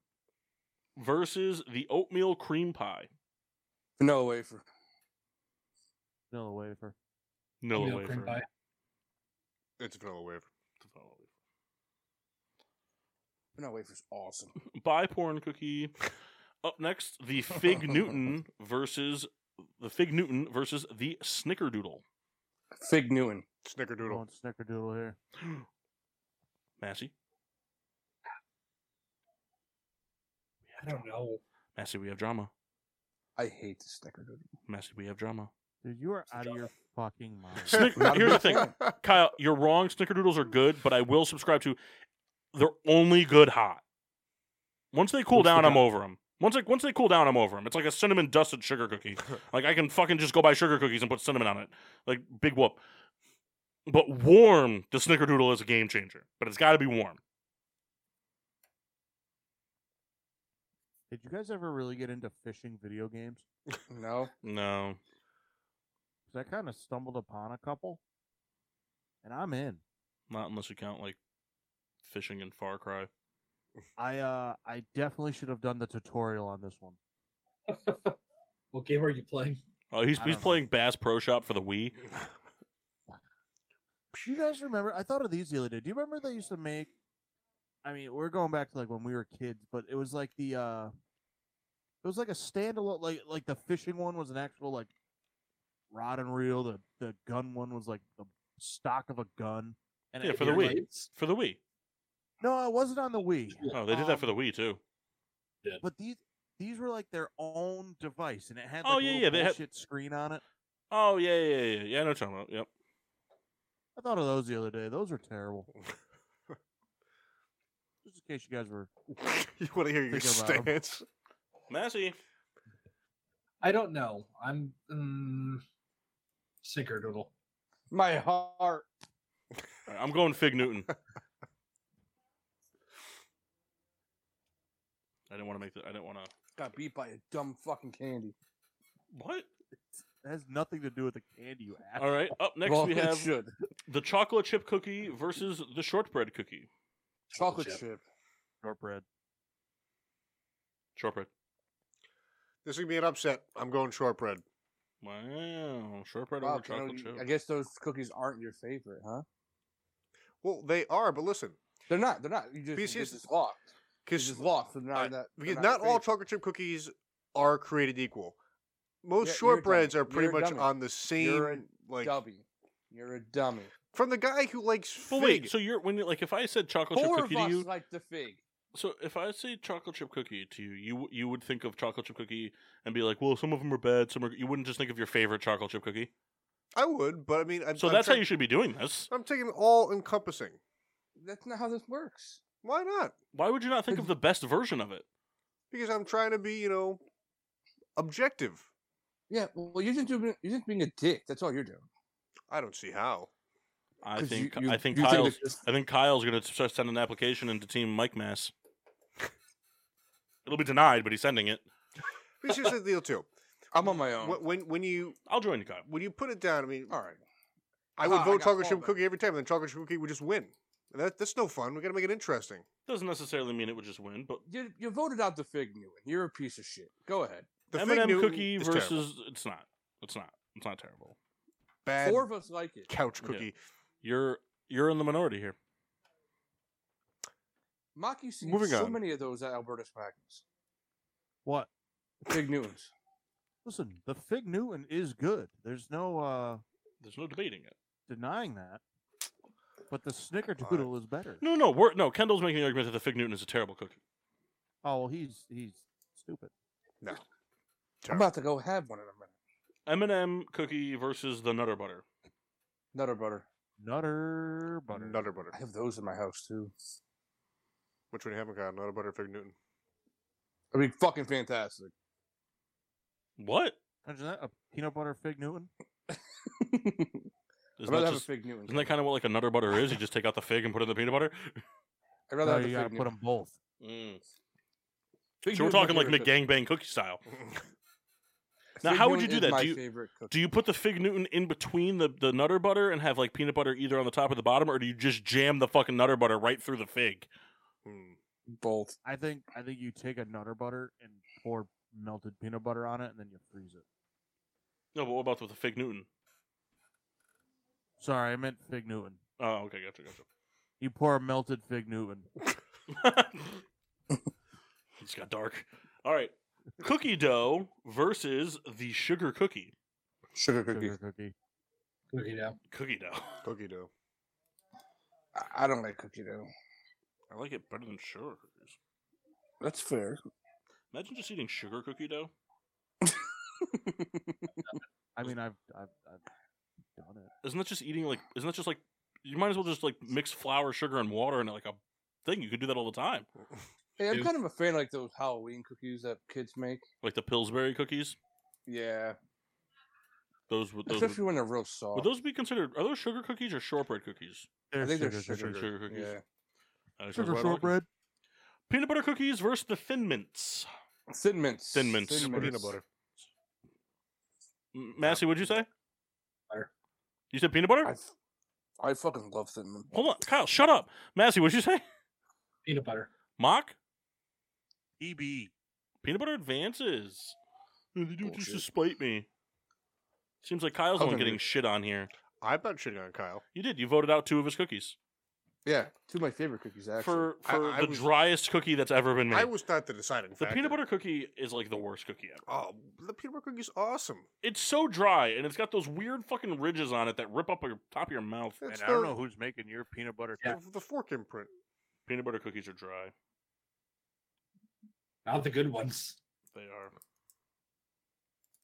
S1: versus the oatmeal cream pie.
S2: Vanilla wafer.
S6: Vanilla wafer.
S1: No
S4: Oatmeal cream pie.
S5: It's vanilla wafer.
S2: Vanilla wafer's awesome.
S1: Buy porn cookie. Up next, the Fig Newton versus the Fig Newton versus the Snickerdoodle.
S2: Fig Newton.
S6: I'm
S5: Snickerdoodle.
S6: Going snickerdoodle here.
S1: Massey.
S4: I don't know.
S1: Massey, we have drama.
S2: I hate the snickerdoodle.
S1: Massey, we have drama.
S6: Dude, you are out of your fucking mind.
S1: Snick-
S6: Not a
S1: here's the
S6: big
S1: thing,
S6: fan.
S1: Kyle. You're wrong. Snickerdoodles are good, but I will subscribe to. They're only good hot. Once they cool
S11: What's the
S1: down, I'm
S11: hot?
S1: over them. Once like once they cool down, I'm over them. It's like a cinnamon dusted sugar cookie. like I can fucking just go buy sugar cookies and put cinnamon on it. Like big whoop. But warm, the snickerdoodle is a game changer. But it's got to be warm.
S6: Did you guys ever really get into fishing video games?
S2: No.
S1: No.
S6: 'Cause I kind of stumbled upon a couple, and I'm in.
S1: Not unless you count like fishing in Far Cry.
S6: I uh, I definitely should have done the tutorial on this one.
S4: What game are you playing?
S1: Oh, he's
S6: I
S1: he's
S6: don't know.
S1: playing Bass Pro Shop for the Wii.
S6: Do you guys remember? I thought of these the other day. Do you remember they used to make? I mean, we're going back to like when we were kids, but it was like the uh, it was like a standalone, like like the fishing one was an actual like rod and reel. The the gun one was like the stock of a gun. And
S1: yeah,
S6: it
S1: for the
S6: had, like-
S1: Wii. For the Wii.
S6: No, it wasn't on the Wii.
S1: Oh, they did
S6: Um,
S1: that for the Wii too.
S6: But these these were like their own device, and it had like
S1: Oh,
S6: a
S1: yeah,
S6: little
S1: yeah, they had-
S6: bullshit screen on it.
S1: Oh yeah, yeah, yeah, yeah. Yeah, I know what you're talking about. Yep.
S6: I thought of those the other day. Those are terrible. Just in case you guys were.
S5: you want to hear your
S6: Think about 'em.
S5: stance?
S1: Massey.
S4: I don't know. I'm um, snickerdoodle.
S2: My heart.
S1: All right, I'm going Fig Newton. I didn't want to make that. I didn't want to.
S2: Got beat by a dumb fucking candy.
S1: What?
S6: It has nothing to do with the candy you have.
S1: All right. Up next,
S2: Well,
S1: we
S2: it
S1: have
S2: should.
S1: the chocolate chip cookie versus the shortbread cookie.
S2: Chocolate chip.
S6: Shortbread.
S1: Shortbread.
S5: This is gonna be an upset. I'm going shortbread.
S1: Wow, shortbread
S2: Wow,
S1: over
S2: I know
S1: chocolate
S2: you-
S1: chip.
S2: I guess those cookies aren't your favorite, huh?
S5: Well, they are, but listen,
S2: They're not. They're not. You just,
S5: Because
S2: you
S5: here's-
S2: just lost.
S5: because
S2: just lost. They're not,
S5: I-
S2: that, they're
S5: because
S2: your
S5: not all
S2: favorite.
S5: chocolate chip cookies are created equal. Most
S2: Yeah, you're a dummy.
S5: shortbreads are pretty
S2: You're a
S5: much
S2: dummy.
S5: on the same
S2: You're a
S5: like
S2: dummy. You're a dummy.
S5: from the guy who likes
S1: But
S5: fig.
S1: wait, so you're when you like if I said chocolate chip
S2: Four
S1: cookie
S2: of
S1: to
S2: us
S1: you,
S2: like the fig.
S1: so if I say chocolate chip cookie to you, you you would think of chocolate chip cookie and be like, well, some of them are bad, some are. You wouldn't just think of your favorite chocolate chip cookie.
S5: I would, but I mean, I'm,
S1: So
S5: I'm
S1: that's how
S5: try-
S1: you should be doing this.
S5: I'm taking all encompassing.
S2: That's not how this works.
S5: Why not?
S1: Why would you not think of the best version of it?
S5: Because I'm trying to be, you know, objective.
S2: Yeah. Well, you're just doing. You're just being a dick. That's all you're doing.
S5: I don't see how.
S1: I
S2: 'Cause
S1: think
S2: you- you-
S1: I think
S2: you think
S1: Kyle's
S2: it's just-
S1: I think Kyle's going to send an application into Team Mike Mass. It'll be denied, but he's sending it.
S5: Because here's the deal, too.
S2: I'm on my own.
S5: Wh- When when you
S1: I'll join you, Kyle.
S5: when you put it down, I mean,
S2: All right.
S5: I would
S2: Ah, I
S5: vote
S2: got
S5: chocolate chip
S2: fallback.
S5: cookie every time, and then chocolate chip cookie would just win. And that, that's no fun. We got to make it interesting.
S1: Doesn't necessarily mean it would just win, but
S2: You you voted out the fig Newton. You're a piece of shit. Go ahead.
S5: The
S1: M
S5: Fig
S1: and m
S5: Newton
S1: cookie
S5: is terrible.
S1: versus it's not. It's not. It's not terrible.
S5: bad
S2: Four of us like it.
S5: couch
S1: Yeah.
S5: cookie.
S1: You're you're in the minority here.
S2: Mock, you see
S5: Moving
S2: so
S5: on.
S2: many of those at Alberta Smackers.
S6: What?
S2: Fig Newtons.
S6: Listen, the Fig Newton is good. There's no uh
S1: There's no debating it.
S6: denying that. But the Snickerdoodle is better.
S1: No, no, we're, no. Kendall's making the argument that the fig Newton is a terrible cookie.
S6: Oh, well, he's he's stupid.
S5: No.
S2: I'm
S5: Terrible.
S2: about to go have one of them.
S1: M and m cookie versus the Nutter Butter.
S2: Nutter butter.
S6: Nutter butter.
S5: Nutter butter.
S2: I have those in my house too.
S5: Which one you haven't got? Nutter butter, or Fig Newton.
S2: I mean, fucking fantastic.
S1: What?
S6: Imagine that a uh, peanut butter Fig Newton.
S2: I'd
S1: Isn't
S2: rather
S1: that,
S2: have
S1: just-
S2: a fig Newton.
S1: isn't that kind of what like a Nutter Butter is? You just take out the fig and put in the peanut butter.
S2: I'd rather
S6: No,
S2: have
S6: you
S2: the
S6: gotta
S2: fig
S6: put
S2: Newton.
S6: them both.
S1: Mm.
S2: Fig
S1: So we're
S2: Newton's my
S1: talking like
S2: favorite cookie.
S1: McGangbang cookie style. Now,
S2: Fig
S1: how would you
S2: Newton
S1: do
S2: is
S1: that?
S2: My
S1: Do you-
S2: favorite cookie.
S1: Do you put the fig Newton in between the, the nutter butter and have like peanut butter either on the top or the bottom, or do you just jam the fucking nutter butter right through the fig?
S5: Hmm.
S2: both?
S6: I think I think you take a Nutter butter and pour melted peanut butter on it, and then you freeze it.
S1: No, but what about with the fig Newton?
S6: Sorry, I meant Fig Newton.
S1: Oh, okay, gotcha, gotcha.
S6: You pour a melted Fig Newton.
S1: it's got dark. All right, cookie dough versus the sugar cookie.
S2: Sugar cookie.
S6: Sugar cookie.
S4: Cookie dough.
S1: Cookie dough.
S5: Cookie dough.
S2: I- I don't like cookie dough.
S1: I like it better than sugar cookies.
S2: That's fair.
S1: Imagine just eating sugar cookie dough.
S6: I mean, I've I've, I've done it.
S1: Isn't that just eating like? Isn't that just like? You might as well just like mix flour, sugar, and water into like a thing. You could do that all the time.
S2: Hey, I'm
S1: Dude.
S2: kind of a fan of like those Halloween cookies that kids make.
S1: Like the Pillsbury cookies.
S2: Yeah,
S1: Those would. Those would,
S2: especially when they're real soft.
S1: would those be considered? Are those sugar cookies or shortbread cookies?
S2: I think they're sugar,
S1: Sugar, cookies.
S2: Yeah.
S1: Uh, shortbread, I
S2: Sugar
S1: like it.
S2: shortbread.
S1: Peanut butter cookies versus the Thin Mints.
S2: Thin mints.
S1: Thin Mints.
S2: Thin
S1: Peanut
S2: mints.
S1: butter. M- Massey, what'd you say? You said peanut butter?
S2: I fucking love thin mints.
S1: Hold on, Kyle, shut up. Massey, what'd you say?
S4: Peanut butter.
S1: Mock?
S3: EB.
S1: Peanut butter advances. They do it just to
S5: Bullshit.
S1: spite me. Seems like Kyle's the one
S5: Okay.
S1: getting shit on here.
S5: I'm not shitting on Kyle.
S1: You did. You voted out two of his cookies
S2: Yeah, two of my favorite cookies actually.
S1: for for
S5: I
S1: the
S5: was-
S1: driest cookie that's ever been made.
S5: I was not the deciding
S1: the
S5: factor.
S1: peanut butter cookie is like the worst cookie ever.
S5: Oh, the peanut butter cookie's awesome.
S1: It's so dry and it's got those weird fucking ridges on it that rip up your top of your mouth.
S5: It's
S3: And I don't
S5: the-
S3: know who's making your peanut butter.
S4: Yeah.
S3: cookie.
S5: The fork imprint.
S1: Peanut butter cookies are dry.
S4: Not the good ones.
S1: They are.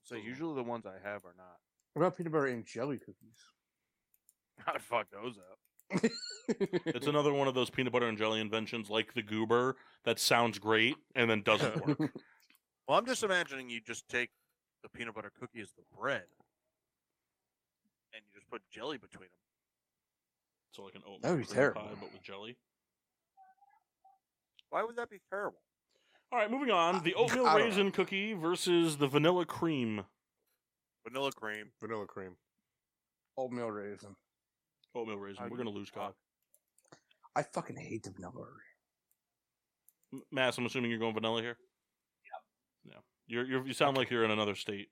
S3: So usually the ones I have are not.
S2: What about peanut butter and jelly cookies?
S3: I fuck those up.
S1: It's another one of those peanut butter and jelly inventions like the goober that sounds great and then doesn't work.
S3: Well, I'm just imagining you just take the peanut butter cookie as the bread, and you just put jelly between them.
S1: So like an oatmeal
S2: That would be
S1: cream
S2: terrible.
S1: pie, but with jelly.
S3: Why would that be terrible?
S1: All right, moving on. The oatmeal
S5: Uh, I don't know.
S1: raisin cookie versus the vanilla cream.
S3: Vanilla cream.
S5: Vanilla cream.
S2: Oatmeal raisin.
S1: Oatmeal raisin.
S3: How
S1: We're
S3: do
S1: gonna lose, Kyle.
S2: I fucking hate the vanilla raisin.
S1: M- Mass, I'm assuming you're going vanilla here. Yeah. Yeah. You're, you're you sound like you're in another state.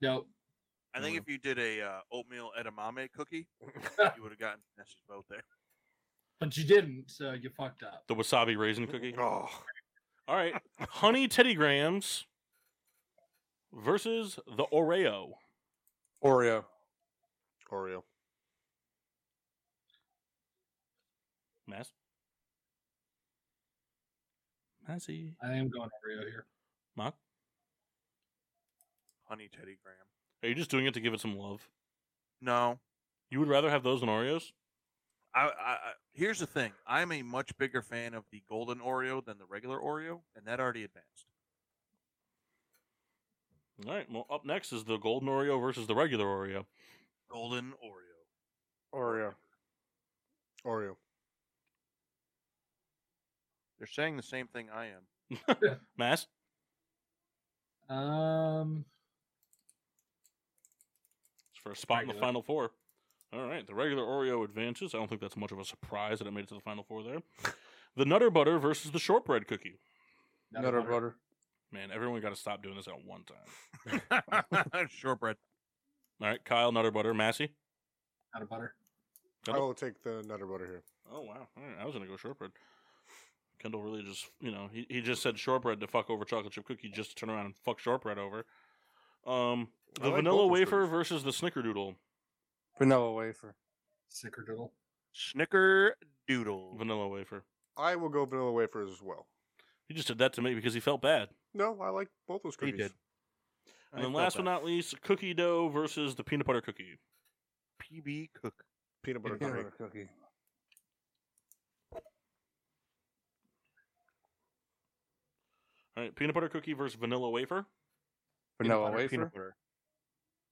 S4: No.
S3: I think
S1: Mhm.
S3: if you did a uh, oatmeal edamame cookie, you would have gotten Nessie's vote there.
S4: But you didn't, so you fucked up.
S1: The wasabi raisin cookie.
S5: Oh,
S1: All right, honey Teddy grams versus the Oreo.
S2: Oreo.
S5: Oreo.
S1: Mass. Massy.
S4: I am going Oreo here.
S1: Mock.
S3: Honey Teddy Graham.
S1: Are you just doing it to give it some love?
S3: No,
S1: You would rather have those than Oreos?
S3: I, I, I here's the thing. I'm a much bigger fan of the golden Oreo than the regular Oreo, and that already advanced.
S1: All right. Well, up next is the golden Oreo versus the regular Oreo.
S3: Golden Oreo.
S2: Oreo.
S5: Oreo.
S3: They're saying the same thing I am.
S1: Mass.
S4: Um,
S1: It's for a spot in the
S4: Regular.
S1: final four. All right, the regular Oreo advances. I don't think that's much of a surprise that it made it to the final four there. The Nutter Butter versus the Shortbread Cookie.
S4: Nutter
S2: Nutter
S4: butter.
S2: butter.
S1: Man, everyone got to stop doing this at one time.
S3: Shortbread.
S1: All right, Kyle, Nutter Butter, Massey.
S4: Nutter butter.
S1: Yep.
S5: I will take the nutter butter here.
S1: Oh wow, All right, I was gonna go shortbread. Kendall really just, you know, he, he just said shortbread to fuck over chocolate chip cookie just to turn around and fuck shortbread over. Um,
S5: I
S1: the
S5: like
S1: vanilla
S5: both those
S1: wafer
S5: cookies.
S1: versus the snickerdoodle.
S2: Vanilla wafer.
S4: Snickerdoodle.
S3: Snicker Doodle.
S1: Vanilla wafer.
S5: I will go vanilla wafers as well.
S1: He just did that to me because he felt bad.
S5: No, I like both those
S3: He
S5: cookies.
S3: did.
S1: And then last but not least, cookie dough versus the peanut butter cookie.
S3: PB Cook.
S5: Peanut butter
S2: Peanut
S5: cake.
S2: butter cookie.
S1: All right, peanut butter cookie versus vanilla wafer.
S2: Vanilla
S3: butter,
S2: wafer.
S3: peanut butter.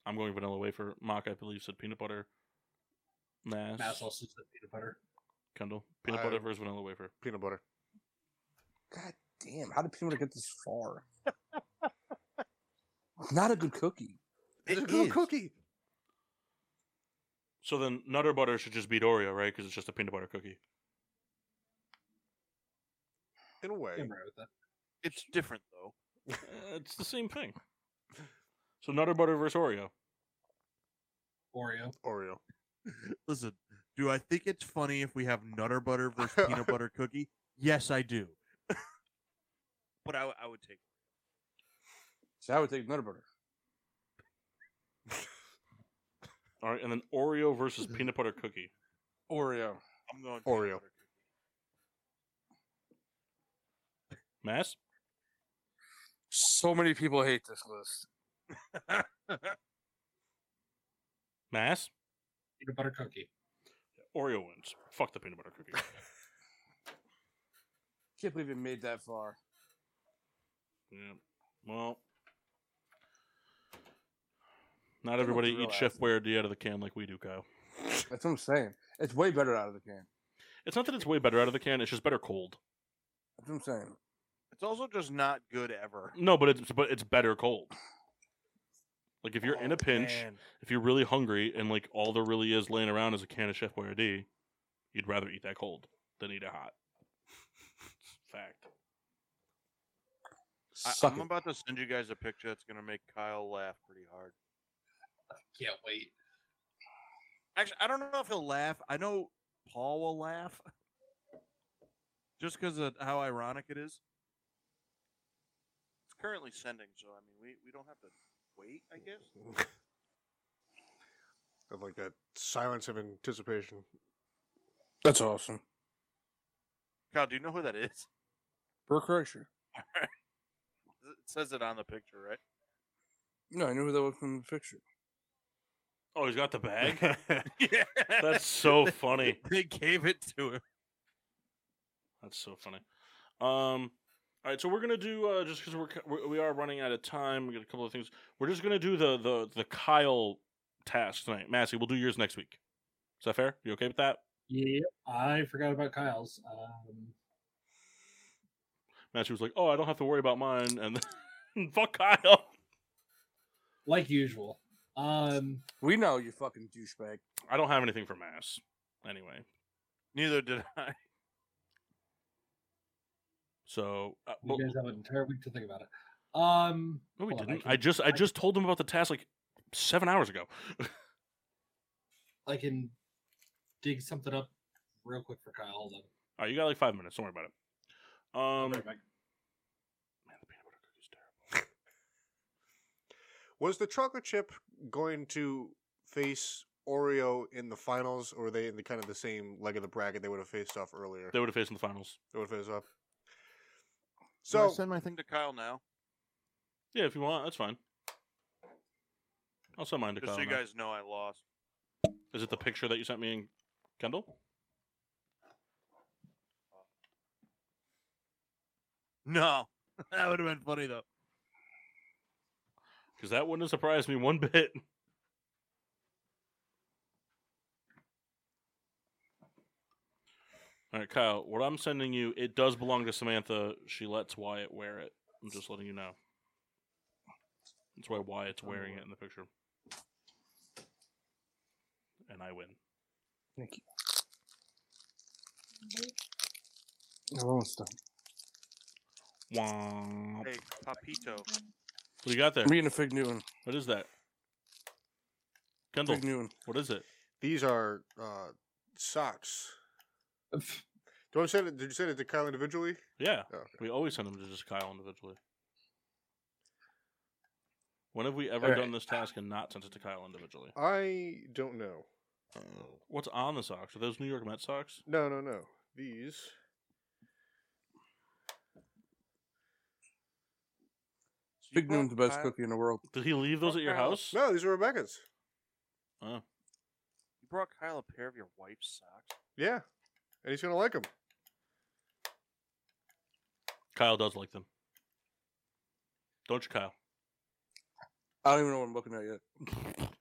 S1: I'm going vanilla wafer. Mock, I believe, said peanut butter. Mass,
S4: Mass also said peanut butter.
S1: Kendall, peanut
S5: I-
S1: butter versus vanilla wafer.
S5: Peanut butter.
S2: God damn! How did peanut butter get this far? Not a good cookie.
S5: It's
S3: It
S5: a good
S3: is.
S5: cookie.
S1: So then, Nutter Butter should just beat Oreo, right? Because it's just a peanut butter cookie.
S5: In a way.
S4: I'm right with that.
S3: It's different though.
S1: Uh, it's the same thing. So Nutter Butter versus Oreo.
S4: Oreo.
S5: Oreo.
S6: Listen, do I think it's funny if we have Nutter Butter versus Peanut Butter Cookie? Yes, I do.
S3: But I, I would take.
S2: So I would take nutter butter.
S1: All right, and then Oreo versus peanut butter cookie.
S2: Oreo.
S3: I'm
S1: Oh,
S3: going peanut
S5: Oreo.
S3: butter.
S1: Mass,
S2: So many people hate this list.
S1: Mass?
S4: Peanut butter cookie.
S1: Oreo wins. Fuck the peanut butter cookie.
S2: Can't believe it made that far.
S1: yeah. Well, not everybody
S2: real
S1: eats Chef Boyardee out of the can like we do, Kyle.
S2: That's what I'm saying. It's way better out of the can.
S1: It's not that it's way better out of the can. It's just better cold.
S2: That's what I'm saying.
S11: It's also just not good ever.
S1: No, but it's but it's better cold. Like if you're in
S6: Oh,
S3: Oh,
S1: a pinch,
S11: man.
S1: if you're really hungry, and like all there really is laying around is a can of Chef Boyardee, you'd rather eat that cold than eat it hot. Fact.
S11: I,
S1: Suck
S11: I'm
S1: it.
S11: about to send you guys a picture that's gonna make Kyle laugh pretty hard.
S4: Can't wait.
S3: Actually, I don't know if he'll laugh. I know Paul will laugh just because of how ironic it is.
S11: It's currently sending, so I mean, we, we don't have to wait. I guess.
S5: Of like that silence of anticipation.
S2: That's awesome.
S11: Kyle, do you know who that is?
S2: Burke Kreischer.
S11: It says it on the picture, right?
S2: No, I knew who that was from the picture.
S1: Oh, he's got the bag. That's so funny.
S11: They gave it to him.
S1: That's so funny. Um, all right, so we're gonna do uh, just because we're ki- we- we are running out of time. We got a couple of things. We're just gonna do the the the Kyle task tonight. Massey, we'll do yours next week. Is that fair? You okay with that?
S4: Yeah, I forgot about Kyle's. Um,
S1: Massey was like, "Oh, I don't have to worry about mine," and then, fuck Kyle.
S4: like usual. Um,
S2: we know you fucking douchebag.
S1: I don't have anything for Mass. Anyway,
S11: neither did I.
S1: So uh,
S4: You guys have an entire week to think about it. Um,
S1: no, we
S4: hold on,
S1: didn't.
S4: can-
S1: I, just I just told him about the task like seven hours ago.
S4: I can dig something up real quick for Kyle. Hold on.
S1: All right, you got like five minutes. Don't worry about it. Um,
S5: Was the chocolate chip going to face Oreo in the finals, or were they in the kind of the same leg of the bracket they would have faced off earlier?
S1: they would have faced in the finals.
S5: They would have faced off.
S11: Do I
S5: So
S11: send my thing to Kyle now,
S1: Yeah, if you want, that's fine. I'll send mine to
S11: just
S1: Kyle.
S11: so you
S1: now.
S11: guys know I lost.
S1: Is it the picture that you sent me and Kendall?
S11: No, that would have been funny though.
S1: Because that wouldn't have surprised me one bit. All right, Kyle, what I'm sending you, it does belong to Samantha. She lets Wyatt wear it. I'm just letting you know. That's why Wyatt's wearing it in the picture. And I win.
S2: Thank you. I'm almost done.
S1: Womp.
S11: Hey, Papito.
S1: What do you got there?
S2: Me and a fig Newton.
S1: What is that? Kendall.
S5: Fig Newton.
S1: What is it?
S5: These are uh, socks. Do I send it? Did you send it to Kyle individually?
S1: Yeah.
S5: Oh, okay.
S1: We always send them to just Kyle individually. When have we ever
S5: Alright.
S1: done this task and not sent it to Kyle individually?
S5: I don't know.
S1: What's on the socks? Are those New York Mets socks?
S5: No, no, no. These.
S2: Fig Newton's the best
S5: Kyle-
S2: cookie in the world.
S1: Did he leave those at your
S11: Kyle.
S1: house?
S5: No, these are Rebecca's.
S1: Oh.
S11: You brought Kyle a pair of your wife's socks.
S5: Yeah, and he's gonna like them.
S1: Kyle does like them. Don't you, Kyle?
S2: I don't even know what I'm looking at yet.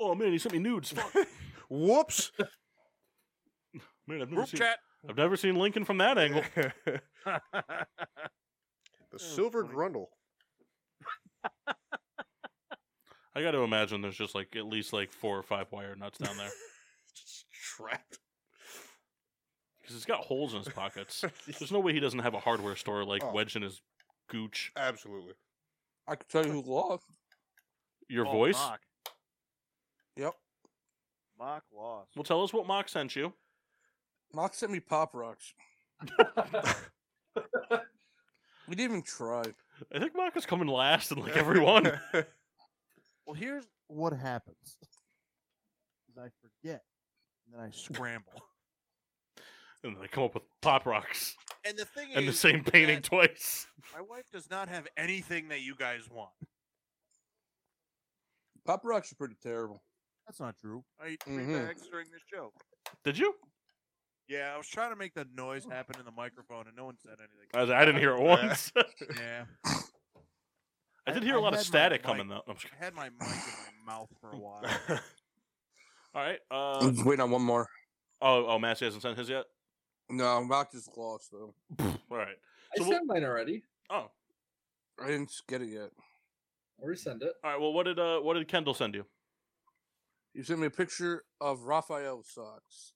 S1: Oh man, he sent me nudes. Fuck.
S5: Whoops.
S1: man, I've never
S11: Group
S1: seen
S11: chat.
S1: I've never seen Lincoln from that angle.
S5: The silver grundle.
S1: I got to imagine there's just like at least like four or five wire nuts down there
S5: Trapped.
S1: because it's got holes in his pockets. there's no way he doesn't have a hardware store like
S5: Oh.
S1: wedged in his gooch.
S5: Absolutely.
S2: I can tell you who lost.
S1: Your
S11: Oh,
S1: voice.
S11: Mock.
S2: Yep.
S11: Mock lost.
S1: Well, tell us what Mock sent you.
S2: Mock sent me Pop Rocks. we didn't even try.
S1: I think Mock is coming last in like everyone.
S6: Well, here's what happens. is I forget, and then I scramble.
S1: and they come up with pop rocks.
S12: And the thing
S1: and the
S12: is
S1: same painting
S12: that
S1: twice.
S12: My wife does not have anything that you guys want.
S2: Pop rocks are pretty terrible.
S13: That's not true.
S12: I ate 3
S6: Mm-hmm.
S2: Mhm.
S12: bags during this show.
S1: Did you?
S6: Yeah, I was trying to make that noise happen in the microphone, and no one said anything.
S1: I, was- I didn't hear it once.
S6: yeah.
S1: I did hear a lot of
S6: had my
S1: static
S6: mic-
S1: coming though. I'm just
S6: I had my mic in my mouth for a while.
S1: kidding. All right. Uh,
S2: I'm just waiting on one more.
S1: oh, oh, Massey hasn't sent his yet.
S2: No, Rock is lost though.
S1: All right.
S4: I
S1: So
S4: sent
S1: we'll-
S4: mine already.
S1: Oh,
S2: I didn't get it yet.
S4: I'll resend it.
S1: all right. Well, what did uh, what did Kendall send you?
S2: You sent me a picture of Raphael socks.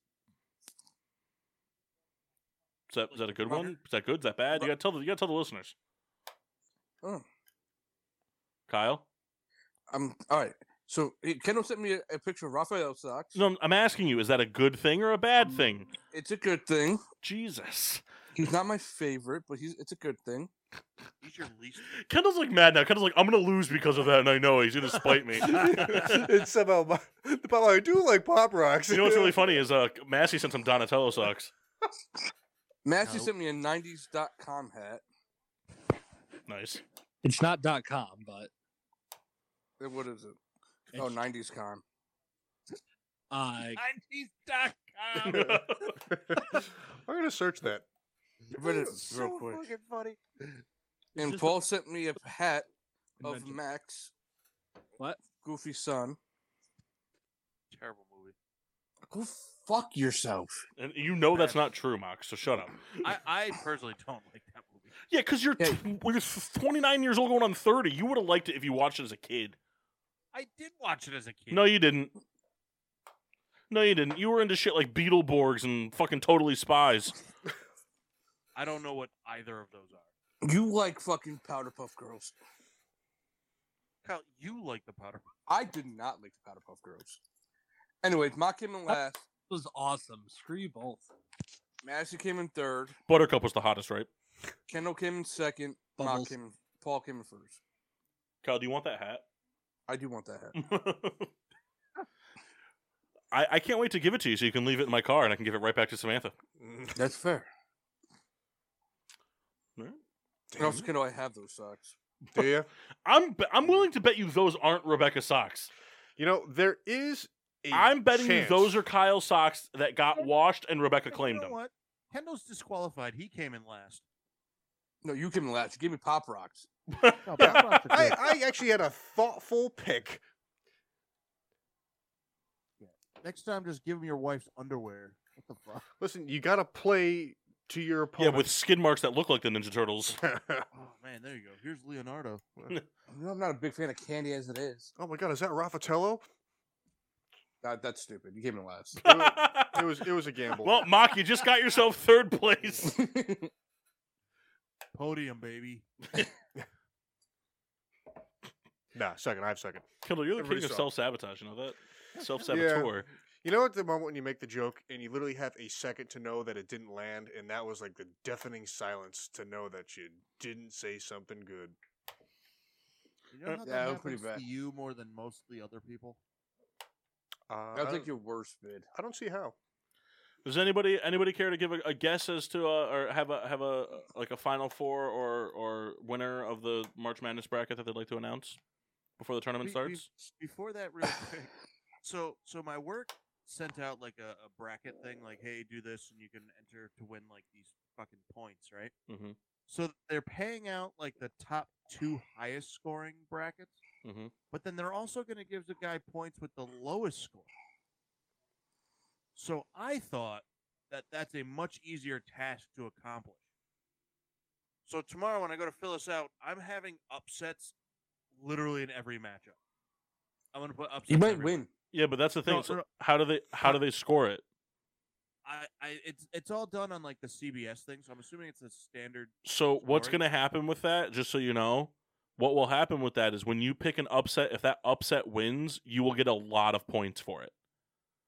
S1: Is that, is that a good one? Is that good? Is that bad? You gotta tell the you gotta tell the listeners.
S2: Oh.
S1: Kyle.
S2: I'm all right. So eh, Kendall sent me a, a picture of Raphael socks.
S1: No, I'm asking you. Is that a good thing or a bad thing?
S2: It's a good thing.
S1: Jesus.
S2: He's not my favorite, but he's it's a good thing.
S12: He's your least.
S1: Kendall's like mad now. Kendall's like, I'm gonna lose because of that, and I know he's gonna spite me.
S5: it's somehow my, but I do like pop rocks.
S1: you know what's really funny is uh, Massey sent some Donatello socks.
S2: Matthew
S1: No.
S2: sent me a '90s.com hat.
S1: Nice.
S4: It's not .com, but
S2: Eh, What is it? Oh, '90s com.
S4: I
S5: I'm gonna search that.
S2: Read it real quick.
S12: fucking funny.
S2: And
S4: just-
S2: Paul sent me a hat of
S4: Imagine.
S2: Max.
S4: What?
S2: Goofy son.
S12: Terrible movie.
S2: Go fuck yourself.
S1: And you know that's not true, Mox. So shut up.
S6: I, I personally don't like that movie.
S1: Yeah, because you're
S2: Yeah.
S1: tw- you're f- 29 years old going on 30. You would have liked it if you watched it as a kid.
S6: I did watch it as a kid.
S1: No, you didn't. No, you didn't. You were into shit like Beetleborgs and fucking Totally Spies.
S6: I don't know what either of those are.
S2: You like fucking Powder Puff Girls.
S6: Kyle, you like the powder.
S2: I did not like the Powder Puff Girls. Anyways, Mock came in last.
S4: was awesome. Screw you both.
S2: Massey came in third.
S1: Buttercup was the hottest, right?
S2: Kendall came in second. Mock
S4: Bubbles.
S2: came in, Paul came in first.
S1: Kyle, do you want that hat?
S2: I do want that hat.
S1: I, I can't wait to give it to you so you can leave it in my car and I can give it right back to Samantha.
S2: That's fair.
S1: Alright.
S2: Or else Kendall, I have those socks.
S5: Do you?
S1: I'm be- I'm willing to bet you those aren't Rebecca socks.
S5: You know there is. a
S1: I'm betting
S5: chance.
S1: you those are Kyle socks that got washed and Rebecca claimed
S6: you know
S1: them.
S6: what? Kendall's disqualified. He came in last.
S2: No, you came in last. You gave me Pop Rocks.
S13: No,
S5: Yeah,
S13: Pop Rocks are
S5: I,
S13: good.
S5: I actually had a thoughtful pick.
S13: Next time, just give him your wife's underwear. What the fuck?
S5: Listen, you gotta play to your
S1: Yeah,
S5: opponent.
S1: with skin marks that look like the Ninja Turtles.
S6: Oh man, there you go. Here's Leonardo.
S2: You know, I'm not a big fan of candy as it is.
S5: oh my god, is that Raffatello?
S2: That, that's stupid. You came in last.
S5: It was, it was it was a gamble.
S1: well, Mock, you just got yourself third place.
S6: Podium, baby.
S5: nah, second. I have second.
S1: Kendall, you're the
S5: Everybody
S1: king of
S5: saw.
S1: self sabotage. You know that self saboteur.
S5: You know, at the moment when you make the joke and you literally have a second to know that it didn't land, and that was like the deafening silence to know that you didn't say something good.
S13: You know how that
S2: Yeah, it was
S13: happens
S2: pretty bad.
S13: to you more than most of the other people.
S5: Uh,
S2: That's
S5: I,
S2: like
S5: don't,
S2: your worst bid.
S5: I don't see how.
S1: Does anybody anybody care to give a, a guess as to uh, or have a have a like a final four or or winner of the March Madness bracket that they'd like to announce before the tournament
S6: Be- be-
S1: starts?
S6: before that, real quick. So, so my work sent out like a, a bracket thing, like, "Hey, do this, and you can enter to win like these fucking points, right?"
S1: Mm-hmm.
S6: So they're paying out like the top two highest scoring brackets,
S1: Mm-hmm.
S6: but then they're also going to give the guy points with the lowest score. So I thought that that's a much easier task to accomplish. So tomorrow when I go to fill this out, I'm having upsets literally in every matchup. I'm going to put upsets.
S2: You might
S6: everywhere.
S2: win.
S1: Yeah, but that's the thing.
S6: No,
S1: it's like,
S6: no.
S1: How do they how do they score it?
S6: I, I it's it's all done on like the CBS thing, so I'm assuming it's a standard.
S1: So what's
S6: Sorry.
S1: going to happen with that? Just so you know, what will happen with that is when you pick an upset, if that upset wins, you will get a lot of points for it.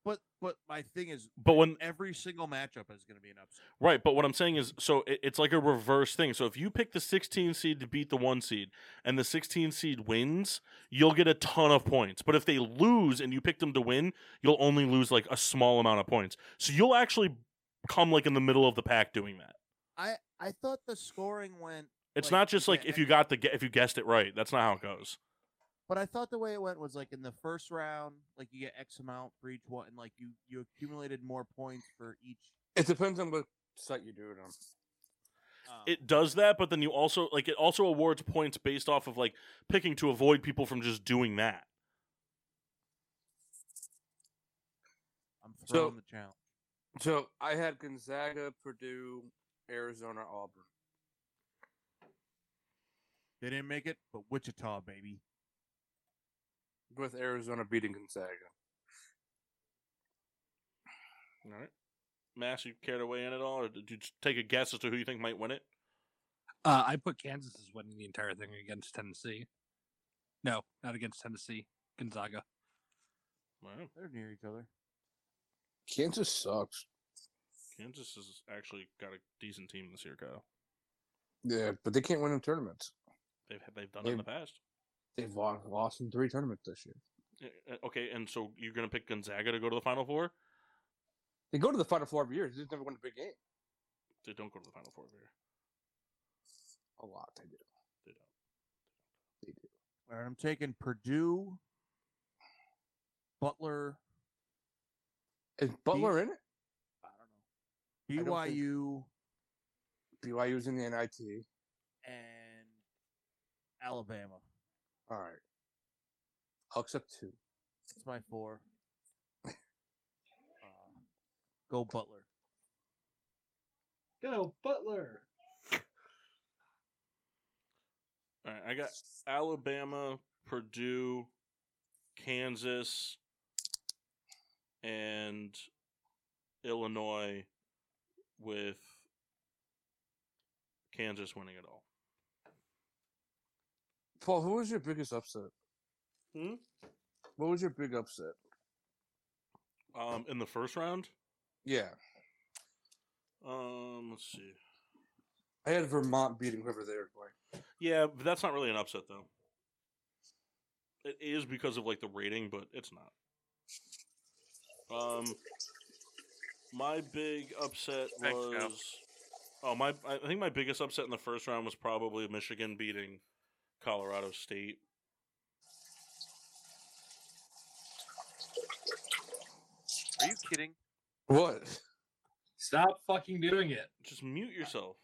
S6: But but my thing is,
S1: But when
S6: every single matchup is going to be an upset.
S1: Right, but what I'm saying is, so it, it's like a reverse thing. So if you pick the 16 seed to beat the one seed, and the 16 seed wins, you'll get a ton of points. But if they lose and you pick them to win, you'll only lose like a small amount of points. So you'll actually come like in the middle of the pack doing that.
S3: I I thought the scoring went.
S1: It's not just like
S3: yeah,
S1: if you got the gue- if you guessed it right. That's not how it goes.
S3: But I thought the way it went was like in the first round, like you get X amount for each one, and like you you accumulated more points for each.
S2: It depends on what site you do it on.
S1: It does that, but then you also like it also awards points based off of like picking to avoid people from just doing that.
S3: I'm
S2: So-
S3: throwing um, the challenge.
S2: So I had Gonzaga, Purdue, Arizona, Auburn.
S3: They didn't make it, but Wichita, baby.
S2: With Arizona beating Gonzaga.
S1: All right, Mass, you care to weigh in at all, or did you just take a guess as to who you think might win it?
S14: Uh, I put Kansas as winning the entire thing against Tennessee. No, not against Tennessee. Gonzaga.
S3: They're near each other.
S2: Kansas sucks.
S1: Kansas has actually got a decent team this year, Kyle.
S2: Yeah, but they can't win in tournaments.
S1: They've they've done it in the
S2: They've-
S1: past.
S2: They've lost, lost in three tournaments this year.
S1: Uh, uh, Okay, and so you're gonna pick Gonzaga to go to the Final Four?
S2: They go to the Final Four every year. They just never won a big game.
S1: They don't go to the Final Four here.
S2: A lot they do.
S1: They don't.
S3: All right, I'm taking Purdue, Butler,
S2: Is Butler in it? I don't know.
S3: BYU,
S2: BYU's in the NIT.
S3: and Alabama.
S2: All right. I'll accept two.
S3: That's my four. Uh, Go Butler.
S4: Go Butler.
S1: All right, I got Alabama, Purdue, Kansas, and Illinois with Kansas winning it all.
S2: Paul, who was your biggest upset?
S1: Hmm?
S2: What was your big upset?
S1: Um, in the first round,
S2: Yeah.
S1: um, let's see.
S2: I had Vermont beating whoever they were playing.
S1: Yeah, but that's not really an upset though. It is because of like the rating, but it's not. Um, my big upset
S11: Thanks,
S1: was.
S11: Jeff.
S1: Oh my! I I think my biggest upset in the first round was probably Michigan beating Colorado State.
S11: Are you kidding?
S2: What?
S4: Stop fucking doing it.
S1: Just mute yourself.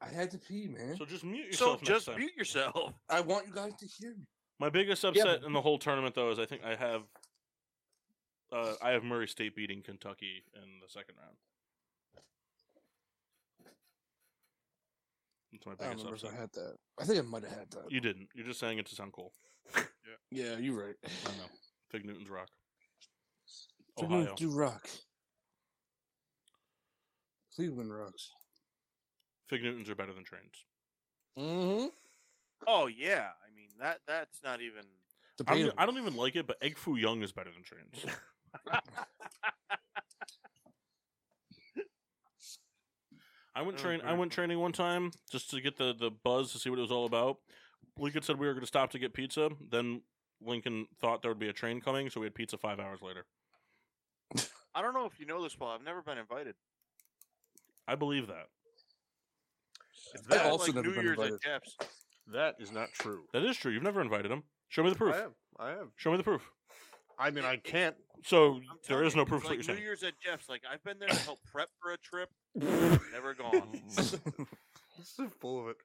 S2: I had to pee, man.
S1: So just mute
S11: So
S1: yourself. next
S11: just
S1: time.
S11: mute yourself.
S2: I want you guys to hear me.
S1: My biggest
S2: Yeah,
S1: upset in the whole tournament, though, is I think I have. Uh, I have Murray State beating Kentucky in the second round. That's my
S2: I don't
S1: biggest
S2: remember
S1: upset.
S2: if I had that. I think I might have had that.
S1: You didn't. You're just saying it to sound cool.
S2: Yeah, you're right.
S1: I know. Fig Newton's rock.
S2: They're gonna
S1: Ohio.
S2: Do rock. Cleveland rocks.
S1: Fig Newtons are better than trains.
S2: Mm-hmm.
S11: Oh yeah, I mean that that's not even.
S1: I don't, I don't even like it, but Egg Foo Young is better than trains. I went
S11: Oh,
S1: train. I
S11: very
S1: went training one time just to get the the buzz to see what it was all about. Lincoln said we were going to stop to get pizza. Then Lincoln thought there would be a train coming, so we had pizza five hours later.
S11: I don't know if you know this, Paul. I've never been invited.
S1: I believe that.
S11: It's
S1: I've
S11: been
S1: also
S11: like
S1: never
S11: New
S1: been
S11: Year's
S1: invited.
S11: at Jeff's.
S1: That is not true. That is true. You've never invited him. Show me the proof.
S5: I have. I have.
S1: Show me the proof.
S5: I mean, I can't.
S1: So there
S11: telling
S1: is
S11: you,
S1: no
S11: it's
S1: proof. to
S11: Like
S1: what
S11: New
S1: you're saying.
S11: Year's at Jeff's. Like I've been there to help prep for a trip. never gone.
S5: This is full of it.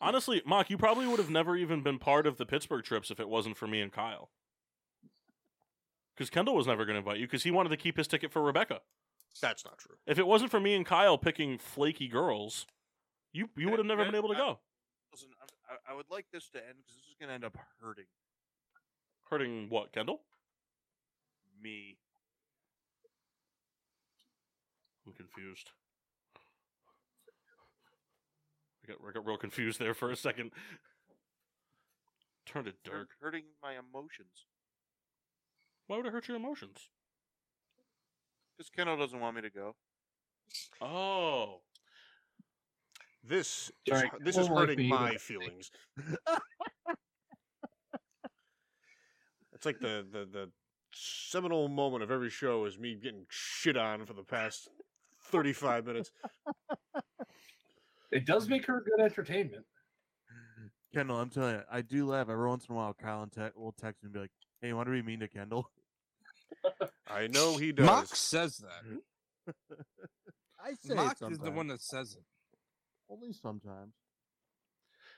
S1: Honestly, Mock, you probably would have never even been part of the Pittsburgh trips if it wasn't for me and Kyle. Because Kendall was never going to invite you because he wanted to keep his ticket for Rebecca.
S5: That's not true.
S1: If it wasn't for me and Kyle picking flaky girls, you you would have never been
S11: Ed,
S1: able to
S11: I-
S1: go.
S11: Listen, I, I- I would like this to end because this is going to end up hurting
S1: Hurting what, Kendall?
S11: me.
S1: I'm confused. I got, I got real confused there for a second. Turned to
S11: Hurt-
S1: dark.
S11: Hurting my emotions
S1: Why would it hurt your emotions?
S11: because Kendall doesn't want me to go.
S1: Oh.
S5: This
S11: Sorry,
S5: is, this is
S11: Kendall won't be
S5: hurting
S11: with
S5: my
S11: us.
S5: feelings. it's like the, the the seminal moment of every show is me getting shit on for the past thirty five minutes.
S4: It does make her good entertainment.
S3: Kendall, I'm telling you, I do laugh every once in a while. Colin te- will text me and be like, "Hey, want to be mean to Kendall?"
S5: I know he
S3: does.
S14: Mock says that.
S6: I say
S14: Mock
S6: it
S14: is the one that says it.
S3: Only sometimes.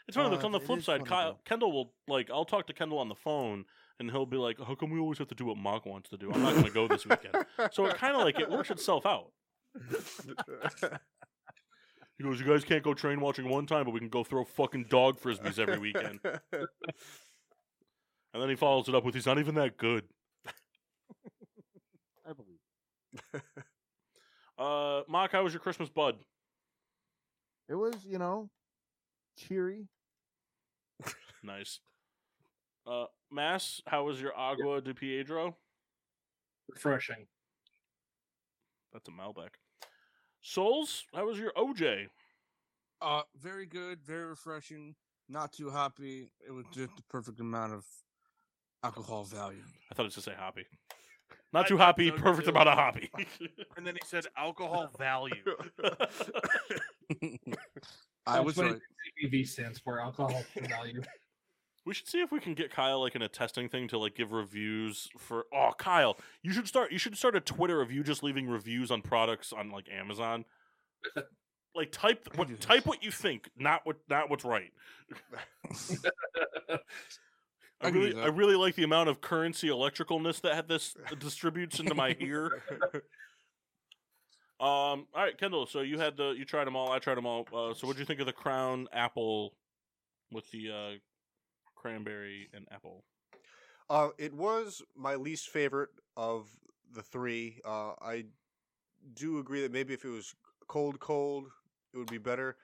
S1: It's one of those.
S3: Uh,
S1: On the
S3: it
S1: flip
S3: is
S1: side,
S3: one of
S1: Kyle, Kendall will like. I'll talk to Kendall on the phone, and he'll be like, "How come we always have to do what Mock wants to do? I'm not going to go this weekend." so it kind of like it works itself out. He goes, "You guys can't go train watching one time, but we can go throw fucking dog frisbees every weekend." and then he follows it up with, "He's not even that good."
S3: I believe.
S1: Uh, Mock, how was your Christmas, bud?
S6: It was, you know, cheery.
S1: Nice. Uh, Mass, how was your Agua de Piedro?
S4: Refreshing.
S1: That's a Malbec. Souls, how was your OJ?
S2: Uh, very good, very refreshing. Not too hoppy. It was just the perfect amount of alcohol value.
S1: I thought it was to say hoppy. Not
S2: I
S1: too
S2: thought
S1: hoppy,
S2: so,
S1: perfect
S2: too.
S1: amount of hoppy.
S11: and then he said alcohol value.
S2: I
S4: That's
S2: was
S4: what
S2: right.
S4: ABV stands for alcohol value.
S1: we should see if we can get Kyle like in a testing thing to like give reviews for. Oh, Kyle, you should start. You should start a Twitter of you just leaving reviews on products on like Amazon. Like type what type what you think, not what not what's right. I
S2: I can do
S1: really, I
S2: that.
S1: really like the amount of currency electricalness that had this distributes into my ear. um, all right, Kendall. So you had the you tried them all. I tried them all. Uh, so what would you think of the Crown Apple with the uh, cranberry and apple?
S5: Uh, it was my least favorite of the three. Uh, I do agree that maybe if it was cold, cold, it would be better.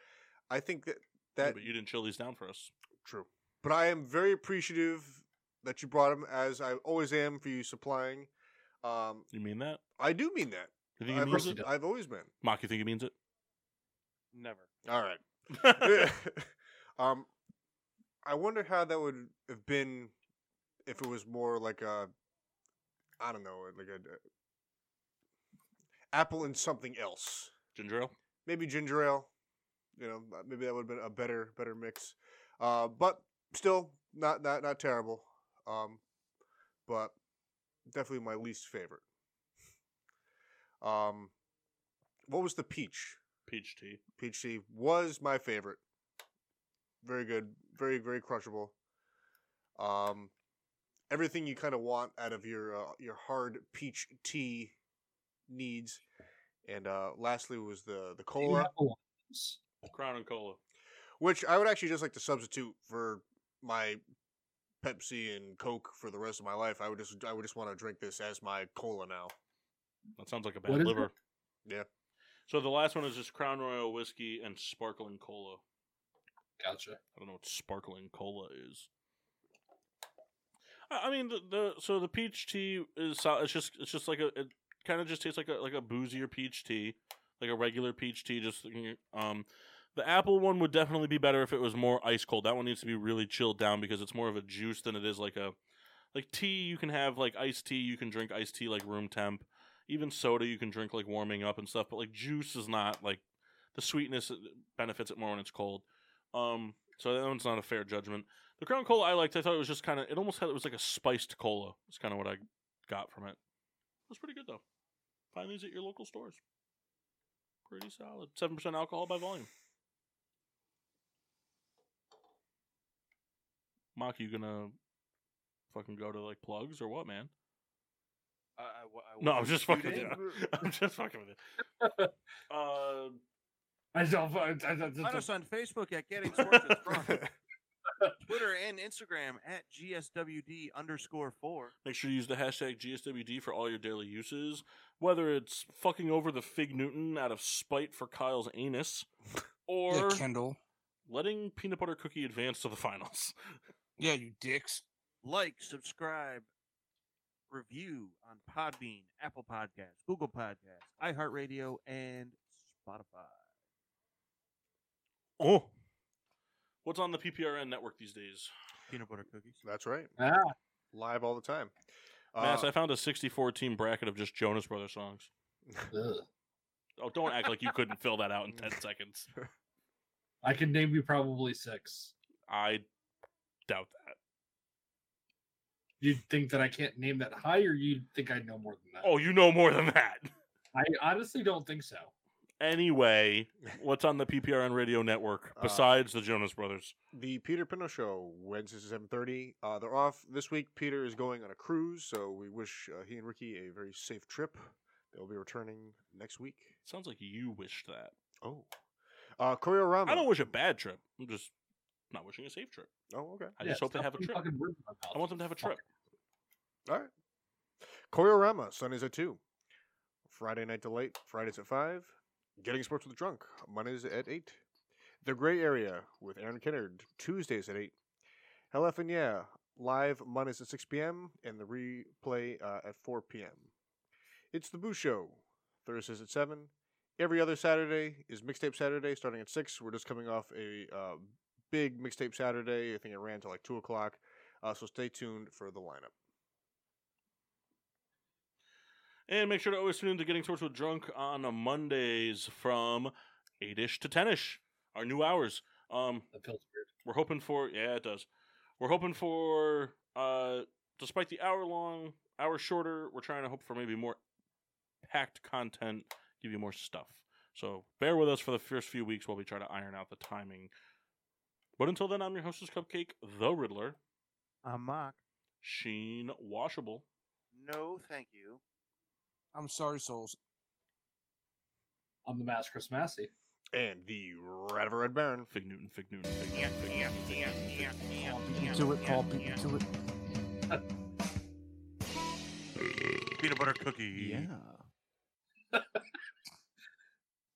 S5: I think that
S1: Yeah,
S5: that.
S1: but you didn't chill these down for us.
S5: True. But I am very appreciative that you brought him, as I always am for you supplying. Um,
S1: You mean that?
S5: I do mean that.
S1: You think he
S5: I've,
S1: means
S5: al-
S1: it?
S5: I've always been.
S1: Mock, you think he means it?
S11: Never.
S5: All right. um, I wonder how that would have been if it was more like a, I don't know, like a, uh, apple and something else.
S1: Ginger ale?
S5: Maybe ginger ale. You know, uh, maybe that would have been a better better mix. Uh, but still, not not not terrible. Um, but definitely my least favorite. Um, what was the peach?
S1: Peach tea.
S5: Peach tea was my favorite. Very good, very very crushable. Um, everything you kind of want out of your uh, your hard peach tea needs. And uh, lastly was the the cola,
S1: Crown and cola.
S5: which I would actually just like to substitute for my Pepsi and Coke for the rest of my life. I would just I would just want to drink this as my cola now.
S1: That sounds like a
S5: What
S1: bad
S5: is
S1: liver.
S5: Yeah.
S1: So the last one is just Crown Royal whiskey and sparkling cola.
S4: Gotcha.
S1: I don't know what sparkling cola is. I, I mean the, the so the peach tea is so- it's just it's just like a it kind of just tastes like a like a boozier peach tea, like a regular peach tea. Just um, the apple one would definitely be better if it was more ice cold. That one needs to be really chilled down because it's more of a juice than it is like a like tea. You can have like iced tea. You can drink iced tea like room temp. Even soda you can drink like warming up and stuff. But like juice is not like the sweetness benefits it more when it's cold. Um, so that one's not a fair judgment. The Crown Cola I liked. I thought it was just kind of. It almost had. It was like a spiced cola. It's kind of what I got from it. It was pretty good though. Find these at your local stores. Pretty solid. Seven percent alcohol by volume. Mock, you gonna fucking go to like plugs or what, man?
S11: I, I wa- I
S1: No,
S11: wa-
S1: I'm just
S11: you
S1: fucking.
S11: did?
S1: with you. I'm just fucking with it. Uh,
S4: I don't. I, I, I,
S3: Find us on Facebook at Getting Sports with Drunk. Twitter and Instagram at GSWD underscore four.
S1: Make sure you use the hashtag GSWD for all your daily uses. Whether it's fucking over the Fig Newton out of spite for Kyle's anus,
S2: Yeah,
S1: or
S2: Kendall.
S1: letting Peanut Butter Cookie advance to the finals.
S2: Yeah, you dicks.
S3: Like, subscribe, review on Podbean, Apple Podcasts, Google Podcasts, iHeartRadio, and Spotify.
S1: Oh. What's on the PPRN network these days?
S3: Peanut butter cookies.
S5: That's right.
S4: Ah.
S5: Live all the time. Uh,
S1: Mass, I found a 64 team bracket of just Jonas Brothers songs.
S4: Ugh.
S1: Oh, don't act like you couldn't fill that out in 10 seconds.
S4: I can name you probably six.
S1: I doubt that.
S4: You think that I can't name that high, or you think I know more than that?
S1: Oh, you know more than that.
S4: I honestly don't think so.
S1: Anyway, what's on the PPRN radio network
S5: Uh,
S1: besides the Jonas Brothers?
S5: The Peter Pino Show, Wednesdays at 7.30. Uh, they're off this week. Peter is going on a cruise, so we wish uh, he and Ricky a very safe trip. They'll be returning next week.
S1: Sounds like you wished that.
S5: Oh. Uh, Choreorama.
S1: I don't wish a bad trip. I'm just not wishing a safe trip.
S5: Oh, okay.
S1: I just hope they have a trip. I want them to have a trip.
S5: All right. Choreorama, Sundays at 2. Friday Night Delight, Fridays at 5. Getting Sports with Drunk, Mondays at 8. The Gray Area with Aaron Kennard, Tuesdays at 8. Hell F and Yeah, live Mondays at 6 p.m. and the replay uh, at 4 p.m. It's The Boo Show, Thursdays at 7. Every other Saturday is Mixtape Saturday starting at 6. We're just coming off a uh, big Mixtape Saturday. I think it ran till like 2 o'clock. Uh, so stay tuned for the lineup.
S1: And make sure to always tune in to Getting Sports with Drunk on uh, Mondays from 8 ish to 10 ish, our new hours. Um,
S4: That feels weird.
S1: We're hoping for, yeah, it does. We're hoping for, uh, despite the hour long, hour shorter, we're trying to hope for maybe more packed content, give you more stuff. So bear with us for the first few weeks while we try to iron out the timing. But until then, I'm your hostess, Cupcake, the Riddler,
S6: I'm mock.
S1: Sheen Washable.
S11: No, thank you.
S2: I'm sorry, souls.
S4: I'm the Master Chris Massey.
S5: And the Red of a Red Baron.
S1: Fig Newton, Fig Newton, Fig Newton, Fig Newton, Fig Newton, Fig Newton.
S6: To it, call people to it.
S1: Peanut butter cookie.
S14: Yeah.